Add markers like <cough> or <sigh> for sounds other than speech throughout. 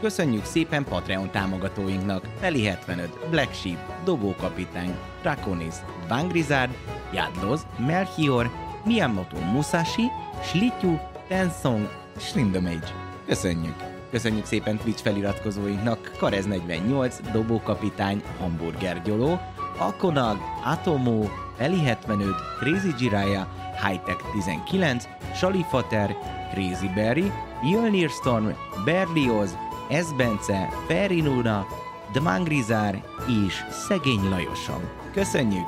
Köszönjük szépen Patreon támogatóinknak! Feli 75, Black Sheep, Dobókapitány, Draconis, Vangrizard, Jadloz, Melchior, Miyamoto Musashi, Slityu, Tensong, Shrindamage. Köszönjük! Köszönjük szépen Twitch feliratkozóinknak Karez48, Dobókapitány, Hamburger Gyoló, Akonag, Atomó, Feli 75, Crazy Jiraya, Hightech 19, Salifater, Crazy Berry, Jölnir Storm, Berlioz, ez Bence, Feri Nuna, Dmangrizár és Szegény Lajosom. Köszönjük!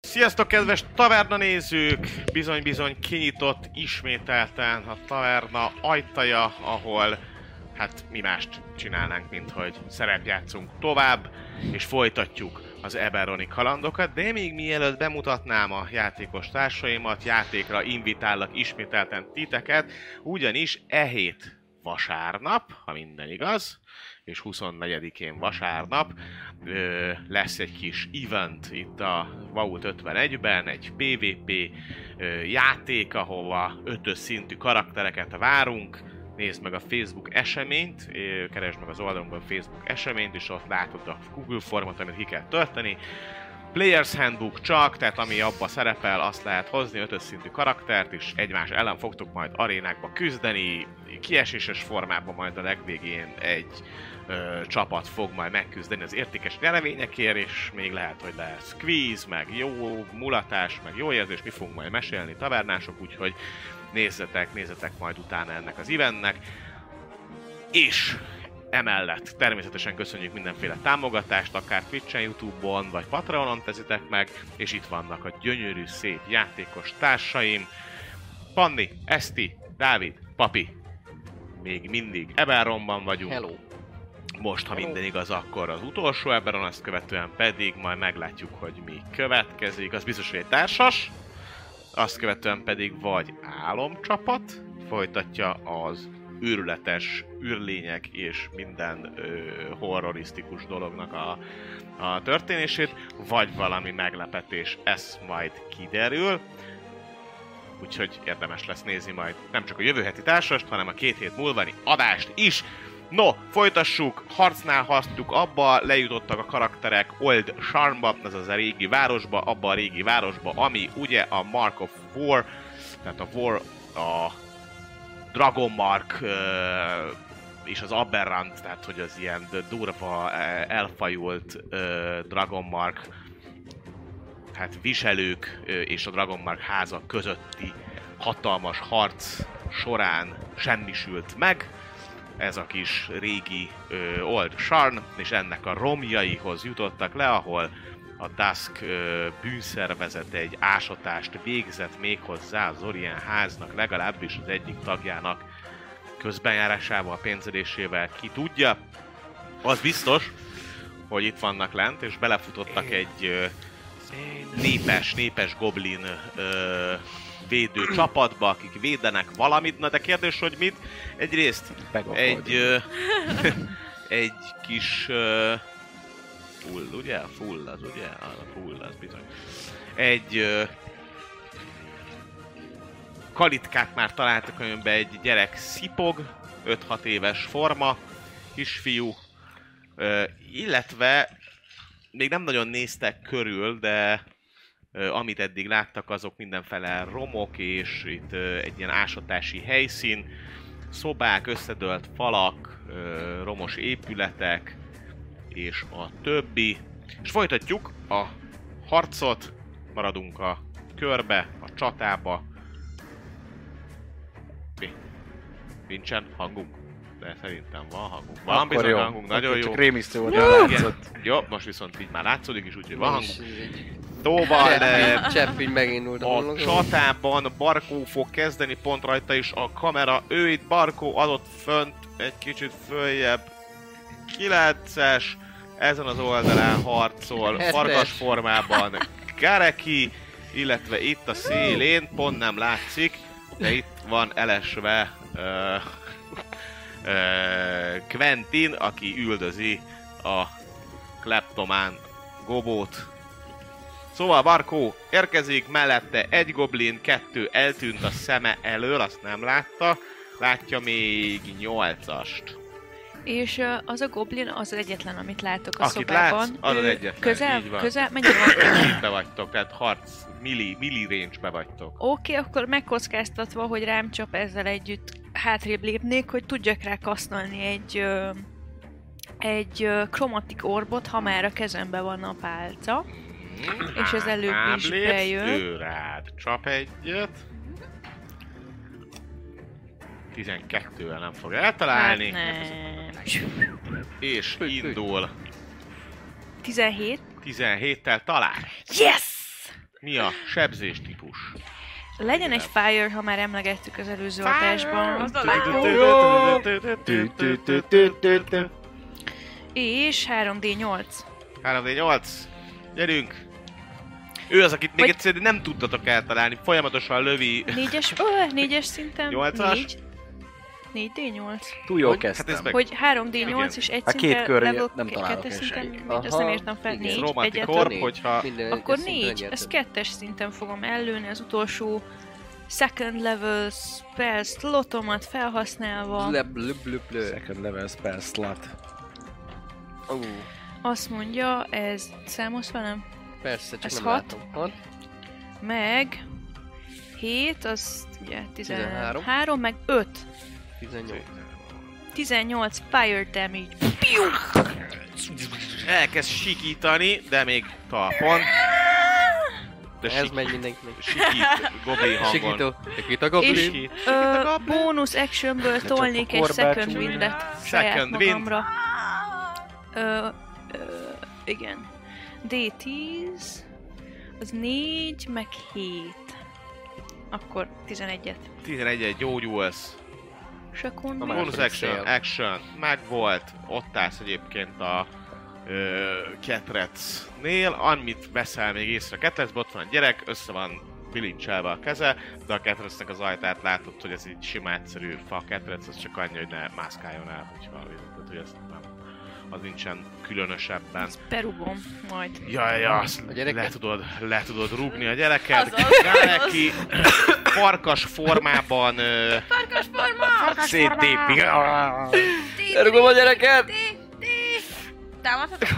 Sziasztok, kedves taverna nézők! Bizony-bizony kinyitott ismételten a taverna ajtaja, ahol hát mi mást csinálnánk, mint hogy szerepjátszunk tovább, és folytatjuk az Eberoni kalandokat, de még mielőtt bemutatnám a játékos társaimat, játékra invitállak ismételten titeket, ugyanis e hét vasárnap, ha minden igaz, és 24-én vasárnap ö, lesz egy kis event itt a Vault 51-ben, egy PvP ö, játék, ahova ötös szintű karaktereket várunk, nézd meg a Facebook eseményt, keresd meg az oldalunkban a Facebook eseményt, és ott látod a Google formot, amit ki kell tölteni. Players Handbook csak, tehát ami abba szerepel, azt lehet hozni, ötös szintű karaktert, és egymás ellen fogtok majd arénákba küzdeni, kieséses formában majd a legvégén egy ö, csapat fog majd megküzdeni az értékes nyereményekért, és még lehet, hogy lesz quiz, meg jó mulatás, meg jó érzés, mi fogunk majd mesélni tavernások, úgyhogy nézzetek, nézzetek majd utána ennek az eventnek. És emellett természetesen köszönjük mindenféle támogatást, akár Twitch-en, Youtube-on, vagy Patreonon tezitek meg, és itt vannak a gyönyörű, szép játékos társaim. Panni, Eszti, Dávid, Papi. Még mindig Eberronban vagyunk. Hello. Most, ha minden igaz, akkor az utolsó Eberron, azt követően pedig majd meglátjuk, hogy mi következik. Az biztos, hogy egy társas. Azt követően pedig vagy álomcsapat, folytatja az őrületes űrlények és minden ö, horrorisztikus dolognak a, a történését, vagy valami meglepetés, ez majd kiderül. Úgyhogy érdemes lesz nézni majd nem csak a jövő heti társast, hanem a két hét múlvani adást is. No, folytassuk, harcnál harctuk abba, lejutottak a karakterek Old Sharnba, azaz a régi városba, abba a régi városba, ami ugye a Mark of War, tehát a War, a Dragon Mark ö, és az Aberrant, tehát hogy az ilyen durva, ö, elfajult ö, Dragon Mark hát viselők ö, és a Dragon Mark háza közötti hatalmas harc során semmisült meg. Ez a kis régi ö, Old Sharn, és ennek a romjaihoz jutottak le, ahol a Dusk ö, bűnszervezete egy ásatást végzett méghozzá az Orient háznak, legalábbis az egyik tagjának közbenjárásával, pénzelésével, ki tudja. Az biztos, hogy itt vannak lent, és belefutottak egy ö, népes, népes goblin ö, védő csapatba, akik védenek valamit, na de kérdés, hogy mit? Egyrészt egy, ö, <laughs> egy kis ö, full, ugye? Full az, ugye? Ah, A full az bizony. Egy ö, kalitkát már találtak önbe egy gyerek szipog, 5-6 éves forma, kisfiú, ö, illetve még nem nagyon néztek körül, de ö, amit eddig láttak, azok mindenfele romok, és itt ö, egy ilyen ásatási helyszín, szobák, összedölt falak, ö, romos épületek, és a többi. És folytatjuk a harcot, maradunk a körbe, a csatába. Mi? Nincsen hangunk? De szerintem van hangunk. Van Akkor bizony jó. hangunk, nagyon Akkor jó. Csak rémisztő volt, hogy Igen. látszott. Jó, most viszont így már látszódik is, úgyhogy van hangunk. És így egy Tóval, eh, csepp- Csepp így megindult a a honlogom. csatában Barkó fog kezdeni, pont rajta is a kamera. Ő itt Barkó adott fönt, egy kicsit följebb. 9-es, ezen az oldalán harcol, Hetes. farkas formában Gareki, illetve itt a szélén, pont nem látszik, de itt van elesve ö, ö, Quentin, aki üldözi a kleptomán gobót, Szóval Barkó érkezik, mellette egy goblin, kettő eltűnt a szeme elől, azt nem látta. Látja még nyolcast. És ö, az a goblin az az egyetlen, amit látok a Akit szobában. látsz, az az Ő egyetlen, Közel, így van. közel, mennyire van? Be vagytok, tehát harc, milli, milli range-be vagytok. Oké, okay, akkor megkockáztatva, hogy rám csap ezzel együtt hátrébb lépnék, hogy tudjak rá kasznolni egy, ö, egy ö, kromatik orbot, ha már a kezembe van a pálca. És az előbb Hátrább is lépsz, bejön. Ő rád csap egyet. 12-vel nem fog eltalálni, Hát nem. és indul. 17. 17-tel talál. Yes! Mi a sebzés típus? Legyen egy fire, ha már emlegettük az előző adásban. Az a legjobb. És 3D8. 3-4-8. Gyerünk! Ő az, akit még Vagy- egyszer nem tudtatok eltalálni. Folyamatosan lövi. Négyes, ö, négyes szinten. Nyolcas? Négy. 4D8. Túl jól Hogy? kezdtem. Hát ez meg- Hogy 3D8 Igen. és egy A szinten két körre level nem találok kettes én szinten, semmit. mindegy, azt nem Aha, írtam fel. igen. Négy, Romantik egyáltalán orb, négy. hogyha... Minden Akkor egyes négy, szinten ezt nyerted. kettes szinten fogom ellőni, az utolsó second level spell slotomat felhasználva. Blub, blub, blub, blub. Second level spell slot. Ú, Azt mondja, ez számos velem? Persze, csak Ez nem hat? látom. Hat? Meg 7, az ugye 13, Tizenhárom. meg 5. 18. 18 fire damage. Elkezd sikítani, de még talpon. De Ez sik, megy mindenkinek. sikít goblin hangon. Sikító. Sikító goblin. Sikít. Ö, bónusz actionből csak tolnék egy korbát second csúnya. windet saját Second wind. magamra. Ö, ö, igen. D10, az 4, meg 7. Akkor 11-et. 11 gyógyulsz. Second Na wind. már. Bonus Második action, szél. action. Megvolt. Ott állsz egyébként a ö, ketrecnél. Amit veszel még észre a ketrecbe, ott van a gyerek, össze van bilincselve a keze, de a ketrecnek az ajtát látod, hogy ez egy sima egyszerű fa ketrec, az csak annyi, hogy ne mászkáljon el, hogyha tehát, hogy ez nem, az nincsen különösebben. Ezt berugom majd. Jaj, ja, azt A gyereket? le tudod, le tudod rúgni a gyereket. Azaz, Neki farkas formában ö, Farkas forma! Széttépi. Elrugom a gyereket! Támadhatok?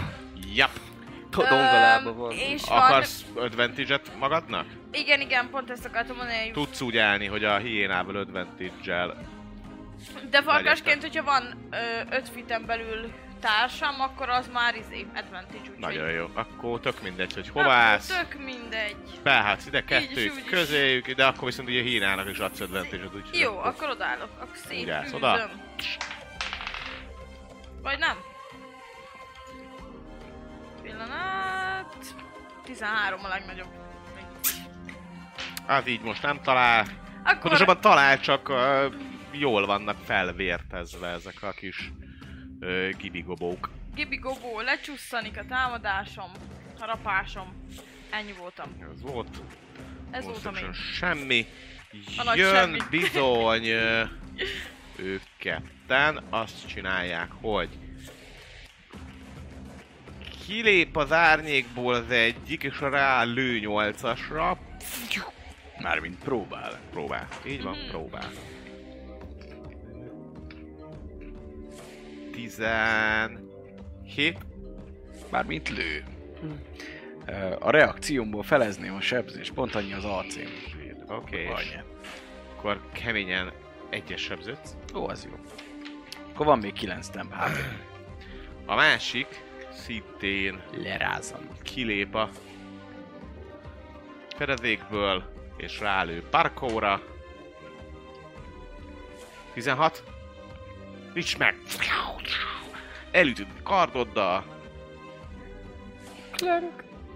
jap, Tudom, a lába van. Öm, És van... akarsz advantage-et magadnak? Igen, igen, pont ezt akartam mondani, hogy... Tudsz úgy állni, hogy a hiénával advantage-el. De farkasként, hogyha van 5 fiten belül társam, akkor az már izé, advantage, úgyhogy... Nagyon jó. Akkor tök mindegy, hogy Akkor hova állsz. Tök mindegy. Felhátsz ide, Így is, kettőjük úgy is. közéjük, de akkor viszont ugye a hírának is adsz advantage-et, úgyhogy Jó, akkor odállok. Akkor szép Úgy állsz oda? üldöm. Vagy nem? Pillanat... 13 a legnagyobb. Az így most nem talál. Akkor... Pontosabban talál, csak ö, jól vannak felvértezve ezek a kis ö, gibigobók. Gibi Gobó, lecsusszanik a támadásom, harapásom. Ennyi voltam. Ez volt. Ez Most voltam sem én. Semmi. A nagy Jön semmi. bizony <laughs> ö, ők ketten azt csinálják, hogy kilép az árnyékból az egyik, és rá lő nyolcasra. Mármint próbál. Próbál. Így van, Mhm. próbál. Tizenhét. Mármint lő. Hm. Ö, A reakciómból felezném a sebzést, pont annyi az AC-m. Oké, okay, Annyi. akkor keményen egyes sebződsz. Ó, az jó. Akkor van még 9 temp hát. A másik szintén Lerázom. kilép a fedezékből, és rálő parkóra. 16. Nincs meg! Elütöd kardoddal.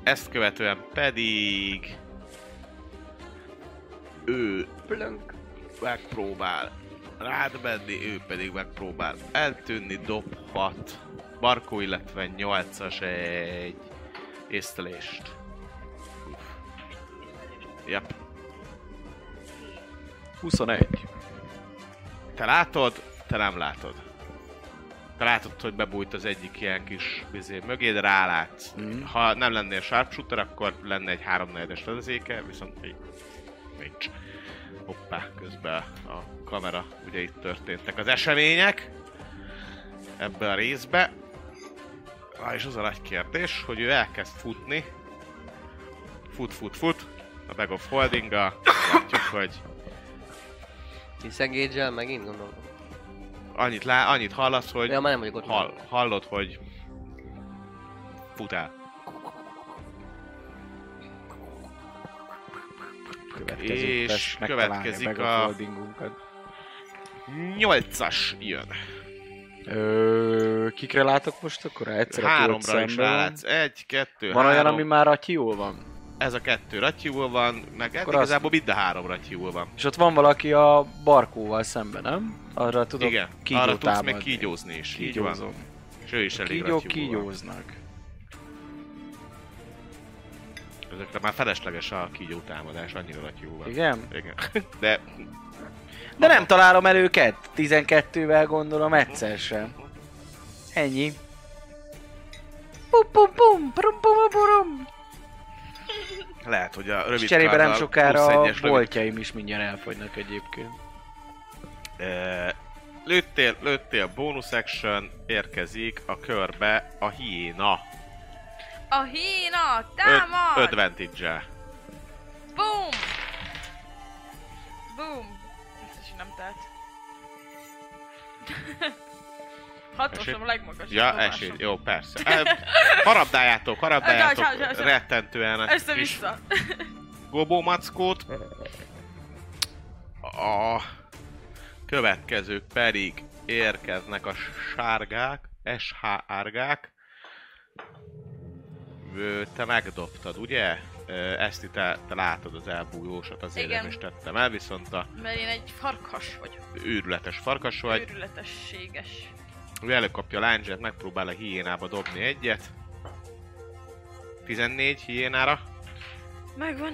Ezt követően pedig... Ő Plönk. megpróbál rád menni, ő pedig megpróbál eltűnni, dobhat Barkó, illetve 8-as egy észlelést. Uff. Jep. 21. Te látod, te nem látod. Te látod, hogy bebújt az egyik ilyen kis bizé mögé, de rálátsz. Mm. Ha nem lennél sharpshooter, akkor lenne egy 3 4 es fedezéke, viszont egy... nincs. Hoppá, közben a kamera, ugye itt történtek az események. Ebbe a részbe. Ah, és az a nagy kérdés, hogy ő elkezd futni. Fut, fut, fut. A Bag of holding Látjuk, hogy Disengage-el megint gondolom. annyit, lá- annyit hallasz, hogy... Ja, már nem vagyok ott. Hall, hallod, hogy fut el. Következő És test megtalálni következik meg a- a... holdingunkat. Nyolcas jön. Ö, kikre látok most akkor? Ha Egyszer a tudod Háromra is szemben van. rálátsz. Egy, kettő, Van három. olyan, ami már a tió van. Ez a kettő rattyúval van, meg hát Akkor igazából mind a három rattyúval van. És ott van valaki a barkóval szemben, nem? Arra tudok Igen, kígyó arra tudsz támadni. még kígyózni is. Így van. Kígyózom. És ő is elég Kígyók rattyúval. van. kígyóznak. Ezekre már felesleges a kígyó támadás, annyira rattyúval. Igen? Igen. De De nem találom el őket. 12-vel gondolom egyszer sem. Ennyi. Pum pum pum, pum pum pum lehet, hogy a rövid És cserébe nem karddal sokára plusz a egyes rövid boltjaim is mindjárt elfogynak egyébként. Ö, lőttél, lőttél, bonus action, érkezik a körbe a hiéna. A hína Öd- támad! advantage Boom! Boom! Biztos, hogy nem telt. <laughs> Hatosom Esély? a legmagasabb. Ja, dobásom. esély, jó, persze. Ö, Harabdájátok, harabdájátok Ö, gyacs, gyacs, gyacs. rettentően kis Össze-vissza. gobó mackót. A következők pedig érkeznek a sárgák, SH-árgák. Ö, Te megdobtad, ugye? Ö, Ezt itt te, te látod az elbújósat, azért Igen. nem is tettem el, viszont a Mert én egy farkas vagyok. őrületes farkas vagy. Vagy... Őrületességes. Ő előkapja a láncsát, megpróbál a hiénába dobni egyet. 14 hiénára. Megvan.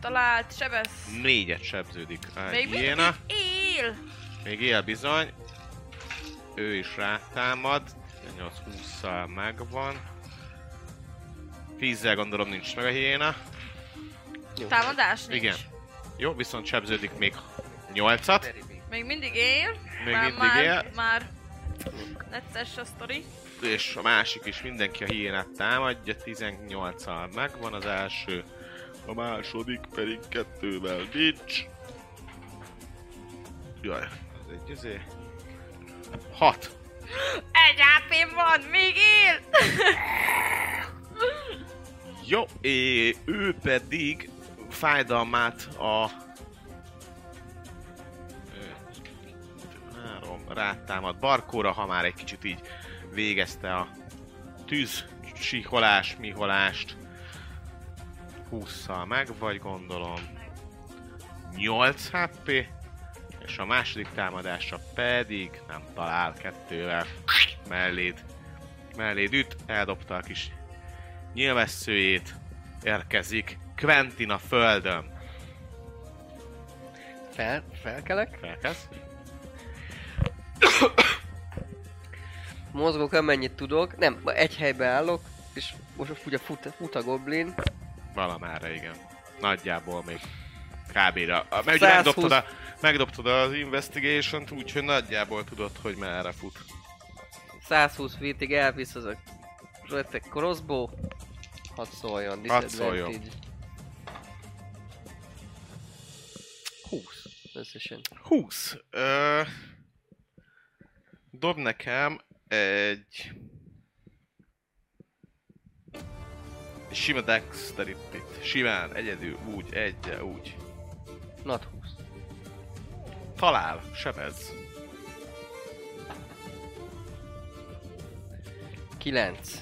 Talált, sebesz. Négyet sebződik a Még hiéna. mindig él! Még él bizony. Ő is rátámad. 8-20-szal megvan. 10-zel gondolom nincs meg a hiéna. Jó. Támadás nincs. Igen. Jó, viszont sebződik még 8-at. Még mindig él. Még már, mindig már, él. Már necces a sztori. És a másik is mindenki a hiénát támadja. 18-al megvan az első. A második pedig kettővel nincs. Jaj, ez egy izé. 6. Egy áp van, még él! Jó, é, ő pedig fájdalmát a... Ö, Három rátámad Barkóra, ha már egy kicsit így végezte a tűz siholás, miholást. 20-szal meg vagy gondolom. 8 HP, és a második támadása pedig nem talál kettővel melléd. Melléd üt, eldobta a kis nyilvesszőjét érkezik Quentin a földön. Fel, felkelek. Felkezd? Mozgok amennyit tudok. Nem, egy helybe állok. És most ugye fut, fut a goblin. Valamára igen. Nagyjából még kb-ra. A- Mert ugye megdobtad, a, megdobtad az investigation-t, úgyhogy nagyjából tudod, hogy merre fut. 120 feetig elvisz az a rötte crossbow. Hadd szóljon, Hadd szóljon. disadvantage. 20 összesen. 20. Ö, dob nekem egy... Sima dexterity Simán, egyedül, úgy, egy, úgy. Not 20. Talál, sebez. 9.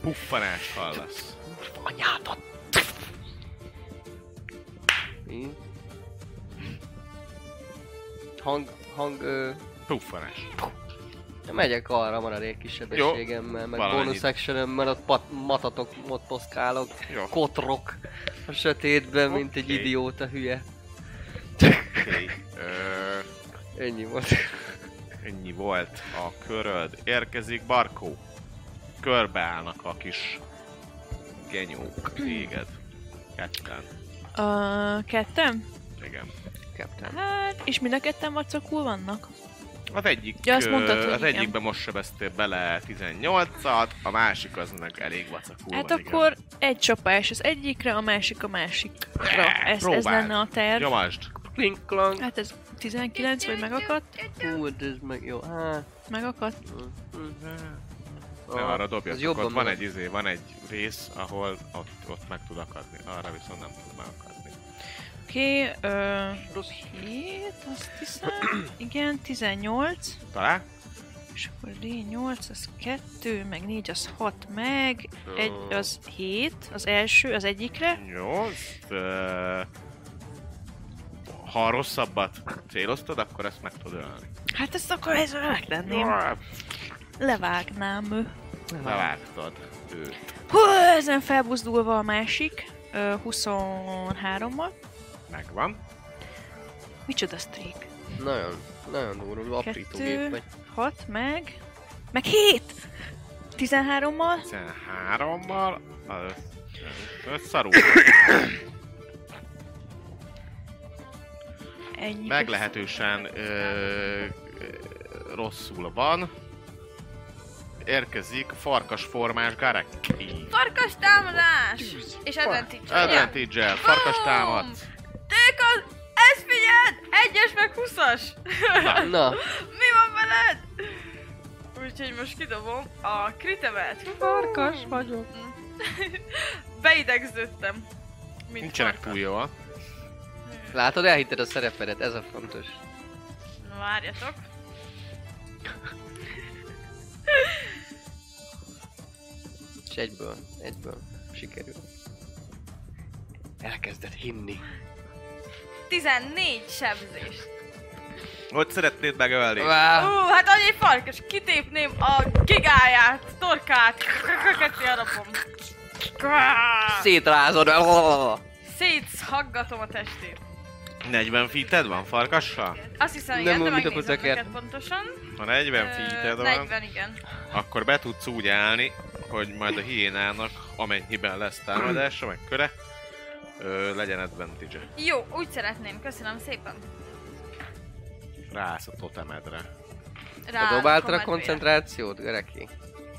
Puffanás hallasz. Anyádat! Én. Hang, hang, ö, Puffanás. megyek arra maradék kis sebességemmel, meg valamennyit. bonus actionömmel, ott pat, matatok, ott poszkálok, Jó. kotrok a sötétben, mint egy Oké. idióta hülye. Oké. Ö, Ennyi volt. Ennyi volt a köröd. Érkezik Barkó. Körbeállnak a kis genyók téged. Ketten. Uh, kettem? Igen. Captain. Hát, és mind a ketten vacakul vannak. Az egyik, Ja, azt ö, mondtad, hogy az igen. egyikben most sebeztél bele 18-at, a másik az meg elég vacakul hát van, akkor egy csapás az egyikre, a másik a másikra. Ez, ez próbáld. lenne a igen. terv. Nyomasd. Kling klang. Hát ez 19, vagy megakadt? Hú, de ez meg jó. Hát. Megakadt. Ne arra dobjatok, az ott jobban van marad. egy izé, van egy rész, ahol ott, ott meg tud akadni, arra viszont nem tud már akadni. Oké, okay, ö, 7, azt hiszem. Igen, 18. Talán? És akkor D8, az 2, meg 4, az 6, meg egy, az 7, az első, az egyikre. Jó, ezt, ö, ha rosszabbat céloztad, akkor ezt meg tud ölni. Hát ezt akkor ez megtenném. Jaj, Levágnám ő. Levágtad őt. Hú, ezen felbuzdulva a másik, ö, 23-mal. Megvan. Micsoda streak? Nagyon, nagyon durva, aprító Kettő. gép <laughs> vagy. 6, meg... Meg 7! 13-mal. 13-mal. Az összarúg. Ennyi. <coughs> Meglehetősen ö, ö, rosszul van. Érkezik farkas formás Gareki. Farkas támadás! És advantage. ugye? Advantage-el, farkas támad. Dékon, ez figyeld! Egyes meg 20-as! Na, Mi van veled? Úgyhogy most kidobom a kritemet. Farkas vagyok. Beidegződtem. Mint Nincsenek farkas. túl jól. látod, elhitted a szerepedet, ez a fontos. Na várjatok. És egyből, egyből sikerül. Elkezded hinni. 14 sebzés. Hogy szeretnéd megölni? Vá, Ú, hát annyi egy farkas, kitépném a gigáját, torkát, ketté arapom. Szétrázod. Szétszaggatom a testét. 40 feeted van farkassal? Azt hiszem, Nem igen, de mondom, mit a megnézem pocakért. neked pontosan. Ha 40 Ö, feeted van, 40, igen. akkor be tudsz úgy állni, hogy majd a hiénának, amennyiben lesz támadása, meg köre, ö, legyen advantage Jó, úgy szeretném, köszönöm szépen. Ráállsz a totemedre. Rá Te dobáltad kommentbe a ér. koncentrációt, Göreki?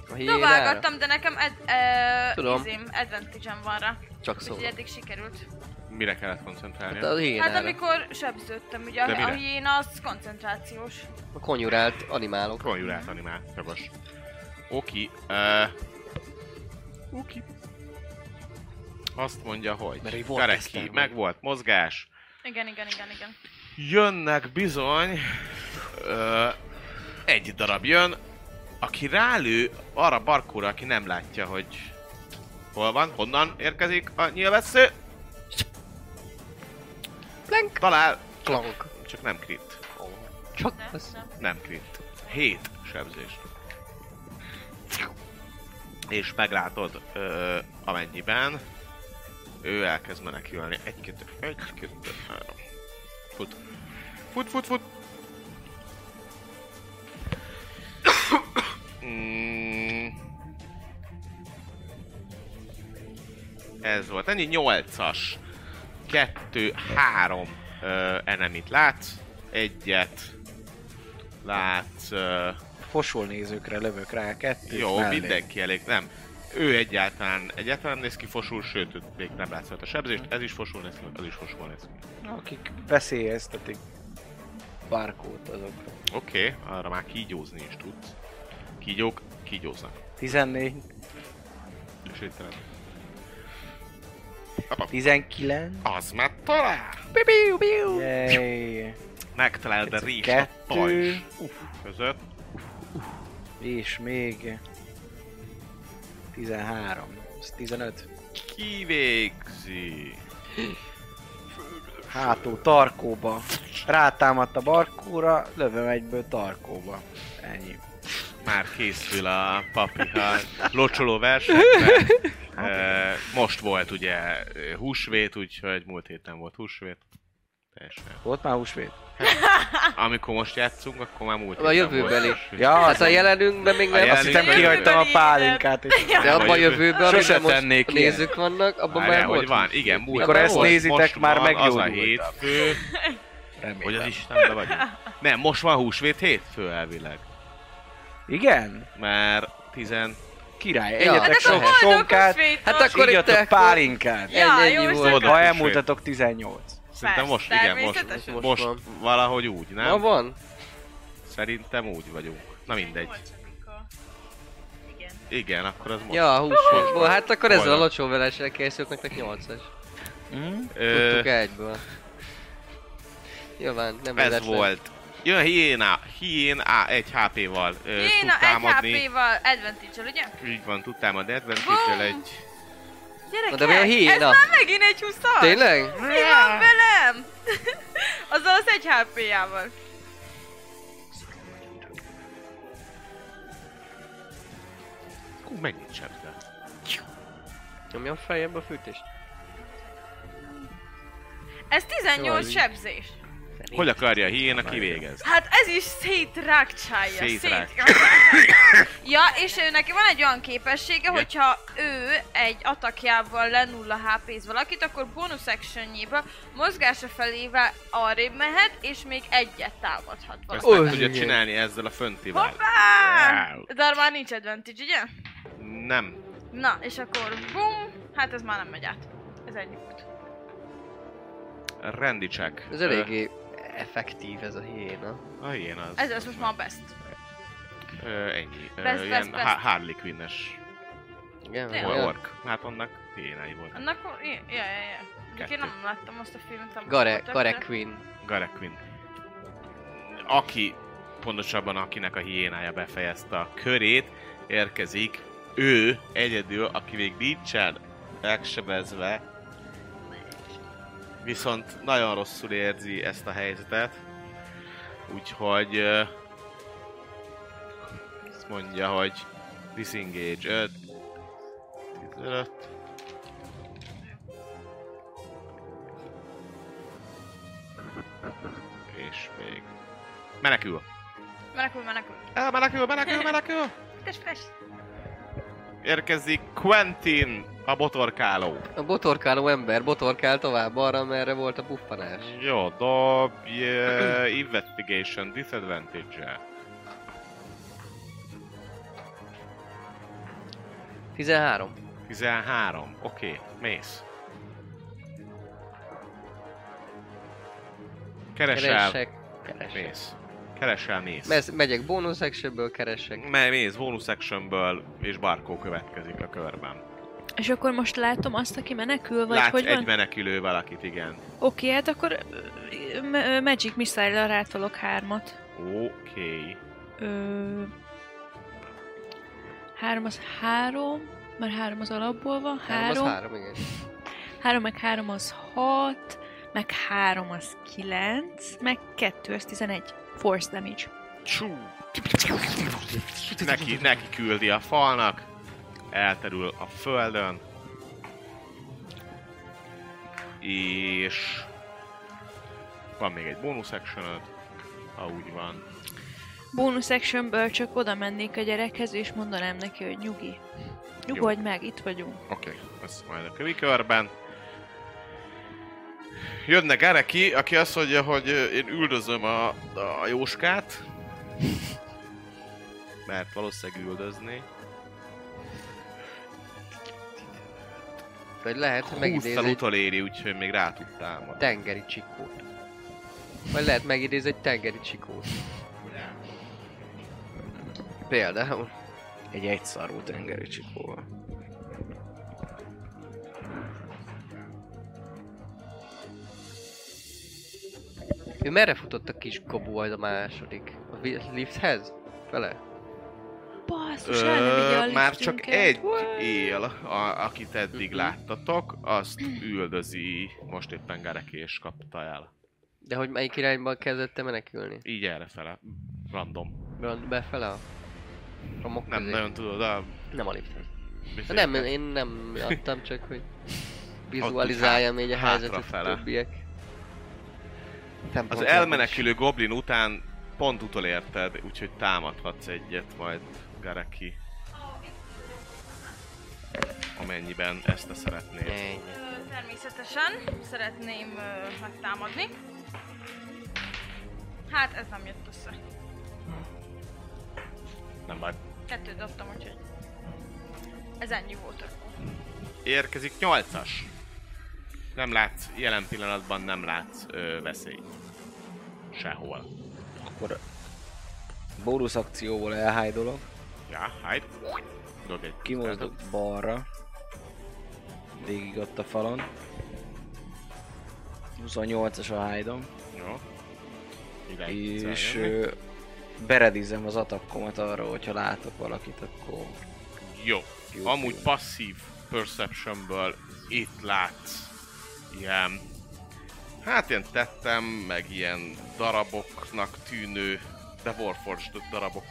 A hiénára? Dobálgattam, de nekem ed, e, Tudom. izém, advantage van rá. Csak Úgyhogy szóval. eddig sikerült. Mire kellett Hát koncentrálni? a hiénára. Hát amikor sebződtem, ugye De a, mire? a hiéna az koncentrációs. A konyurált animálok. Konjurált animál, jogos. Oki, ö, Oki. Azt mondja, hogy Mert egy volt Kareki, Eszter meg volt mozgás, Igen, igen, igen, igen. jönnek bizony, ö, egy darab jön, aki rálő arra barkóra, aki nem látja, hogy hol van, honnan érkezik a nyilvessző. Plank. Talál, Klank. csak nem krit. Csak az. Nem krit. Hét sebzés. És meglátod, ö, amennyiben ő elkezd menekülni. Egy, kettő, egy, kettő, három. Fut. Fut, fut, fut. Mm. Ez volt ennyi, 8-as. 2, 3 enemit látsz, egyet látsz, ö, Fosol nézőkre lövök rá kettőt jó, mellé. mindenki elég, nem. Ő egyáltalán, egyáltalán nem néz ki fosul, sőt, őt még nem látszott a sebzést, ez is fosul néz ki, az is fosul néz ki. Akik veszélyeztetik Barkót azok. Oké, okay, arra már kígyózni is tudsz. Kígyók kígyóznak. 14. Sőtelen. 19. Az már talál! Jaj. Megtalálod a rést a Kettő. pajzs között. És még 13. Ez 15. Kivégzi. Hátó tarkóba. Rátámadt a barkóra, lövöm egyből tarkóba. Ennyi. Már készül a papiha locsoló versenyre. E, most volt ugye húsvét, úgyhogy múlt héten volt húsvét. Teljesen. Volt már húsvét? Amikor most játszunk, akkor már múlt A jövőbeli. volt húsvét. Ja, Hát a jelenünkben még nem... A Azt jelen- hittem kihagytam a pálinkát. És... De abban a Vagy- jövőben, Sose amiben tennék most ilyen. nézők vannak, abban Várjál, már hogy volt. van, igen, múlt Mikor volt, ezt nézitek, most már van az a megjódultam. hétfő, hogy az Remélem. Istenbe vagyunk. Nem, most van húsvét hétfő elvileg, Igen? mert tizen... Király, Ja. Hát egyetek akkor sok boldog sonkát, húsvétot! Hát és akkor itt igyatok akkor- Hát pálinkát. Ja, Ennyi- jó, ennyi és volt. Boldog Ha húsvét. elmúltatok 18. Szerintem most, Persze, igen, most, természetesen. most Most valahogy úgy, nem? Ma van? Szerintem úgy vagyunk. Na mindegy. Volt csak, amikor- Igen. Igen, akkor az most. Ja, húsvétból. Most. Hát akkor ezzel a Boldog. lacsó velesre készülök nektek 8-as. Ö, Tudtuk egyből. Nyilván, nem ez véletlen. volt. Jön hiéna, hiéna egy HP-val ö, Én tud a támadni. 1 HP-val advantage ugye? Így van, tud támadni advantage Bum! egy... Gyerekek, de mi a ez hiéna? már megint egy 20 Tényleg? Mi van velem? <laughs> Azzal az egy HP-jával. Hú, mennyit sebzel. Nyomja a fejembe a fűtést. Ez Jaj, 18 így. sebzés. Hogy akarja a hiéna kivégezni? Hát ez is szétrákcsálja. Szétrák. szétrákcsálja. ja, és ő neki van egy olyan képessége, hogyha ő egy atakjával lenulla hp valakit, akkor bonus actionjébe mozgása felével arrébb mehet, és még egyet támadhat Ezt valaki. meg Ó, tudja igen. csinálni ezzel a föntivel. Hoppá! Wow. De arra már nincs advantage, ugye? Nem. Na, és akkor bum, hát ez már nem megy át. Ez ennyi volt. Rendi check. Ez eléggé effektív ez a hiéna. A hiéna az. Ez lesz most már best. Ö, ennyi. Ö, Best, ilyen best, best. Ha- Harley Quinn-es Igen? Tényleg. olyan. ork. Hát annak hiénái voltak. Annak, ja, ja, ja. Mondjuk én nem láttam azt a filmet, amit Gare, voltak, Gare de- Queen. Gareth Quinn. Aki, pontosabban akinek a hiénája befejezte a körét, érkezik ő egyedül, aki még nincsen megsebezve, viszont nagyon rosszul érzi ezt a helyzetet, úgyhogy ö, azt mondja, hogy disengage 5, 15, és még menekül. Menekül, menekül. Á, menekül, menekül, menekül! Fes, fes. Érkezik Quentin, a botorkáló. A botorkáló ember botorkál tovább arra, merre volt a puffanás. Jó, dobj uh, investigation disadvantage 13. 13, oké, okay, mész. Keresel, Keresek. Keresek. mész. Keresel, mész. Mez, megyek bónusz actionből, keresek. Mert mész, bonus actionből, és Barkó következik a körben. És akkor most látom azt, aki menekül, vagy Látsz hogy egy van? menekülő valakit, igen. Oké, hát akkor ö, m- Magic Missile-lel rátolok hármat. Oké. Okay. Ö, három az három, mert három az alapból van, Három, három, az három, három, igen. három meg három az hat, meg három az kilenc, meg kettő az tizenegy. Force damage. Csú. Neki, neki küldi a falnak, elterül a földön, és van még egy bonus action ha úgy van. Bonus actionből csak oda mennék a gyerekhez, és mondanám neki, hogy nyugi. Nyugodj meg, itt vagyunk. Oké, okay. ez majd a kövi körben. Jönne Gareki, aki azt mondja, hogy ö, én üldözöm a, a Jóskát. Mert valószínűleg üldözni. Vagy lehet, hogy megidéz 20-tal egy utoléri, úgyhogy még rá tud támadni. tengeri csikót. Vagy lehet megidéz egy tengeri csikót. Például. Egy egyszarú tengeri csikóval. Ő merre futott a kis gobó majd a második? A vi- lifthez? Fele? Basszus, el nem vigye a Ö, már csak liftünket. egy él, a, akit eddig láttatok, azt üldözi most éppen Garek és kapta el. De hogy melyik irányban kezdett menekülni? Így errefele. Random. Be- Befele a romok Nem közé? nagyon tudod, a... Nem a lifthez. bizonyos- Hát Nem, én nem adtam, csak hogy Ott vizualizáljam úgy így a hát- helyzetet a hátrafele. többiek. Az Szempontjából elmenekülő goblin után pont utolérted, úgyhogy támadhatsz egyet majd Gareki. Amennyiben ezt te is. szeretnéd. Ennyi. Ö, Természetesen szeretném ö, megtámadni. Hát ez nem jött össze. Nem baj. Kettőt dobtam, úgyhogy ez ennyi volt akkor. Érkezik 8-as. Nem látsz, jelen pillanatban nem látsz ö, veszélyt. Sehol. Akkor bónusz akcióból elhájdolok, Ja, hide. Dobj egy kimozdok balra, végig ott a falon. 28-as a hájdom, Jó. Ide és egyszer jönni. ö, beredizem az atakkomat arra, hogyha látok valakit, akkor Jó. Jó, Amúgy jó. passzív perceptionből itt látsz ilyen... Hát ilyen tettem, meg ilyen daraboknak tűnő, de Warforged darabok,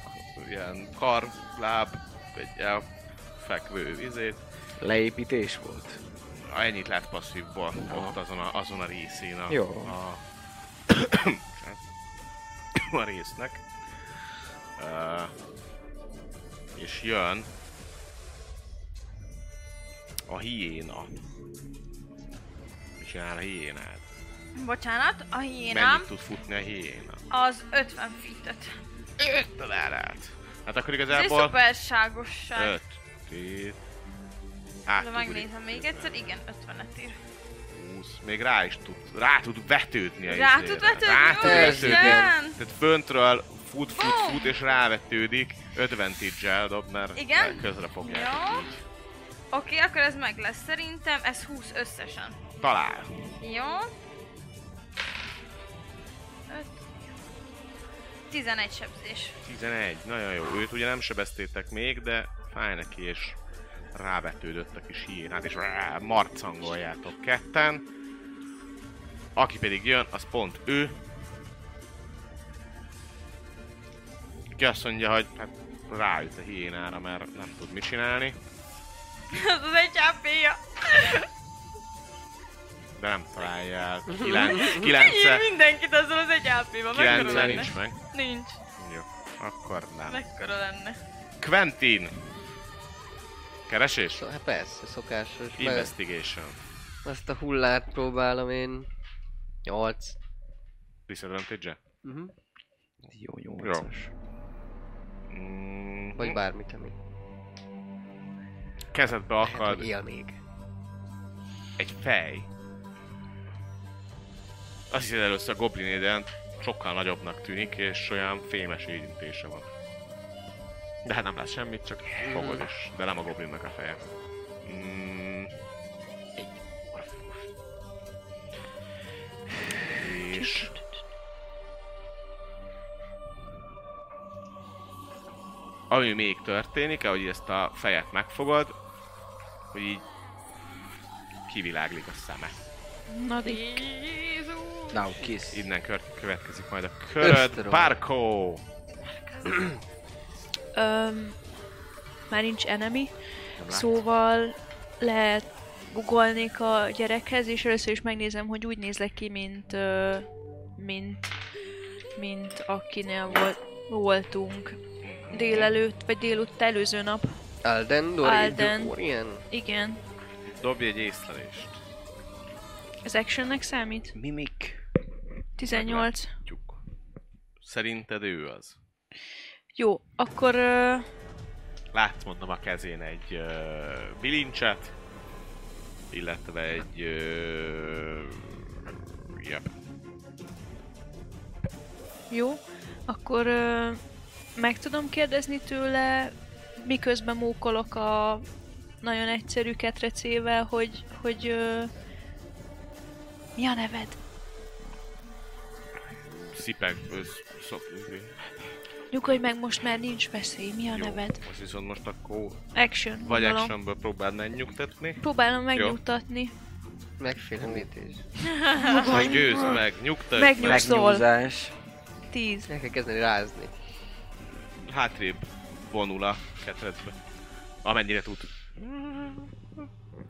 ilyen kar, láb, egy elfekvő izét. leépítés volt. Ennyit lát passzívból, ott azon a, azon a részén a, Jó. a, <coughs> a résznek. Uh, és jön a hiéna. Mit csinál a hiénád? Bocsánat, a hiénám Mennyit tud futni a hiéna? az 50 feet-et. Öt találát! Hát akkor Ez egy igazából szuperságosság. öt. hát Tét. De megnézem még egyszer, igen, 50-et ír. 20, még rá is tud, rá tud vetődni a Rá izére. tud vetődni? rá tud Úristen! vetődni. Tehát föntről fut, fut, fut, és rávetődik, 50 el dob, mert Igen? mert közre fogják. Jó. Oké, akkor ez meg lesz szerintem, ez 20 összesen. Talál. Jó. 5. 11 sebzés. <laughs> 11, nagyon jó. Őt ugye nem sebeztétek még, de fáj neki, és rávetődött a kis hiénát, és rá, marcangoljátok ketten. Aki pedig jön, az pont ő. Ki azt mondja, hogy hát ráüt a hiénára, mert nem tud mit csinálni. Ez az egy hp-ja. De nem találja el. 9 9 mindenkit azzal az egy hp-val. Mekkora lenne? nincs Hát. meg. Nincs. Jó, akkor nem. Mekkora lenne? Quentin! Keresés? Szó- Hát persze, szokásos. Meg Investigation. azt a hullát próbálom én. Nyolc. Disadvantage-e? Mhm. Jó, 8-as. Mm, Vagy bármit, ami. Kezedbe Hát, akad hogy él még. egy fej. Azt hiszed először a goblinéden sokkal nagyobbnak tűnik, és olyan fémes érintése van. De hát nem lesz semmit, csak fogod is, de nem a goblinnak a feje. Mm. És... Ami még történik, ahogy ezt a fejet megfogod, hogy így kiviláglik a szeme. Na, dik. Now kiss. Innen kör- következik majd a köröd. Ösztrom. Barkó! Öm, már nincs enemy, szóval lehet guggolnék a gyerekhez, és először is megnézem, hogy úgy nézlek ki, mint, ö, mint, mint akinél volt, voltunk délelőtt, vagy délután előző nap. Alden, Dori, Alden. Dorian. Igen, Dobj egy észlelést. ez actionnek számít? Mimik. 18. Tyuk. Szerinted ő az? Jó, akkor ö, Látsz mondom a kezén egy uh, bilincset, illetve egy... Uh, yep. jó, akkor ö, meg tudom kérdezni tőle, miközben mókolok a nagyon egyszerű ketrecével, hogy, hogy ö, mi a neved? szipek... ö, Szok, izé. Nyugodj meg, most már nincs veszély. Mi a Jó, neved? most viszont most akkor Action, vagy gondolom. actionből próbáld megnyugtatni. Próbálom megnyugtatni. Megfélemlítés. Vagy győz meg, nyugtatj Megnyug- meg. Szól. Megnyúzás. Szóval Tíz. El kell kezdeni rázni. Hátrébb vonul a ketrecbe. Amennyire tud.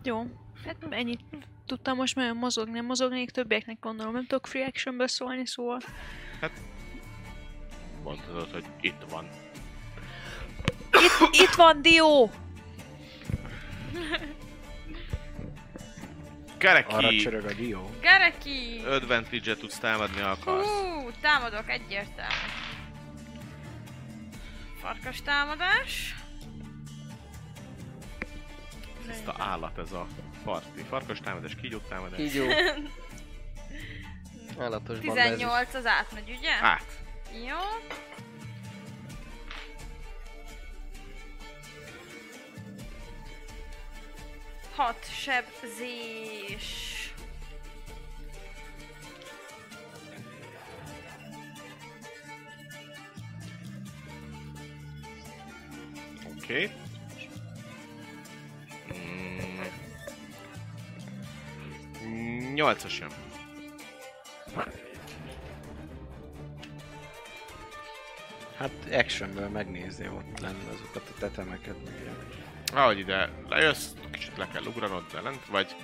Jó. Hát ennyit tudtam most már mozogni, nem mozognék többieknek gondolom. Nem tudok free actionből szólni, szóval Mondhatod, hogy itt van. Itt, itt van Dió! Arra Kereki! csörög a dió. Gereki! Advantage-et tudsz támadni, ha akarsz. Hú, támadok egyértelmű. Farkas támadás. Ezt a állat ez a parti. Farkas támadás, kígyó támadás. Így jó. Állatos banda ez is. 18 az átmegy, ugye? Át. Jó. Hat sebzés. Oké. Okay. Mm. Nyolcas sem. Hát actionből megnézni ott lenne azokat a tetemeket. meg ilyenek. Ahogy ide lejössz, kicsit le kell ugranod, de lent vagy.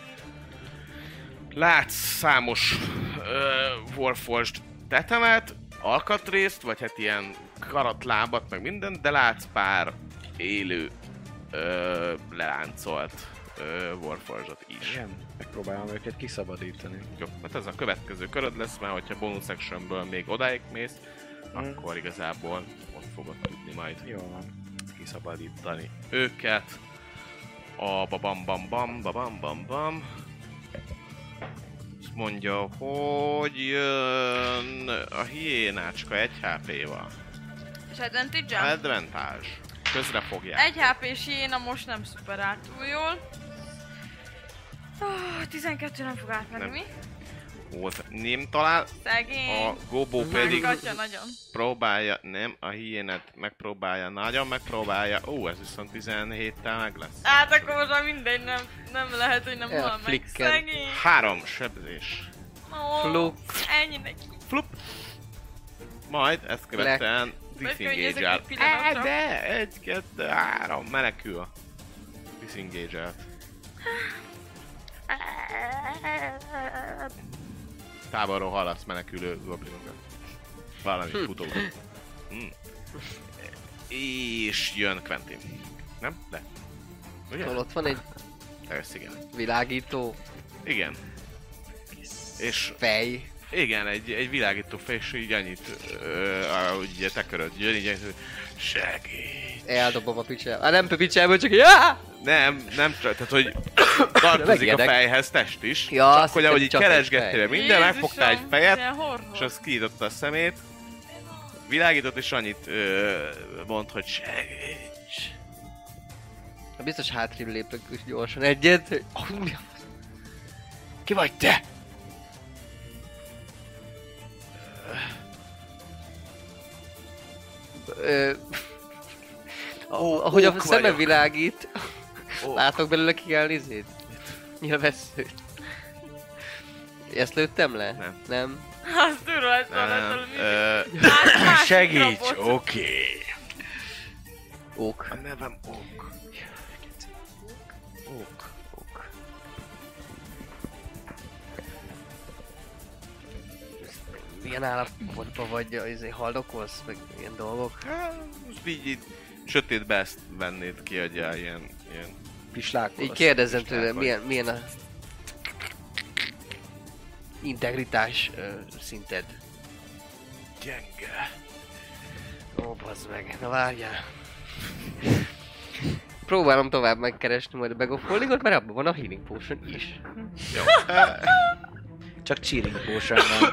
Látsz számos uh, Warforged tetemet, alkatrészt, vagy hát ilyen karatlábat, meg mindent, de látsz pár élő ö, leláncolt ö, Warforged-ot is. Igen, megpróbálom őket kiszabadítani. Jó, hát ez a következő köröd lesz, mert hogyha bonus actionből még odáig mész, akkor igazából ott fogod tudni majd Hmm. Jó van. kiszabadítani őket. A babam bam bam babam bam bam. Azt mondja, hogy jön a hiénácska egy HP-val. És advantage Hát, -em? Advantage. Közre fogják. Egy hp s én a most nem szuperált túl jól. Oh, 12 nem fog átmenni, Nem. mi? Ott nem talál, Szegény. a gobó pedig Katya nagyon. próbálja, nem, a hiénet megpróbálja, nagyon megpróbálja. Ó, ez viszont 17-tel meg lesz. Hát akkor most már mindegy, nem, nem lehet, hogy nem Ja, hal meg. flicker. Szegény. Három sebzés. Ó, Fluk. Ennyi neki. Flup. Majd ezt követően Megkönnyezek disengage el. egy pillanatra. Á, de egy, kettő, három, menekül. Disengage el. Távolról hallasz menekülő goblinokat. Valami futó. Mm. És jön Quentin. Nem? De. Ugye? Hol Szóval ott van egy Ez igen. világító Igen. És fej. igen, egy, egy világító fej, és így annyit, ö, ahogy ugye te köröd jön, így annyit, hogy segíts. Eldobom a picsába. Á, nem a picsába, csak ja! Nem, nem, csak- tehát <coughs> hogy tartozik a megijedek. fejhez test is, Ja, csak hogy azt hittem, ahogy így csak egy keresgettél fej. minden, megfogtál egy Jézusom, fejet, de horror. és az kinyitotta a szemét, világított, és annyit ö, mond, hogy segíts. Na, Biztos hátrébb lépek is gyorsan egyet. hogy- Ah, hú, mi a fasz? Ki vagy te? Ö, oh, <laughs> ahogy a ók szeme vagyok. világít, Ó, látok belőle ki kell izét. Nyilvesszőt. Ezt lőttem le? Nem. Nem. Az durva, szóval ez van, ez nem, valami- ö, Más- másik Segíts, robot. oké. Ók. a nevem Ok. Ok. Milyen állapotban vagy, izé, haldokolsz, meg ilyen dolgok? Hát, most így, így sötétbe ezt vennéd ki, hogy a ilyen, ilyen Pislákol. Így kérdezem tőle, Isten vagy. milyen, milyen a integritás ö, szinted. gyenge. Ó, bazd meg, na várjál. Próbálom tovább megkeresni majd a Bag of Holdingot, mert abban van a Healing Potion is. Jó. Csak csirinkó sem van.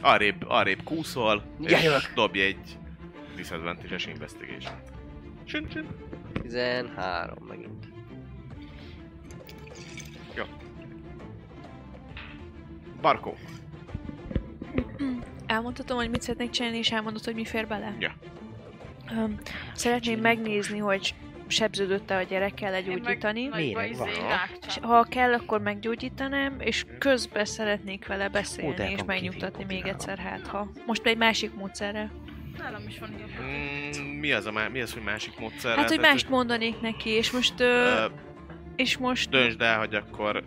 Arrébb, arrébb kúszol, Mindjárt és jövök. dobj egy disadvantage-es investigation. Csin, csin. 13 megint. Barkó. Elmondhatom, hogy mit szeretnék csinálni, és elmondod, hogy mi fér bele? Ja. Öm, szeretném megnézni, hogy sebződött-e a gyerek, kell egy gyógyítani. nagy- Méreg van. És Ha kell, akkor meggyógyítanám, és közben szeretnék vele beszélni, és Oldalkon megnyugtatni kívül még egyszer, hát ha. Most egy másik módszerrel. Nálam is van ilyen. Mm, mi, az a má- mi az, hogy másik módszer? Hát, hogy mást mondanék neki, és most... Ö, Ö, és most... Döntsd el, hogy akkor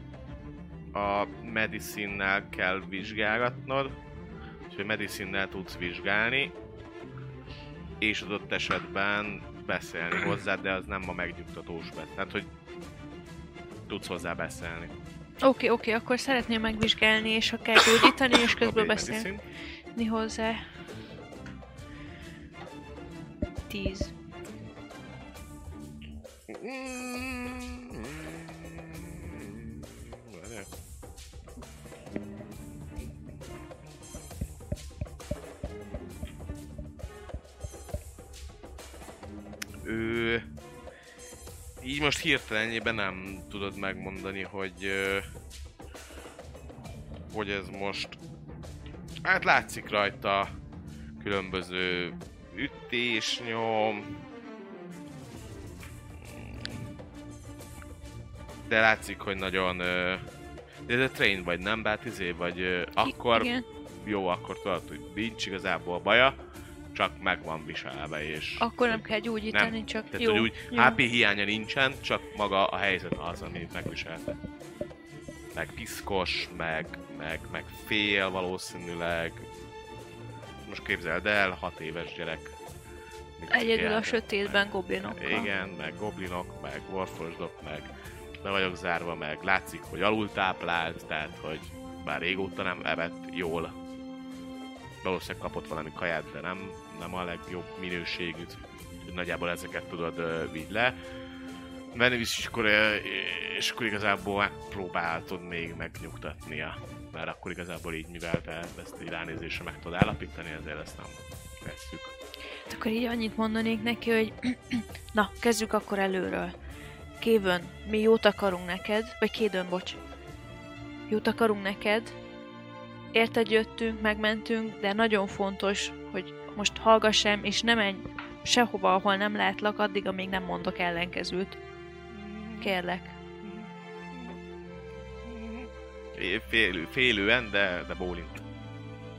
a medicinnel kell vizsgálgatnod, úgyhogy medicinnel tudsz vizsgálni, és adott esetben beszélni hozzá, de az nem a megnyugtatós bet. Tehát, hogy tudsz hozzá beszélni. Oké, oké, akkor szeretném megvizsgálni, és ha kell gyógyítani, és közben Dobj egy beszélni medicine. hozzá. Tíz. Ő... Így most hirtelenjében nem tudod megmondani, hogy... ö, Hogy ez most... Hát látszik rajta különböző ütésnyom, de látszik, hogy nagyon... ö, De ez a train vagy, nem? Bát izé vagy... ö, Akkor Igen, jó, akkor tudod, hogy nincs igazából baja, csak meg van viselve, és... akkor nem kell gyógyítani, csak Tehát, jó. hogy úgy jó. HP hiánya nincsen, csak maga a helyzet az, ami megviselte. Meg piszkos, meg, meg, meg fél valószínűleg. Most képzeld el, hat éves gyerek. Mit Egyedül a figyel? sötétben goblinokkal. Igen, meg goblinok, meg warforgedok, meg be vagyok zárva, meg látszik, hogy alultáplált, tehát hogy bár régóta nem evett jól. Valószínűleg kapott valami kaját, de nem, nem a legjobb minőségűt. Úgyhogy Nagyjából ezeket tudod uh, vigy le. Menni visz, és akkor, ö, és akkor igazából megpróbáltod még megnyugtatnia. Mert akkor igazából így, mivel te ezt így ránézésre meg tudod állapítani, ezért ezt nem tesszük. Hát Akkor így annyit mondanék neki, hogy <clears throat> na, kezdjük akkor előről. Kévön, mi jót akarunk neked, vagy kédön, bocs. Jót akarunk neked, érted jöttünk, megmentünk, de nagyon fontos, hogy most hallgass el, és nem menj sehova, ahol nem látlak, addig, amíg nem mondok ellenkezőt. Kérlek. Fél, félően, de, de bólint.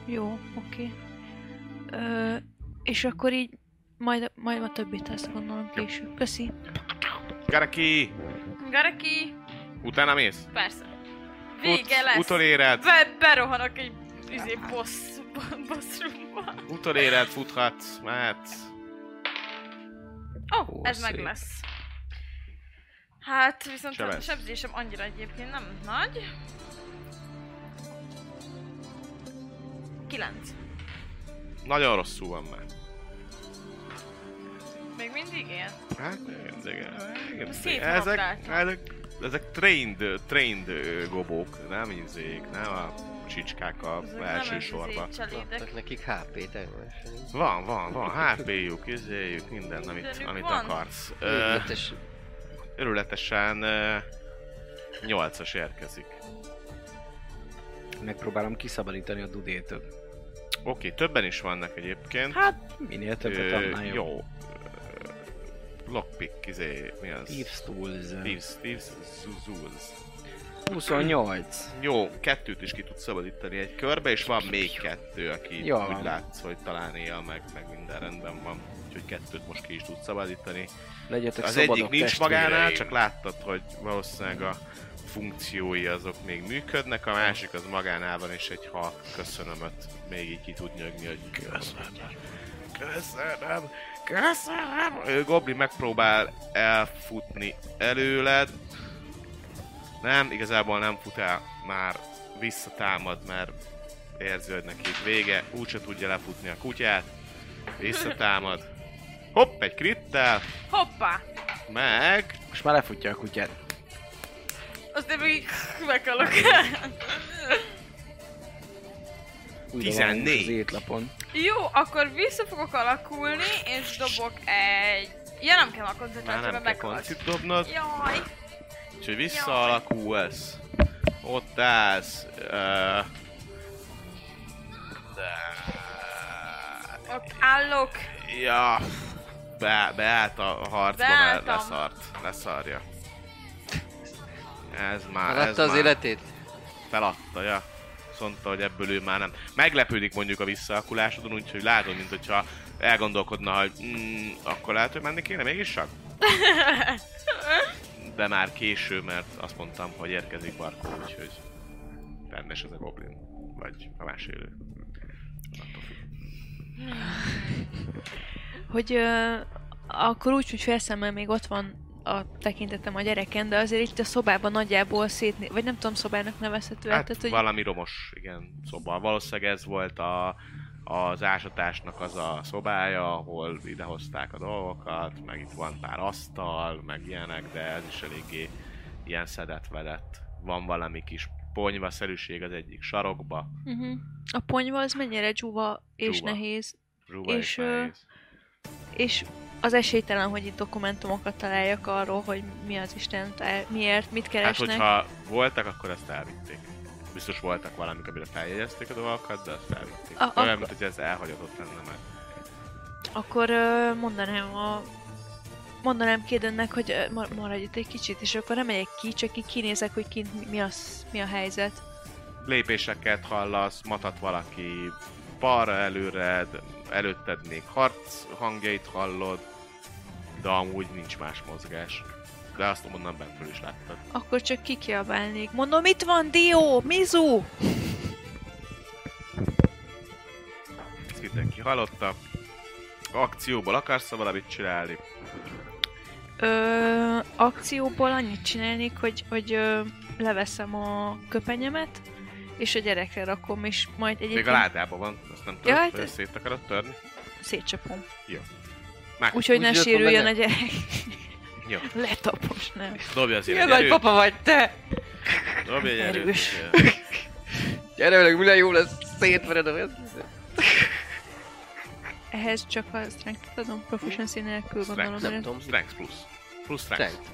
Jó, oké. Ö, és akkor így majd, majd a többit azt gondolom később. Köszi. Garaki, Garaki, utána mész? persze. Vége lesz. Utoléred, Be, berohanok egy izé boss, boss roomba. utoléred, futhatsz, mehetsz. Oh, ez meg szép. lesz. Hát viszont a Sebez. sebzésem annyira egyébként nem nagy. Kilenc. Nagyon rosszul van már. Még mindig ilyen? Hát, igen, igen, igen. Szép ezek, labdáltam. ezek, ezek trained, trained ö, gobók, nem izék, nem a csicskák a Ezek nem első ez sorba. izé cselédek. Adtak nekik HP természetesen. Van, van, Hát, van, HP-juk, izéjük, minden, amit, Mindenük amit van. akarsz. Ö, Őrületes örületesen ö, 8-as érkezik. Megpróbálom kiszabadítani a dudét. Oké, többen is vannak egyébként. Hát, minél többet, Ö, annál jobb. jó. Ö, Lockpick, izé, mi az? Thieves Tools. Thieves, Thieves, Zuzuz. 28. Jó, kettőt is ki tudsz szabadítani egy körbe, és van még kettő, aki Jó Jó. úgy van. látsz, hogy talán él, meg, meg minden rendben van. Úgyhogy kettőt most ki is tudsz szabadítani. Legyetek Az szabadok egyik nincs testvéreim. magánál, csak láttad, hogy valószínűleg a funkciói azok még működnek, a másik az magánál van, és egy ha köszönömöt még így ki tud nyögni, hogy köszönöm, köszönöm, köszönöm. Ő Goblin megpróbál elfutni előled, nem, igazából nem fut el, már visszatámad, mert érzi, hogy neki itt vége, úgyse tudja lefutni a kutyát, visszatámad, hopp, egy krittel, Hoppá! meg Most már lefutja a kutyát. Azt nem így megalok. Újra valami nincs 14. Az étlapon. Jó, akkor vissza fogok alakulni, és dobok egy... Ja, nem kell a már koncentrációra, nem kell meghalsz. koncit dobnod, Jaj! úgyhogy visszaalakulsz. Ott állsz. Uh, Ott állok. Ja, be, beállt a harcba, mert Beálltam. leszart, leszarja. Ez már, ez Feladta az már életét? feladta, ja. Azt mondta, hogy ebből ő már nem. Meglepődik mondjuk a visszaakulásodon, úgyhogy látod, mint hogyha elgondolkodna, hogy mm, akkor lehet, hogy menni kéne mégis csak. De már késő, mert azt mondtam, hogy érkezik Barkó, úgyhogy rendes ez a goblin. Vagy a más élő. Attól függ. Hogy ö, akkor úgy, hogy felszemmel még ott van a tekintetem a gyereken, de azért itt a szobában nagyjából szét, vagy nem tudom, szobának nevezhető Hát hát, tehát, hogy valami romos, igen, szoba. Valószínűleg ez volt a, az ásatásnak az a szobája, ahol idehozták a dolgokat, meg itt van pár asztal, meg ilyenek, de ez is eléggé ilyen szedett vedett. Van valami kis ponyvaszerűség az egyik sarokba, uh-huh. a ponyva az mennyire dzsúva és Dzsúva. nehéz, zsuva És, és, ö, nehéz. és az esélytelen, hogy itt dokumentumokat találjak arról, hogy mi az Isten, miért, mit Hát keresnek. hogyha voltak, akkor ezt elvitték. Biztos voltak valamik, amire feljegyezték a dolgokat, de ezt elvitték. A- Olyan, mint hogy ez elhagyatott lenne már. Akkor ö, mondanám a... Mondanám Kédönnek, hogy ö, ma- maradj itt egy kicsit, és akkor nem megyek ki, csak így kinézek, hogy kint mi- mi, az, mi a helyzet. lépéseket hallasz, matat valaki balra előred, előtted még harc hangjait hallod, de amúgy nincs más mozgás. De azt onnan bentről is láttad. Akkor csak kikiabálnék. Mondom, itt van Dio! Mizu! Ezt mindenki hallotta. Akcióból akarsz valamit csinálni? Ö, akcióból annyit csinálnék, hogy, hogy ö, leveszem a köpenyemet, és a gyerekre rakom, és majd Még egyébként a ládában van, azt nem Ja, tudom, hát hogy ez- szét akarod törni. szétcsapom. Meg, Úgyhogy ne Úgy írtam sérüljön bele? a gyerek. <laughs> Jó. Letapos, nem. dobja azért Milyen egy nagy erőt, papa vagy te? dobja egy erőt. Erős. Gyere velünk, milyen jó lesz, szétvered a Ehhez csak a strength adom, proficiency nélkül gondolom. Strength, Nem mert- tudom. Strength plusz. Plusz strength. Strength.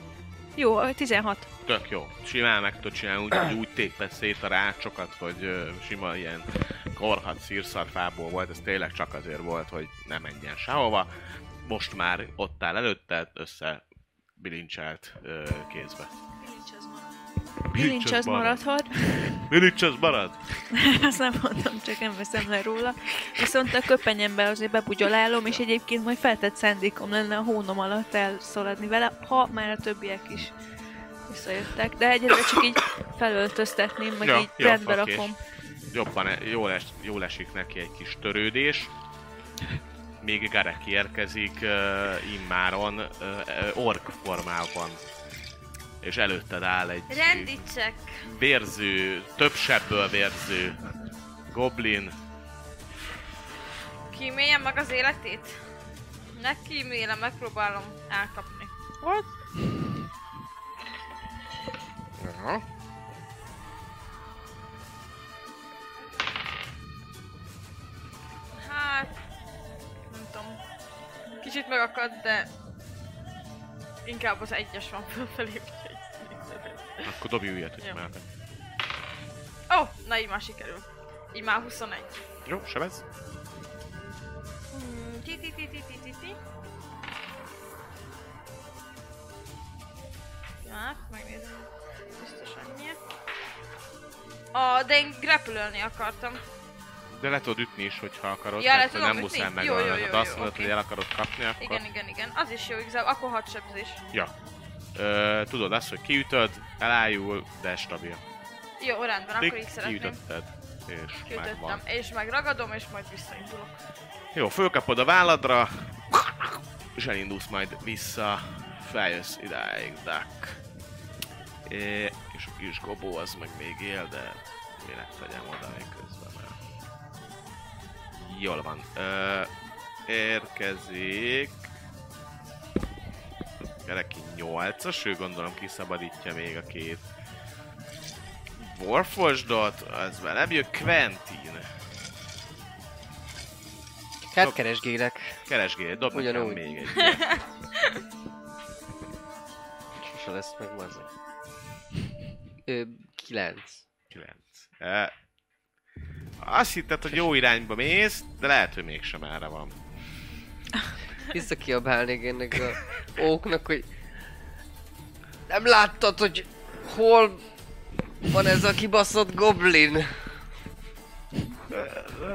Jó, a 16. Tök jó. Simán meg tudod csinálni, úgy, hogy úgy téped szét a rácsokat, hogy ö, sima ilyen korhat szírszarfából volt, ez tényleg csak azért volt, hogy ne menjen sehova. Most már ott áll előtte, össze bilincselt ö, kézbe. Bilincs az maradhat, <laughs> Bilincs az marad? azt nem mondom, csak nem veszem le róla. Viszont a köpenyembe azért bebugyolálom, és egyébként majd feltett szándékom lenne a hónom alatt elszaladni vele, ha már a többiek is visszajöttek. De egyedül csak így felöltöztetném, meg Ja, így jó, rendbe oké. rakom. Jobban, e- jól, es, jól esik neki egy kis törődés. Még Garek érkezik ö, immáron ö, ö, ork formában. És előtted áll egy... Rendítsek. vérző, több sebből vérző goblin. Kíméljem meg az életét. Ne kímélem, megpróbálom elkapni. What? Hát... Nem tudom. Kicsit megakadt, de... Inkább az egyes van fölfelé, úgyhogy... Akkor dobj újat, hogy Jó. mellett. Ó, oh, na így már sikerül. Így már 21. Jó, sebez. Hmm, ti, ti, ti, ti, ti, ti, ti. Hát, megnézem. Biztos annyi. Ah, de én grepülölni akartam. De le tudod ütni is, hogyha akarod. Ja, tehát le tudom nem ütni? muszáj Jó, meg. jó, jó, Hát azt jó, mondod, oké. hogy el akarod kapni, akkor... Igen, igen, igen. Az is jó igazából. Akkor hat sebzés. Ja. Ö, tudod azt, hogy kiütöd, elájul, de stabil. Jó, rendben, akkor Klik, így szeretném. Kiütötted, és megvan. Kiütöttem, és megragadom, és majd visszaindulok. Jó, fölkapod a válladra, és elindulsz majd vissza, feljössz idáig, Duck. É, és a kis gobó az meg még él, de minek tegyem oda még közben már. Jól van. Ö, érkezik... Neki 8-as, ő gondolom kiszabadítja még a két Warforgedot, az velem jön Quentin. Hát keresgélek. Keresgélj, dobj nekem Ugyanúgy. még egy. Sose lesz meg mazza. Ö, kilenc. 9. E, Azt hitted, hogy jó irányba mész, de lehet, hogy mégsem erre van. Visszakiabálnék ennek a óknak, hogy nem láttad, hogy hol van ez a kibaszott goblin?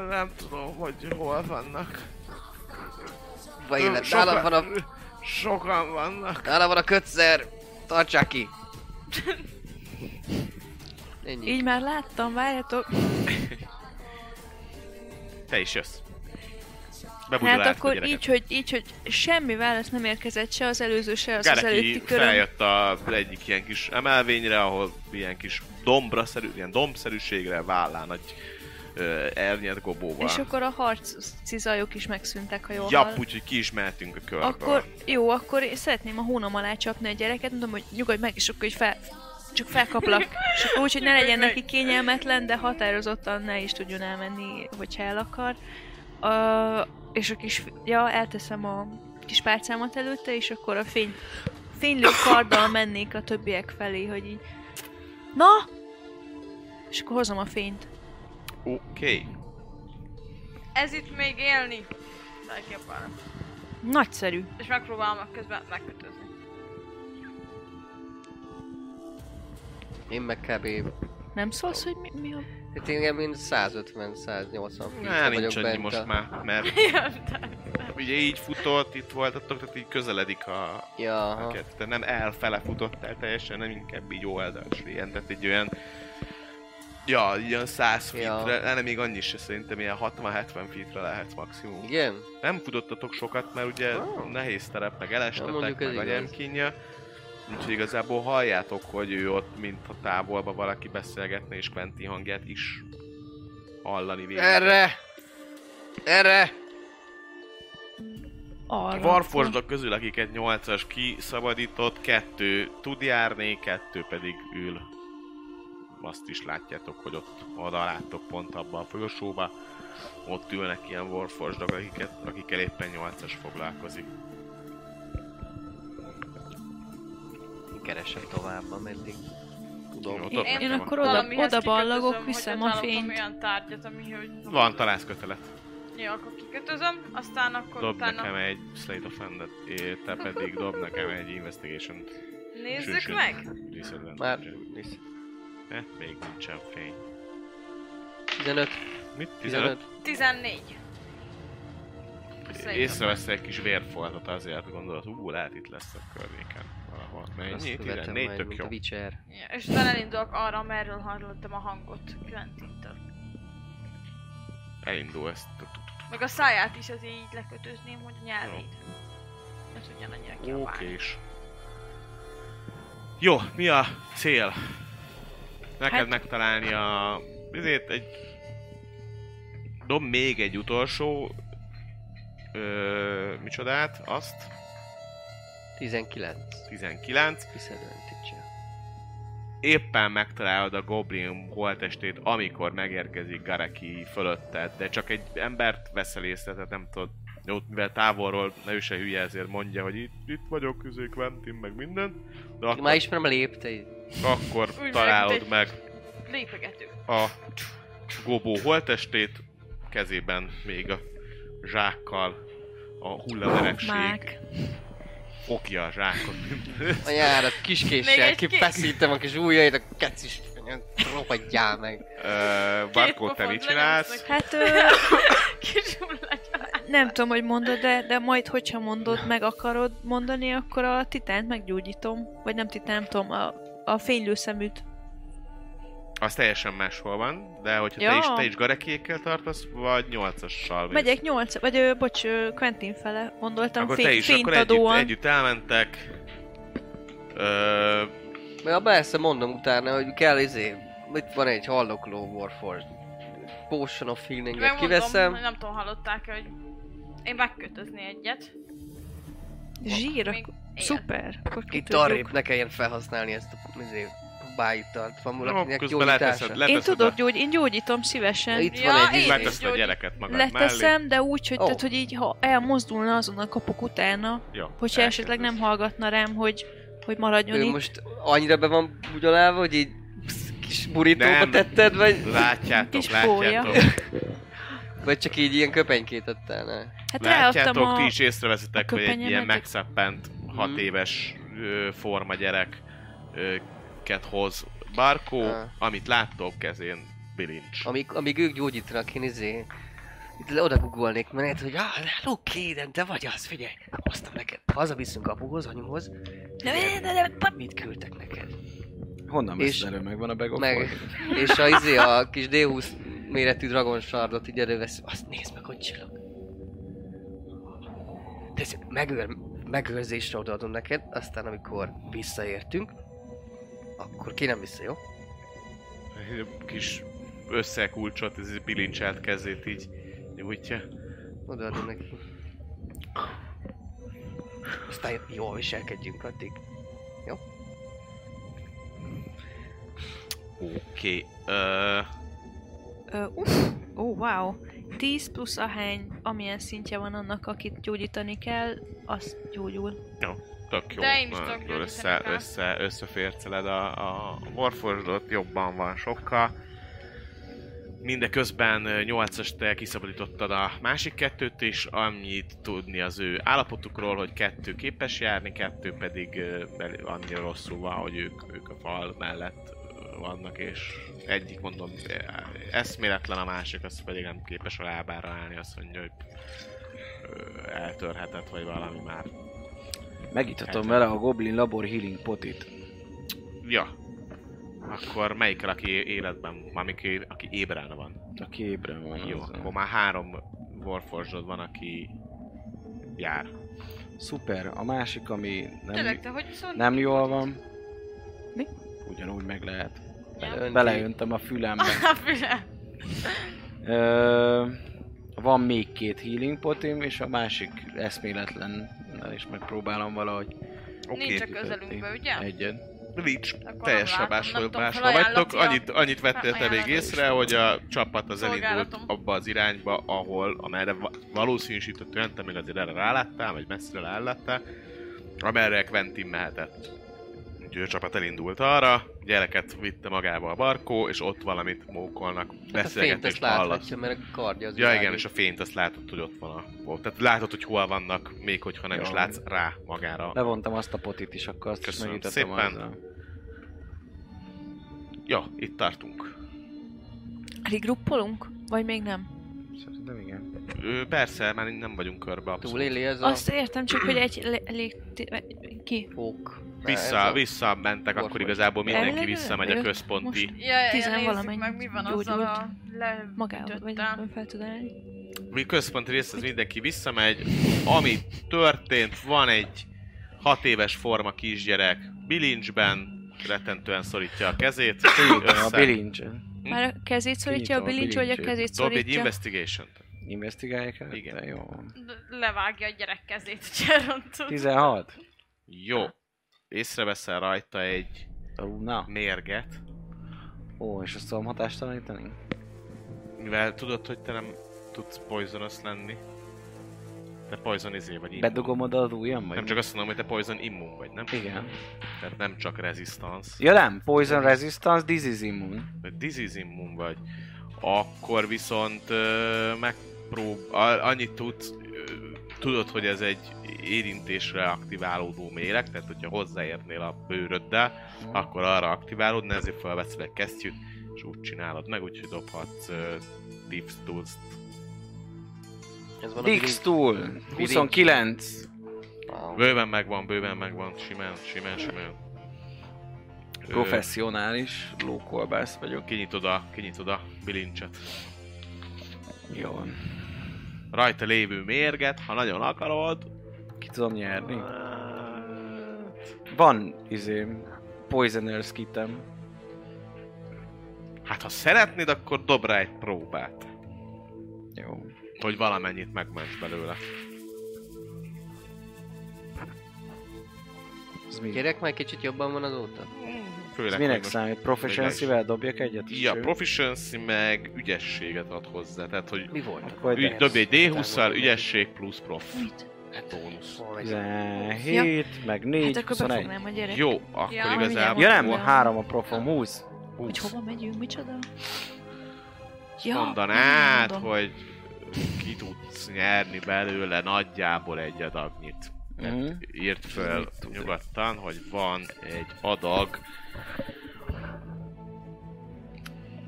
Nem tudom, hogy hol vannak. Vagy élet, nálam van a, Sokan vannak. nálam van a kötszer, tartsák ki! Ennyi. Így már láttam, várjatok. Te is jössz. Bebugyolál Hát akkor így hogy, így, hogy semmi válasz nem érkezett se az előző, se az, az Gareki előtti körön. feljött a, egyik ilyen kis emelvényre, ahol ilyen kis dombraszerű, ilyen dombszerűségre vállán egy ö, ernyed gobóval. És akkor a harc cizajok is megszűntek, ha jól Japp, hallom. úgyhogy ki is mehetünk a körből. Akkor jó, akkor én szeretném a hónom alá csapni a gyereket, mondom, hogy nyugodj meg, és akkor így fel, csak felkaplak. És akkor úgy, hogy ne legyen neki kényelmetlen, de határozottan ne is tudjon elmenni, hogyha el akar. Uh, és a kis, ja, elteszem a kis párcámat előtte, és akkor a fény, fénylő karddal mennék a többiek felé, hogy így, na! És akkor hozom a fényt. Oké. Okay. Ez itt még élni. Legjobb arra. Nagyszerű. És megpróbálom meg közben megkötözni. Én meg kb. Nem szólsz, hogy mi, mi a... Hát engem én 150-180 Na, feet nincs annyi vagyok bent Hát, most a... már, <laughs> mert ugye így futott, itt voltatok, tehát így közeledik a, Ja, a aha. kettő. Nem elfele futottál teljesen, nem inkább így oldalt ilyen, tehát egy olyan... Ja, ilyen 100 Ja. feetre, ja. nem még annyi se szerintem, ilyen 60-70 feetre lehet maximum. Igen? Nem futottatok sokat, mert ugye Ah. nehéz terep, meg Na, elestetek, mondjuk ez meg a igaz. nyemkínja. Úgyhogy igazából halljátok, hogy ő ott, mint a távolba valaki beszélgetne, és Quentin hangját is hallani végig. Erre! Erre! Arra. Varforsdok közül, akiket 8-as kiszabadított, kettő tud járni, kettő pedig ül. Azt is látjátok, hogy ott oda láttok pont abban a folyosóba. Ott ülnek ilyen Warforsdok, akiket, akikkel éppen 8-as foglalkozik. Én keresek tovább, ameddig Jó, tudom. ott Én nekem akkor van. oda, valamihez oda ballagok, kikötözöm, viszem hogyha a találtam fényt. olyan tárgyat, ami hogy... Van, találsz kötelet. Jó, akkor kikötözöm, aztán akkor Dob utána... nekem egy Slate of Hand-et, é, te pedig dob nekem egy Investigation. Nézzük Sősőt. meg! Már Disadvantage. nézd. Hát, még nincsen fény. 15, Mit? 15? 15. 14. Szerintem. Észrevesz egy kis vérfoltot azért, gondolod, ú, lehet itt lesz a környéken valahol. Mennyi? Azt követem 14 majd, tök mint jó. a Witcher. Ja, és utána elindulok arra, amerről hallottam a hangot Quentin-től. Elindul ezt. Meg a száját is az így lekötözném, hogy a nyelvét. Ez ugyanannyira kiabálni. Oké is. Jó, mi a cél? Neked Hát- megtalálni a... Ezért egy... Dob még egy utolsó... Ö, micsodát, azt. 19. 19. Disadvantage. éppen megtalálod a Goblin holtestét, amikor megérkezik Gareki fölötted, de csak egy embert veszel észre, tehát nem tudod. Jó, mivel távolról, ne ő se hülye, ezért mondja, hogy itt, itt vagyok, közé Quentin, meg minden. De akkor, Már ismerem a lépteit. akkor vagyok, mint találod egy- meg Lépegető. <laughs> a gobó holtestét, kezében még a zsákkal a hullameregség Mák. fogja a zsákot. Anyárat Még kiskéssel egy kés. kipeszítem a kis ujjait, a kecis rohadjál meg. Ö, Barkó, te mit pofont csinálsz? lenyomsz Hát <laughs> ö, Kis hullány. nem tudom, hogy mondod, de, de majd, hogyha mondod, meg akarod mondani, akkor a titánt meggyógyítom. Vagy nem titán, nem tudom, a, a fénylő szeműt. Az teljesen máshol van, de hogyha te Ja. is, te is garekékkel tartasz, vagy 8-assal mész. Megyek nyolc, vagy ö, bocs, ö, Quentin fele, gondoltam, akkor fény, te is, fényt akkor együtt, adóan. együtt elmentek. Ö, Mert abban ezt mondom utána, hogy kell izé, itt van egy hallokló Warforged. Potion of Healing-et Megmondom, hogy kiveszem. nem tudom, hallották hogy én megkötözni egyet. Zsír, Még akkor, él. szuper. Akkor ki Itt arrébb tudjuk. ne kelljen felhasználni ezt a izé, bájitart. Van valakinek közben leteszed, gyógyítása. leteszed Én tudok a, gyógy, én gyógyítom szívesen. Itt Ja, van én egy is. izé. leteszed a gyereket magad mellé. Leteszem, de úgy, hogy, Ó. tehát, hogy így, ha elmozdulna azonnal kapok utána, Jó, hogyha esetleg nem elkezdesz. hallgatna rám, hogy, hogy maradjon Ő itt. most annyira be van bugyolálva, hogy így psz, kis kis burítóba Nem. tetted, vagy, Látjátok, Kis fólia. Hát látjátok. vagy csak így ilyen köpenykét adtál rá? Hát ráadtam Látjátok, a... ti is észreveszitek, a hogy egy ilyen köpenyemet. megszeppent, hat Mhm. éves ö, forma gyerek ö, ket hoz Barkó, Ah. amit láttok kezén bilincs. Amíg, amíg ők gyógyítanak, én izé... Itt le- oda googolnék menet, hogy ah, de Luke Caden, te vagy az, figyelj, hoztam neked. Hazaviszünk apuhoz, anyuhoz, Ne, ne, ne, pa- mit küldtek neked. Honnan És- veszed elő? Megvan a bag of Meg, holding? és a izé, a kis D20 méretű dragon sardot így elővesz, azt nézd meg, hogy csillog. De ezt megőr, megőrzésre odaadom neked, aztán amikor visszaértünk, akkor kérem vissza, jó? Kis összekulcsot, ez bilincselt kezét így nyújtja. Odaadom neki. Aztán jól viselkedjünk addig. Hát Oké, ö, Ö, uff, ó, wow. 10 plusz ahány, amilyen szintje van annak, akit gyógyítani kell, az gyógyul. tök jó. De én is Nagyon jól tudok gyógyítani össze, rá. össze, összeférceled a, a morfosdot, jobban van sokkal. Mindeközben ö, 8-as te kiszabadítottad a másik kettőt is, annyit tudni az ő állapotukról, hogy kettő képes járni, kettő pedig ö, bel- annyira rosszul van, hogy ők, ők a fal mellett ö, vannak, és egyik mondom ö, eszméletlen, a másik az pedig nem képes a lábára állni, azt mondja, hogy ö, eltörhetett, vagy valami már Megíthatom vele a Goblin Labor Healing potit. Ja. Akkor melyikkel, aki é- életben, már aki, aki ébren van? Aki ébren van. Jó, az- akkor már három warforged van, aki jár. Szuper. A másik, ami nem, Tényleg, te hogy viszont? <laughs> nem jól van. Mi? Ugyanúgy meg lehet. Önti. Beleöntöm a fülembe. A füle. Ö, van még két healing potim, és a másik eszméletlen, és megpróbálom valahogy Oké, Nincs a közelünkben, ugye? egyet. nincs. Akkor nem Teljesen látom, nem máshol, tudom, máshol vagytok. felajánlati a- Annyit, annyit vettél te még ajánlatom. észre, hogy a csapat az elindult Szolgálatom. abba az irányba, ahol, amerre va- valószínűsítetően te még azért erre ráláttál, vagy messzire ráláttál, amerre Quentin mehetett. Úgyhogy a csapat elindult arra, gyereket vitte magába a barkó, és ott valamit mókolnak, Hát a fényt azt beszélgetést hallasz. láthatja, mert a kardja az Ja igen, világít. és a fényt azt látod, hogy ott van a volt. Tehát látod, hogy hol vannak, még hogyha nem Jó. is látsz rá magára. Levontam azt a potit is, akkor azt Köszönöm is megítettem szépen. azzal. Ja, itt tartunk. Regruppolunk? Vagy még nem? Szerintem igen. Ö, persze, már nem vagyunk körbe abszolút. Túléli ez a Azt értem csak, hogy egy le- lég- ti- vagy- ki? pók. Vissza, visszamentek, akkor Orvosi. igazából mindenki Elvileg visszamegy a elvileg központi. most Ja, ja, Tizen nézzük valamennyi meg, mi van azzal gyógyult. a Magával, vagy leütöttel. nem fel tud állni. Mi központi rész, az mindenki visszamegy. Ami történt, van egy hat éves forma kisgyerek bilincsben, rettentően szorítja a kezét. <coughs> A össze. bilincsen. Hm? Már a kezét szorítja a Kinyitom a bilincs, vagy a bilincsét. kezét Dobj egy szorítja? investigation Investigálják el? Igen. De Jó. D- levágja a gyerek kezét, hogy elrontod. 16. Jó. Észreveszel rajta egy Ó, na. mérget, Ó, és azt tudom hatástalanítani? mivel tudod, hogy te nem tudsz poisonous lenni. Te poison izé vagy immun. Bedugom oda az ujjam? Vagy? Nem csak azt mondom, hogy te poison immun vagy, nem? Igen. Tehát nem csak resistance. Ja nem, Poison Resistance, Disease Immune. vagy disease immun vagy, akkor viszont ö, megprób... a- annyit tudsz, ö, tudod, hogy ez egy érintésre aktiválódó méreg, tehát hogyha hozzáérnél a bőröddel, akkor arra aktiválódna, ezért felveszel egy kesztyűt, és úgy csinálod meg, úgyhogy dobhatsz ö, Thieves tools Ez van a Dix bilincs. Tool, 29. Wow. Bőven megvan, bőven megvan, simán, simán, simán. Ö, Professzionális lókolbász vagyok. Kinyitod a, kinyitod a bilincset. Jó. Rajta lévő mérget, ha nagyon akarod, Ki tudom nyerni? Van, izé, Poisoner's kitem. Hát ha szeretnéd, akkor dob rá egy próbát, Jó. hogy valamennyit megments belőle. Ez, mi, Gyerek már kicsit jobban van azóta? Főleg, ez hogy minek most- számít? Proficiency-vel dobjak egyet? is, Ja, jó? proficiency meg ügyességet ad hozzá, tehát hogy Mi volt? Akkor ügy, de. dobj egy D20-szal, ügyesség plusz prof. Mit? Hát Bónusz. hol vagy? 17, meg 4, Hát akkor 21. befognám a gyerek. Jó, akkor Ja, mindjárt igazából... Ja nem, Hát, Mondom. 3 a profom, 20. Hogy hova megyünk, micsoda? Ja, mondanád, mondom. hogy ki tudsz nyerni belőle nagyjából egy adagnyit. Mhm. Mm. Írt föl nyugodtan, hogy van egy adag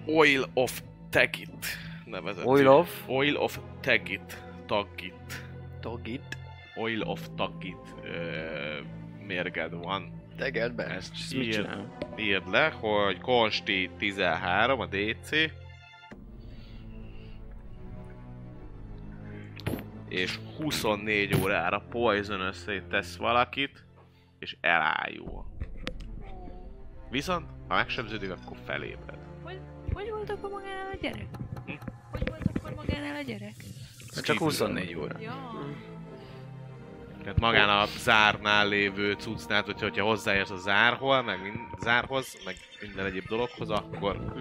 Oil of Tagit nevezett. Oil of? Oil of Tagit. Tagit. Togit. Oil of Tagit ö, mérged van. Tegeld be. Ezt És mit ír, csinál? írd le, hogy Konsti 13 a DC. És 24 órára poison tesz valakit, és elájul. Viszont, ha megsebződik, akkor felébred. Hogy volt akkor magánál a gyerek? Hm? Hogy volt akkor magánál a gyerek? Ez Hát Hát Csak kívül- 24 óra. Ja. Tehát magán a zárnál lévő cuccnál, hogyha, hogyha hozzáérsz a zárhol, meg mind, zárhoz, meg minden egyéb dologhoz, akkor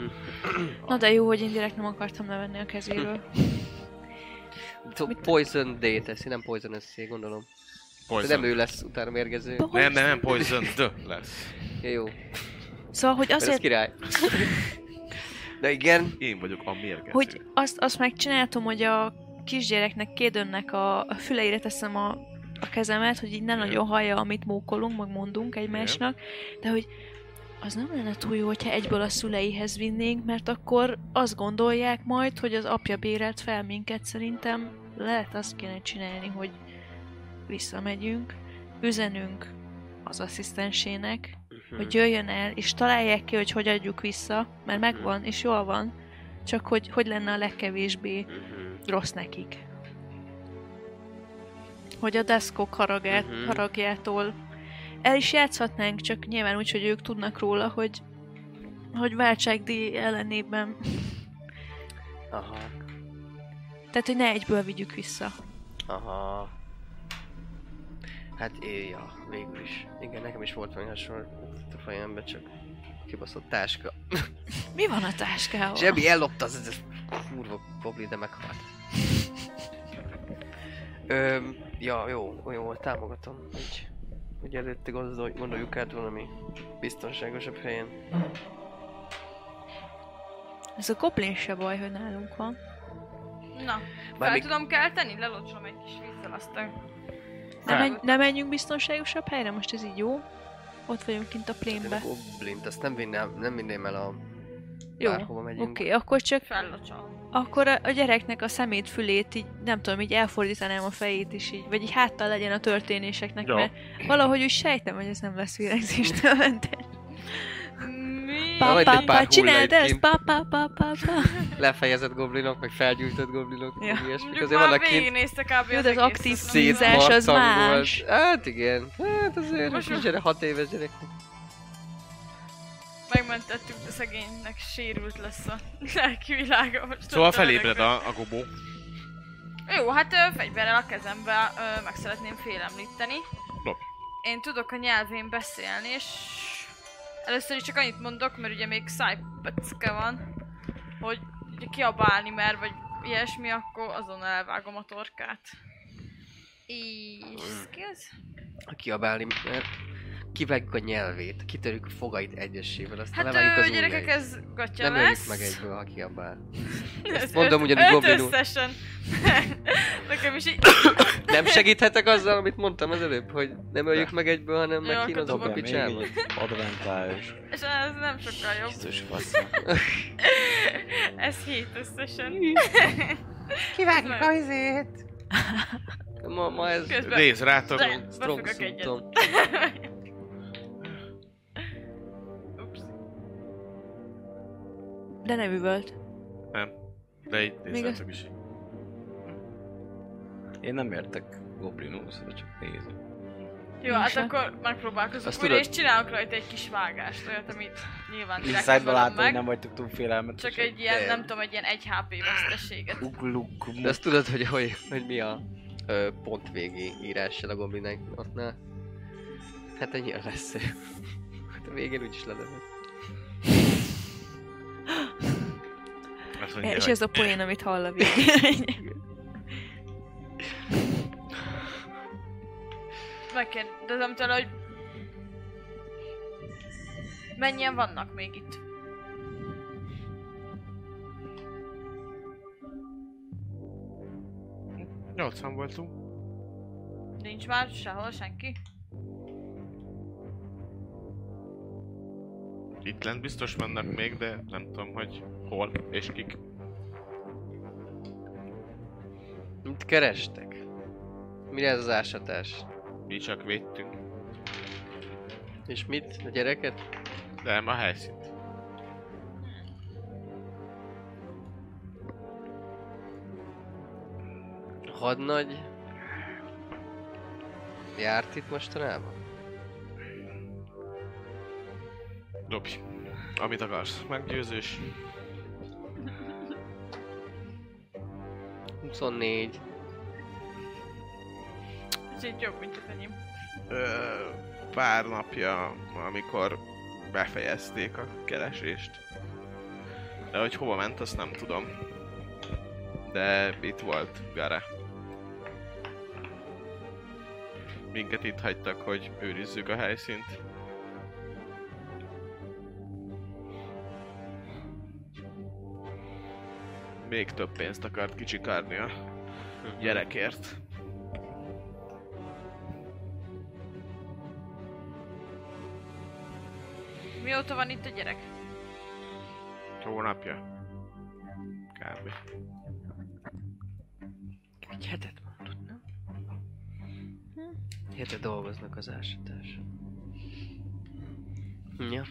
Na de jó, hogy én direkt nem akartam levenni a kezéről. To- Poison D teszi, nem Poison SC, gondolom. De nem poison. ő lesz utána mérgező. Nem, nem, nem, poison d lesz. Ja, jó. Szóval, hogy Ez azért király. Na igen. Én vagyok a mérgező. Hogy azt, azt megcsináltam, hogy a kisgyereknek kédönnek a, a füleire teszem a, a kezemet, hogy így nem Igen. nagyon hallja, amit mókolunk, meg mondunk egymásnak, de hogy az nem lenne túl jó, hogyha egyből a szüleihez vinnénk, mert akkor azt gondolják majd, hogy az apja bérelt fel minket, szerintem lehet azt kéne csinálni, hogy visszamegyünk, üzenünk az asszisztensének, hogy jöjjön el, és találják ki, hogy hogy adjuk vissza, mert megvan, és jól van, csak hogy hogy lenne a legkevésbé rossz nekik. Hogy a deszkok haragát, Mhm. haragjától el is játszhatnánk, csak nyilván úgy, hogy ők tudnak róla, hogy hogy váltságdíj ellenében. <laughs> Aha. Tehát, hogy ne egyből vigyük vissza. Aha. Hát é, ja, végül is. Igen, nekem is volt valami hasonló itt a fejembe, csak kibaszott táska. Mi van a táskával? Zsebi ellopta az ez kurva gobli, de meghalt. Öm, ja, jó, jó, támogatom, hogy, hogy előtte gondolj, gondoljuk át valami biztonságosabb helyen. Ez a goblin se baj, hogy nálunk van. Na, Bár fel még, tudom kelteni? Lelocsolom egy kis vízzel azt a... Ne, menj, ne menjünk biztonságosabb helyre, most ez így jó. Ott vagyunk kint a Hát én plénbe. a goblint, azt nem vinném, nem vinném el a Jó, bárhova oké, megyünk. okay, akkor csak Fellocsolom. Akkor a, a gyereknek a szemét, fülét így, nem tudom, így elfordítanám a fejét is így, vagy így háttal legyen a történéseknek, Jó. mert valahogy úgy sejtem, hogy ez nem lesz virágzéstől mentes. Mi? Bá- Pa, rajta pa, egy pár pa, csináld hullait ezt, kint. pa, pa, pa, pa, pa. Lefejezett goblinok, meg felgyújtott goblinok, Ja. ja. ilyesmik. Mondjuk Azért már vannak kint végignézte kb. Jó, de az aktív egészet, nem szétmar- tudom. tízes, az szétmartangolt. más. Hát igen, hát azért Most Most már- nincs erre hat éves gyerek. Megmentettük, de szegénynek sérült lesz a <laughs> lelki világa most. Szóval attól felébred örökre. a, a gobó. Jó, hát ö, fegyverrel a kezembe ö, meg szeretném félemlíteni. Dobj. Én tudok a nyelvén beszélni, és először is csak annyit mondok, mert ugye még szájpecke van, hogy ugye kiabálni mer, vagy ilyesmi, akkor azon elvágom a torkát. És skills? Kiabálni, mert kivágjuk a nyelvét, kitörjük a fogait egyesével, aztán Hát levágjuk ö, az gyerekek, ujjait. ez gatya Nem öljük lesz. meg <laughs> egyből, ha kiabál. Ezt mondom ugyanúgy goblinul. összesen. <laughs> Nekem is így... <coughs> Nem segíthetek azzal, amit mondtam az előbb, hogy nem öljük meg egyből, hanem Jó, meg akkor kínozom a dobok. picsába. Adventályos. És ez nem sokkal jobb. Biztos faszom. Ez hét összesen. Kivágjuk a izét! Ma, ma ez... Közben Nézd rátok. Be- Strong befogok egyet. szuntom. Ups. De nem üvölt. De így nézd Még rátok is. Én nem értek goblinhoz, csak nézem. Jó, Én hát se. akkor megpróbálkozunk Azt újra, tudod- és csinálok rajta egy kis vágást, olyat, amit nyilván direkt nem Inside-ba látom, meg, hogy nem vagytok túl félelmetesek. csak egy ilyen, de- nem tudom, egy ilyen 1 HP veszteséget. Ugluk. De azt tudod, hogy, hogy, hogy mi a ö, pont végé írással a goblineknál? Hát ennyien lesz. Hát a végén úgyis ledobod. Azt mondja, És hogy ez <laughs> a poén, amit hall a végén. Megkérdezem tőle, hogy mennyien vannak még itt? Nyolcan voltunk. Nincs már sehol senki. Itt lent biztos vannak még, de nem tudom, hogy hol és kik. Mit kerestek? Mi ez az ásatás? Mi csak védtünk. És mit? A gyereket? Nem, a helyszínt. Hadnagy? Járt itt mostanában? Dobj. Amit akarsz. Meggyőzős. 24. Kicsit jobb, mint az enyém. Ö, pár napja, amikor befejezték a keresést. De hogy hova ment, azt nem tudom. De itt volt Gara. Minket itt hagytak, hogy őrizzük a helyszínt. Még több pénzt akart kicsikarni a gyerekért. Mióta van itt a gyerek? Hónapja. Kb. Egy hetet mondott, nem? Hete dolgoznak az ásatás. Ja.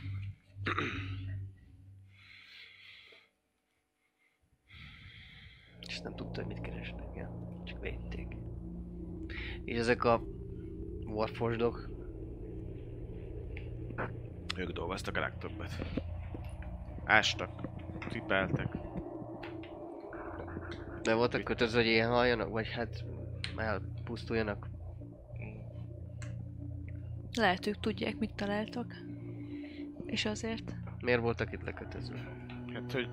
És nem tudta, hogy mit keresnek, ja. Csak védték. És ezek a warforgedok, Ők dolgoztak a legtöbbet. Ástak, cipeltek. nem voltak kötözve, hogy ilyen haljanak, vagy hát elpusztuljanak. Lehet, ők tudják, mit találtak. És azért. Miért voltak itt lekötözve? Hát, hogy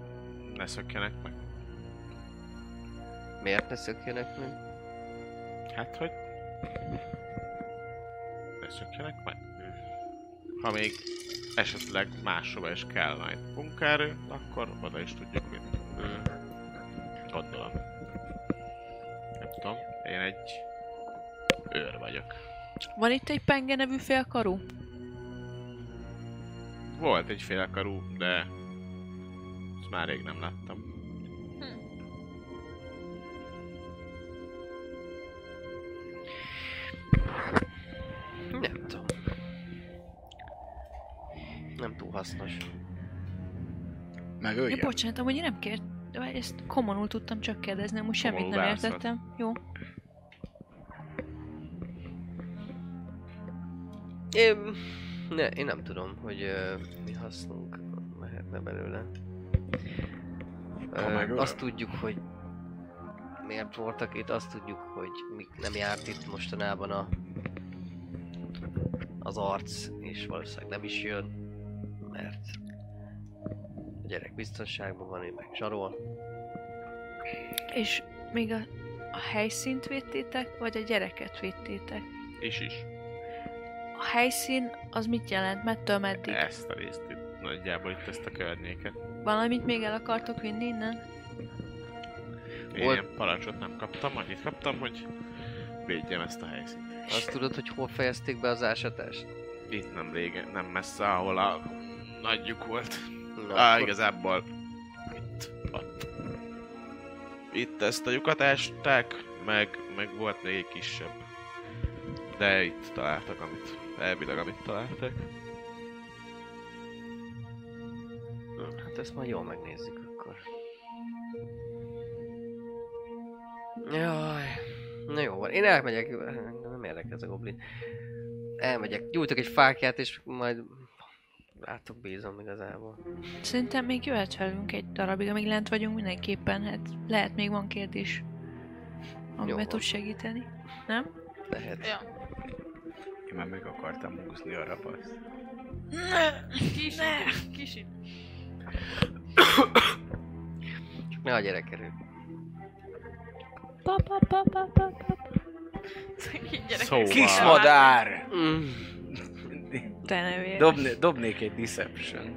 ne szökjenek meg. Miért ne szökjenek meg? Hát, hogy... Ne szökjenek meg. Ha még esetleg máshova is kell majd munkaerő, akkor oda is tudjuk mit. Ö, Hmm. Gondolom. Nem tudom, én egy őr vagyok. Van itt egy penge nevű félkarú? Volt egy félkarú, de ezt már rég nem láttam. Nem tudom. Nem túl hasznos. Ja, Megöljem. bocsánat, amúgy én nem kért... vagy Ezt komonul tudtam csak kérdezni, amúgy semmit Komonul nem válaszolt. értettem. Jó. Én... Ne, én nem tudom, hogy uh, mi hasznunk lehetne belőle. Ha Uh, megölöm. azt tudjuk, hogy miért voltak itt, azt tudjuk, hogy mik nem járt itt mostanában a az arc, és valószínűleg nem is jön, mert a gyerek biztonságban van, ő meg zsarol. És még a, a helyszínt védtétek, vagy a gyereket védtétek? És is. A helyszín az mit jelent? Mettől meddig? Ezt a részt itt, nagyjából itt ezt a környéket. Valamit még el akartok vinni innen? Én Volt- ilyen parancsot nem kaptam, annyit kaptam, hogy védjem ezt a helyszínt. Azt tudod, hogy hol fejezték be az ásatást? Itt nem régen, nem messze, ahol a nagyjuk volt. Na, Á, akkor- igazából itt, ott. Itt ezt a lyukat ásták, meg, meg volt még egy kisebb. De itt találtak, amit, elvileg amit találtak. Hát ezt majd jól megnézzük akkor. Jaj. Na jó, van. én elmegyek, nem érdekel ez a goblin. Elmegyek, gyújtok egy fákját, és majd rátok bízom igazából. Szerintem még jöhet velünk egy darabig, amíg lent vagyunk mindenképpen. Hát lehet még van kérdés, Jó amiben van. tud segíteni. Nem? Lehet. Ja. Én már meg akartam húzni a rapaszt. Kis, kis, Csak ne a gyerek erő. Pa, pa, pa, pa, pa, pa. gyerek. Szóval- Kismadár! Mm. Te ne vérj. Dobné, dobnék egy deception.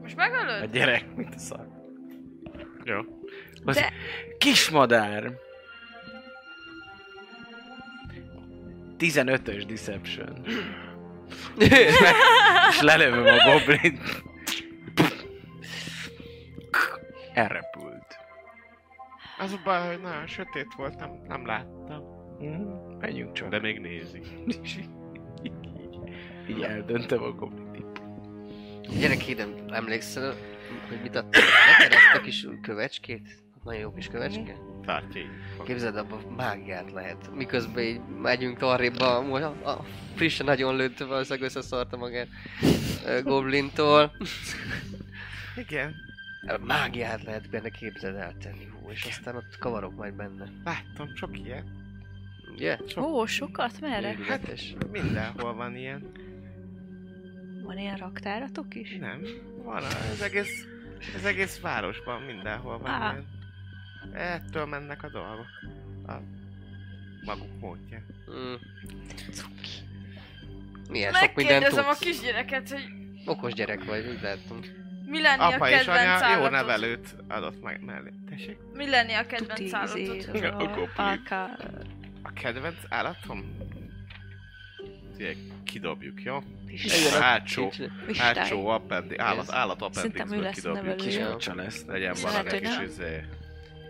Most A megölöd? gyerek, mint a szar. Jó. Az De- Kismadár! 15-ös Deception. És lelövöm a goblin. Elrepült. Az a baj, hogy nagyon sötét volt, nem, nem láttam. Mm, Menjünk csak. De még nézik. És így, így eldöntöm a goblin. Gyerek, én nem emlékszel, hogy mit adtam neked ezt a kis kövecskét? Nagyon jó kis kövecske. Tartja így. Képzeld, abban mágiát lehet. Miközben így megyünk arrébb a, a, a frissen nagyon lőtt, valószínűleg összeszarta magát ö, Goblintól. Igen, Mágiát lehet benne képzeld eltenni, hú, és aztán ott kavarok majd benne. láttam sok ilyet. Ugye? Ó, sokat merre? Őrületes. Mindenhol van ilyen. Van ilyen raktáratok is? Nem. Van az egész, az egész városban mindenhol van Á. ilyen. Ettől mennek a dolgok. A maguk módján. Mm. Milyen sok mindent Megkérdezem a tudsz. kisgyereket, hogy Okos gyerek vagy, úgy látom. mi lenni a Apa és kedvenc anya jó állatod? nevelőt adott meg mellé. Tessék? Mi lenni a kedvenc Tuti, izé, állatod? az A goblin. a alka... A kedvenc állatom? Ugye, kidobjuk, jó? Legyen a Hátsó. kincs- Vistály. Hátsó appendi, állat, állat Szerintem ő appendixből lesz kidobjuk. nevelő. Kis Jó. kacsa lesz. Legyen Lehet, valami hogy kis, nem. izé,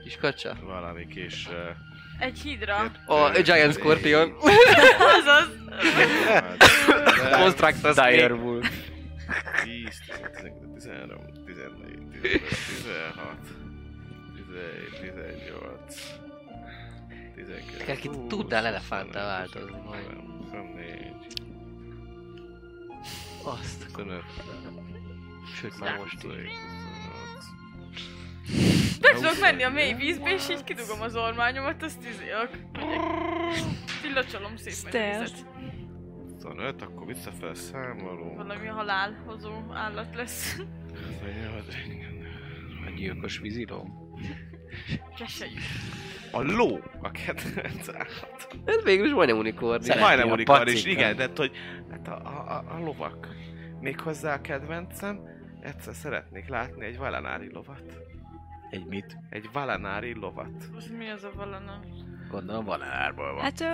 Kis kacsa. valami kis... ö, Egy hidra. A Giant Scorpion. Azaz. Construct a Dire Wolf. 10, 11, 12, 13, 14, 15, 16, 17, 18, 19. Neked ki húsz, tudnál elefánttá 21, változni majd. 24, Azt. 25, Sőt, már most is. 26, 28. Be tudok menni a mély vízbe, és így kidugom az ormányomat, azt izélök. Tillacsolom szépen a Stealth. vizet. 25, akkor visszafel számolunk. Valami halálhozó állat lesz. <laughs> 18, A gyilkos víziló. Keselyű. A ló a kedvenc állat. Ez végül is majdnem unikorn. Szeretné Majdnem a unikor is, pacinkat. igen, de hát, hogy hát a, a, a, a lovak. Méghozzá a kedvencem, egyszer szeretnék látni egy valenári lovat. Egy mit? Egy valenári lovat. Az mi az a valana? Gondolom van árból van. Hát ö...